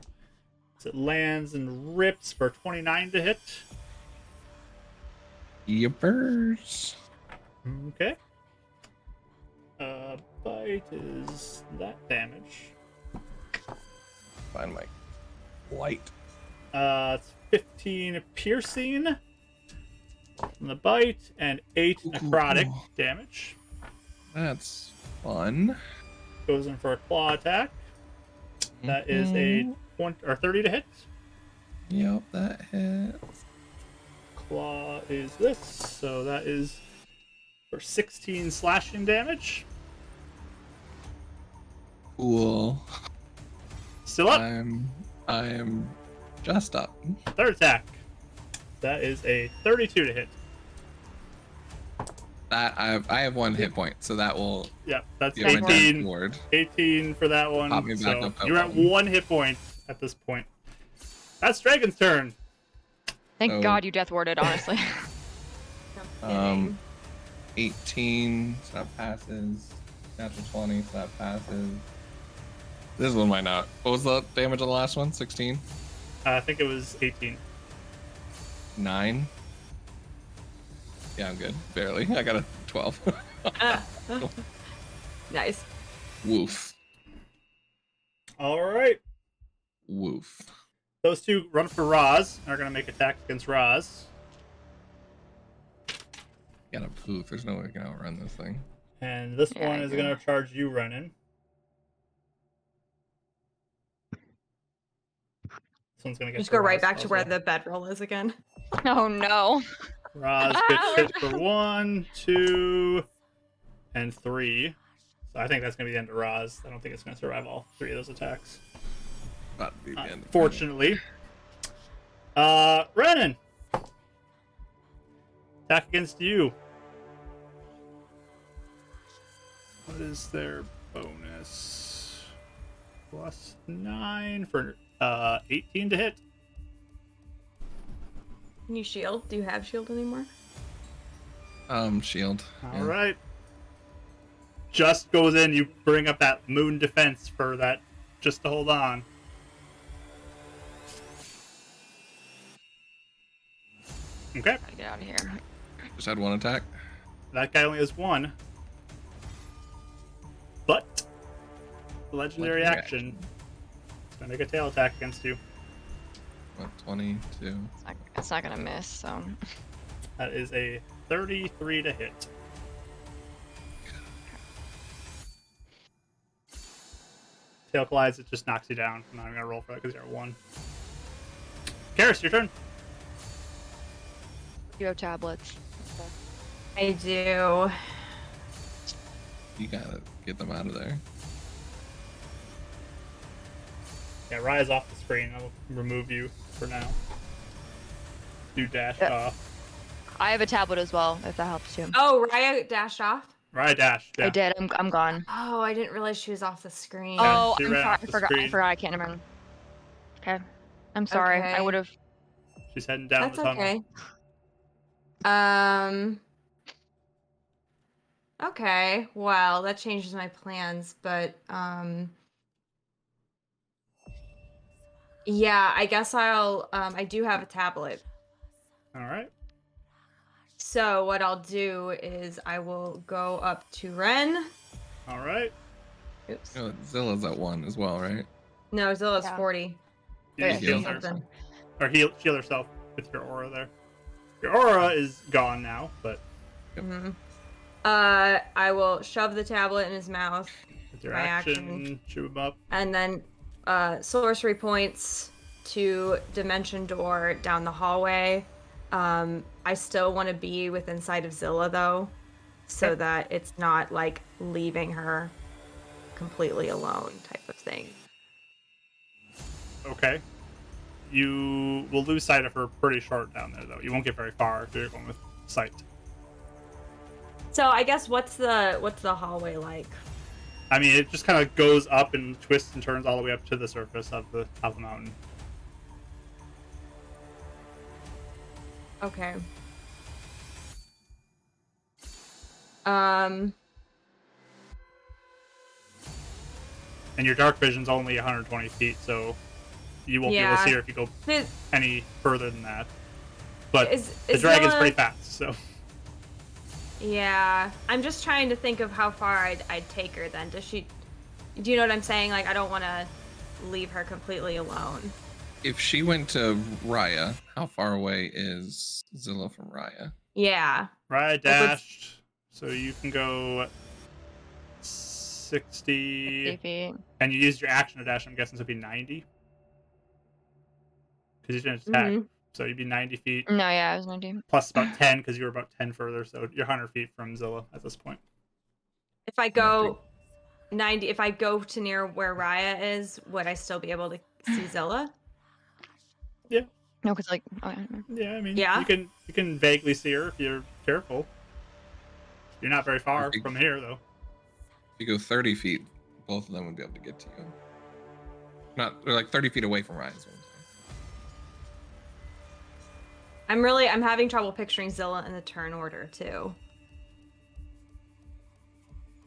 S3: it lands and rips for 29 to hit.
S5: Yippers.
S3: Okay. Uh, bite is that damage.
S5: Find my light.
S3: Uh, it's 15 piercing from the bite and 8
S5: Ooh,
S3: necrotic
S5: ooh.
S3: damage.
S5: That's fun.
S3: Goes in for a claw attack. That is
S5: Mm-hmm.
S3: a 20, or 30 to hit.
S5: Yep, that hits.
S3: Claw is this, so that is for 16 slashing damage.
S5: Cool.
S3: Still up.
S5: I'm I'm just up.
S3: Third attack. That is a 32 to hit.
S5: That I have I have one hit point, so that will
S3: Yep, that's
S5: give my damage
S3: 18,
S5: ward.
S3: 18 for that one.
S5: Pop me back
S3: so
S5: up at
S3: you're at
S5: one.
S3: one hit point at this point. That's Dragon's turn.
S4: Thank
S3: Oh.
S5: So-
S4: God you death warded, honestly.
S5: Um, 18, so that passes. Natural 20, so that passes. This one might not. What was the damage on the last one? 16?
S3: Uh, I think it was 18.
S5: 9? Yeah, I'm good. Barely. I got a 12.
S1: nice.
S5: Woof.
S3: All right.
S5: Woof.
S3: Those two run for Roz and are going to make attacks against Roz.
S5: Got a poof. There's no way I can outrun this thing.
S3: And this
S4: Yeah,
S3: one
S4: I
S3: is
S4: know.
S3: going to charge you, Renan. This one's going to get
S1: Just
S3: to
S1: go right
S3: Roz
S1: back to where
S3: also.
S1: the bedroll is again.
S4: oh no.
S3: Roz gets hit for one, two, and three. So I think that's going to be the end of Roz. I don't think it's going to survive all three of those attacks.
S5: About to be
S3: Uh,
S5: the end.
S3: Fortunately. Uh, Renan! Attack against you. What is their bonus? Plus nine for uh, 18 to hit.
S1: Can you shield? Do you have shield anymore?
S5: Um, shield.
S3: All right,
S5: Yeah.
S3: Just goes in, you bring up that moon defense for that, just to hold on. Okay,
S4: Gotta get out of here.
S5: Just had one attack.
S3: that guy only has one. But, legendary,
S5: Legendary
S3: action. It's gonna make a tail attack against you.
S5: What, 22.
S4: It's not, it's not gonna miss, so.
S3: That is a 33 to hit. Tail collides, it just knocks you down. I'm not even gonna roll for that because you're at one. Karis, your turn.
S4: You have tablets.
S1: I do.
S5: You gotta get them out of there.
S3: Yeah, rise off the screen. I'll remove you for now. You dash
S4: Yeah.
S3: off.
S4: I have a tablet as well, if that helps too.
S1: Oh, Raya dashed off.
S3: Rye dash. Yeah.
S4: I did. I'm, I'm gone.
S1: Oh, I didn't realize she was off the screen.
S3: Yeah,
S4: oh,
S3: she
S4: I'm
S3: ran
S4: sorry.
S3: off
S4: I
S3: the
S4: forgot. I
S3: screen.
S4: forgot. I can't remember. Okay. I'm sorry. I
S1: Okay.
S4: would have.
S3: She's heading down
S1: That's
S3: the tunnel.
S1: okay. Um. Okay. Well, that changes my plans, but um. Yeah, I guess I'll. Um, I do have a tablet,
S3: All right.
S1: so what I'll do is I will go up to Ren.
S3: All right.
S1: Oops.
S5: You know, Zilla's at one as well, right?
S1: No, Zilla's
S4: Yeah.
S1: forty.
S3: You
S4: Yeah,
S3: just
S4: heal
S3: heal
S5: heals
S3: her.
S1: something.
S3: Or heal, heal herself with your aura there. Your aura is gone now, but
S5: Yep.
S1: Mhm. Uh, I will shove the tablet in his mouth,
S3: with your
S1: My
S3: action,
S1: action.
S3: chew him up.
S1: and then uh, sorcery points to dimension door down the hallway. Um, I still want to be within sight of Zilla though, so that it's not like leaving her completely alone type of thing.
S3: Okay. You will lose sight of her pretty short down there, though. You won't get very far if you're going with sight.
S1: So I guess what's the what's the hallway like?
S3: I mean, it just kind of goes up and twists and turns all the way up to the surface of the of the mountain.
S1: Okay. Um.
S3: And your dark vision's only 120 feet, so you won't be able
S1: Yeah.
S3: to see her if you go
S1: Is,
S3: any further than that. But
S1: is,
S3: the
S1: is
S3: dragon's
S1: Nella-
S3: pretty fast, so
S1: Yeah, I'm just trying to think of how far I'd, I'd take her. Then does she? Do you know what I'm saying? Like I don't want to leave her completely alone.
S5: If she went to Raya, how far away is Zilla from Raya?
S1: Yeah.
S3: Raya dashed, so you can go 60,
S4: Maybe.
S3: and you used your action to dash. I'm guessing so it'd be 90 because you didn't attack,
S1: Mhm.
S3: so you'd be 90
S1: Mm.
S3: feet
S4: No, yeah, I was gonna do.
S3: plus about 10 because you were about 10 further, so you're 100 feet from Zilla at this point.
S1: If I go 90, if I go to near where Raya is, would I still be able to see Zilla?
S4: No, because like, oh, yeah, no.
S3: Yeah, I mean,
S1: Yeah.
S3: you can you can vaguely see her if you're careful. You're not very far
S5: Okay.
S3: from here, though.
S5: If you go 30 feet, both of them would be able to get to you. Not, they're like 30 feet away from Raya. is what I'm saying.
S1: I'm really, I'm having trouble picturing Zilla in the turn order too.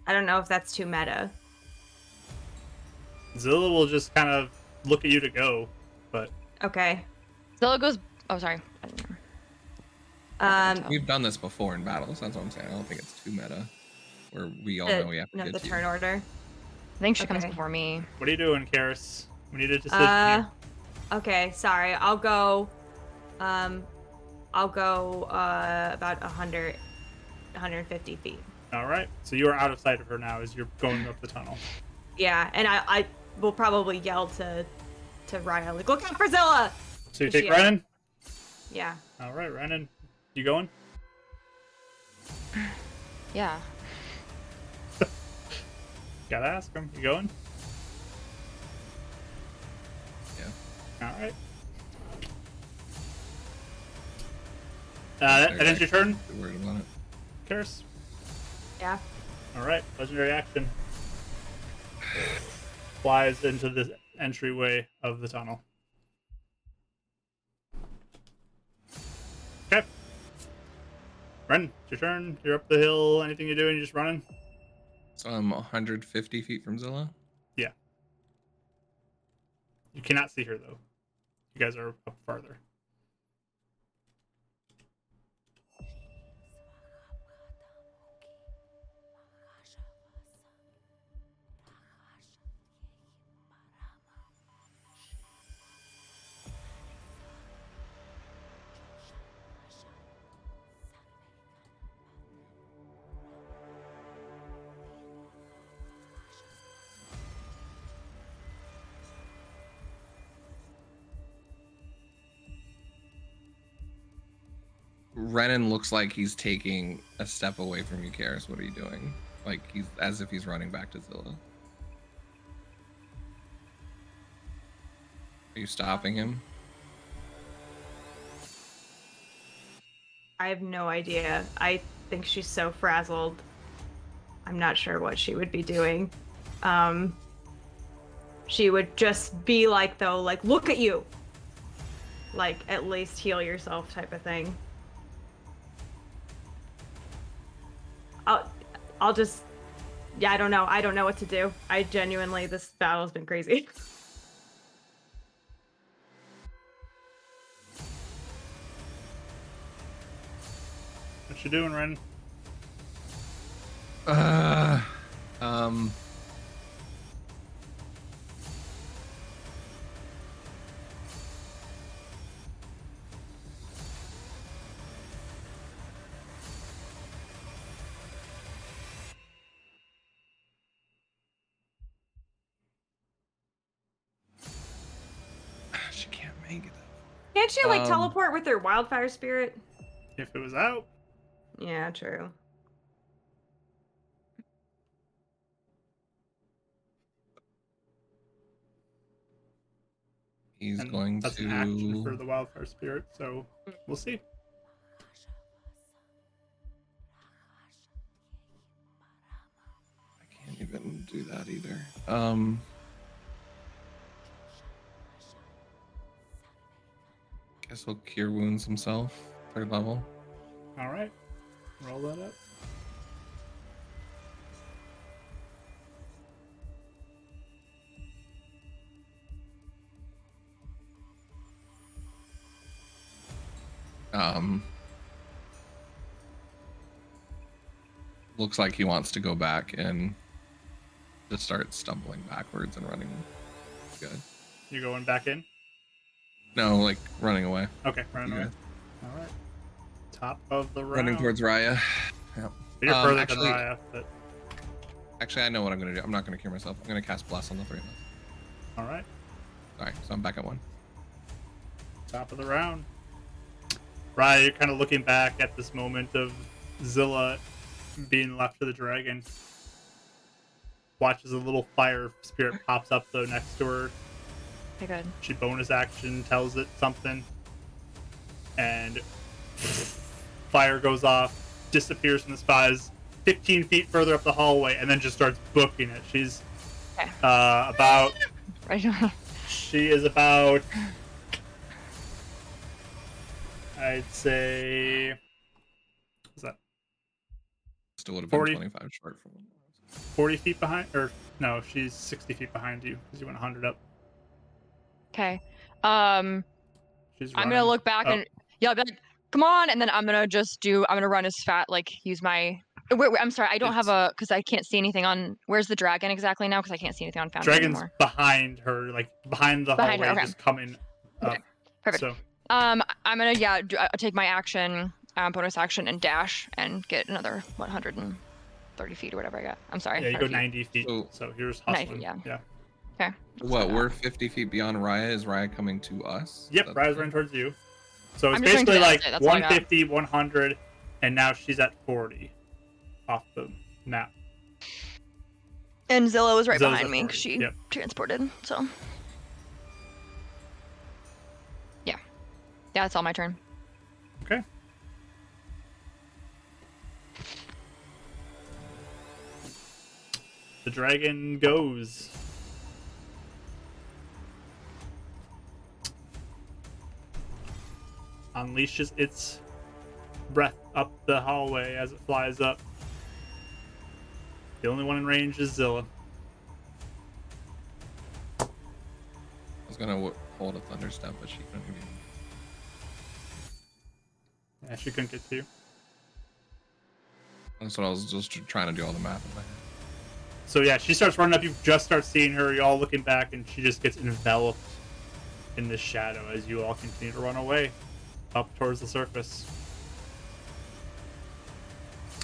S1: I don't know if that's too meta.
S3: Zilla will just kind of look at you to go, but
S1: Okay.
S4: Zilla goes. Oh, sorry. I didn't know.
S1: Um,
S5: We've done this before in battles. That's what I'm saying. I don't think it's too meta. Where we all know we
S1: the,
S5: have to
S1: no,
S5: get
S1: the
S5: to
S1: turn order.
S4: I think she comes
S1: Okay.
S4: before me.
S3: what are you doing, Karis? We need a decision.
S1: Uh,
S3: here.
S1: okay, sorry. I'll go. Um, I'll go uh, about 100, 150 feet.
S3: All right, so you are out of sight of her now as you're going up the tunnel.
S1: Yeah, and I, I will probably yell to, to Raya like, look out for Zilla.
S3: So you
S1: Is she
S3: take
S1: out?
S3: Renan.
S1: Yeah.
S3: All right, Renan, you going?
S4: Yeah.
S3: Gotta ask him. You going?
S5: Yeah.
S3: All right. Uh, that, that ends your turn,
S5: you. Worried about it.
S3: Karis.
S1: Yeah.
S3: All right, legendary action. Flies into the entryway of the tunnel. Okay. Ren, it's your turn. You're up the hill. Anything you're doing, you're just running.
S5: So I'm 150 feet from Zilla.
S3: You cannot see her, though. You guys are up farther.
S5: Renan looks like he's taking a step away from you, Karis. What are you doing? Like he's as if he's running back to Zilla. Are you stopping him?
S1: I have no idea. I think she's so frazzled. I'm not sure what she would be doing. Um, she would just be like, though, like, look at you. Like, at least heal yourself type of thing. I'll, I'll just, yeah, I don't know. I don't know what to do. I genuinely, this battle's been crazy.
S3: What you doing, Ren?
S5: Uh, um.
S3: Ah,
S5: She can't make it.
S1: Can't she, like,
S5: Um,
S1: teleport with her wildfire spirit?
S3: If it was out,
S1: Yeah, true.
S5: He's
S3: and
S5: going
S3: that's an action
S5: to.
S3: for the wildfire spirit. So we'll see.
S5: I can't even do that either. Um. Guess he'll cure wounds himself, third level.
S3: All right, roll that up.
S5: Um. Looks like he wants to go back and just start stumbling backwards and running. Good.
S3: You're going back in.
S5: No, like running away.
S3: Okay, running
S5: Yeah.
S3: away. All right. Top of the round.
S5: Running towards Raya. Yeah.
S3: You're
S5: um,
S3: further
S5: actually-
S3: than Raya, but
S5: Actually, I know what I'm gonna do. I'm not gonna cure myself. I'm gonna cast bless on the three of us.
S3: all right.
S5: Sorry, so I'm back at one.
S3: Top of the round. Raya, you're kind of looking back at this moment of Zilla being left to the dragon. Watches a little fire spirit pops up though next to her.
S4: Okay, good.
S3: She bonus action tells it something, and fire goes off, disappears from the spies, 15 feet further up the hallway, and then just starts booking it. She's
S4: Okay.
S3: uh, about
S4: Right now,
S3: she is about. I'd say. Is that
S5: Still would have been
S3: 40.
S5: 25 short from.
S3: 40 feet behind? Or no, she's 60 feet behind you because you went 100 up.
S4: okay. Um,
S3: She's
S4: I'm
S3: running.
S4: gonna look back
S3: Oh.
S4: and yeah, I'll be like, come on, and then I'm gonna just do. I'm gonna run as fat, like use my. Wait, wait, I'm sorry, I don't have a because I can't see anything on. Where's the dragon exactly now? Because I can't see anything on Fountain
S3: Dragon's
S4: anymore.
S3: behind her, like behind the
S4: Behind her,
S3: hallway,
S4: okay.
S3: just coming up.
S4: Okay, perfect.
S3: So
S4: Um, I'm gonna yeah, do, uh, take my action, um, bonus action, and dash and get another 130 feet or whatever I got. I'm sorry.
S3: yeah, you go
S4: 100 feet.
S3: 90 feet.
S5: So-
S3: So here's
S4: 90,
S3: hustling.
S4: yeah.
S3: yeah.
S5: What? We're 50 feet beyond Raya. Is Raya coming to us?
S3: Yep,
S5: That's-
S3: Raya's running towards you. So it's
S4: I'm just running to
S3: basically
S4: the
S3: like
S4: outside, that's all I got.
S3: 150, 100, and now she's at 40 off the map.
S4: And Zillow was right
S3: Zilla's at
S4: behind me.
S3: 40,
S4: 'cause She
S3: yep.
S4: transported. So. Yeah. Yeah, it's all my turn.
S3: Okay. The dragon goes. Unleashes its breath up the hallway as it flies up. The only one in range is Zilla.
S5: I was gonna w- hold a thunder step, but she couldn't even.
S3: Yeah, she couldn't get to you.
S5: That's what I was just trying to do all the math in my head.
S3: So yeah, she starts running up. You just start seeing her. You all looking back, and she just gets enveloped in this shadow as you all continue to run away up towards the surface.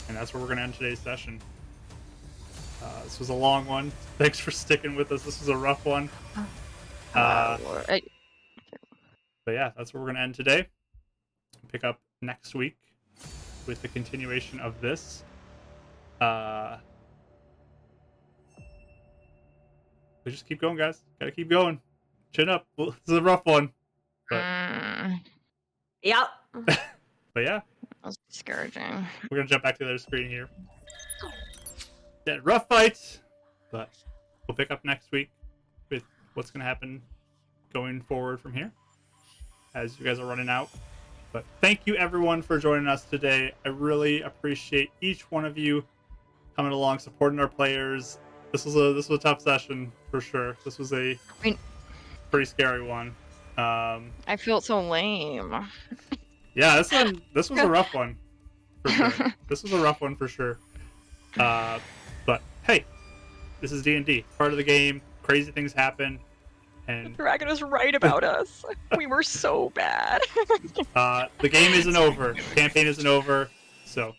S3: And that's where we're gonna end today's session. Uh, this was a long one. Thanks for sticking with us. This was a rough one. Uh,
S4: Or- I-
S3: but yeah, that's where we're gonna end today. Pick up next week with the continuation of this. Uh, we just keep going, guys. Gotta keep going. Chin up. Well, This is a rough one, but-
S4: Mm,
S1: Yep.
S3: but yeah,
S4: that was discouraging.
S3: we're gonna jump back to the other screen here. That rough fight, but we'll pick up next week with what's gonna happen going forward from here as you guys are running out. But thank you everyone for joining us today. I really appreciate each one of you coming along, supporting our players. This was a this was a tough session for sure. This was a
S4: mean-
S3: pretty scary one. Um,
S4: I feel so lame.
S3: yeah, this one this was a rough one. For sure. This was a rough one for sure. Uh, but hey, this is D and D, part of the game. Crazy things happen, and
S4: Dragon was right about us. We were so bad.
S3: uh, the game isn't over. Campaign isn't over. So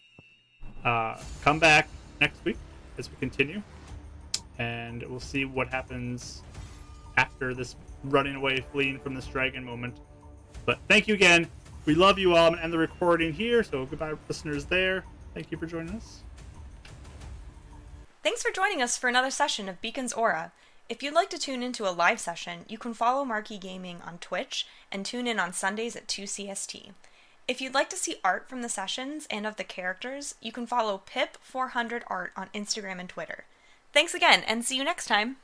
S3: uh, come back next week as we continue, and we'll see what happens after this running away, fleeing from this dragon moment. But thank you again. We love you all. I'm gonna end the recording here. So goodbye, listeners. There. Thank you for joining us.
S7: Thanks for joining us for another session of Beacon's Aura.
S1: If you'd like to tune into a live session, you can follow Marquee Gaming on Twitch and tune in on Sundays at 2 CST. If you'd like to see art from the sessions and of the characters, you can follow Pip400Art on Instagram and Twitter. Thanks again, and see you next time!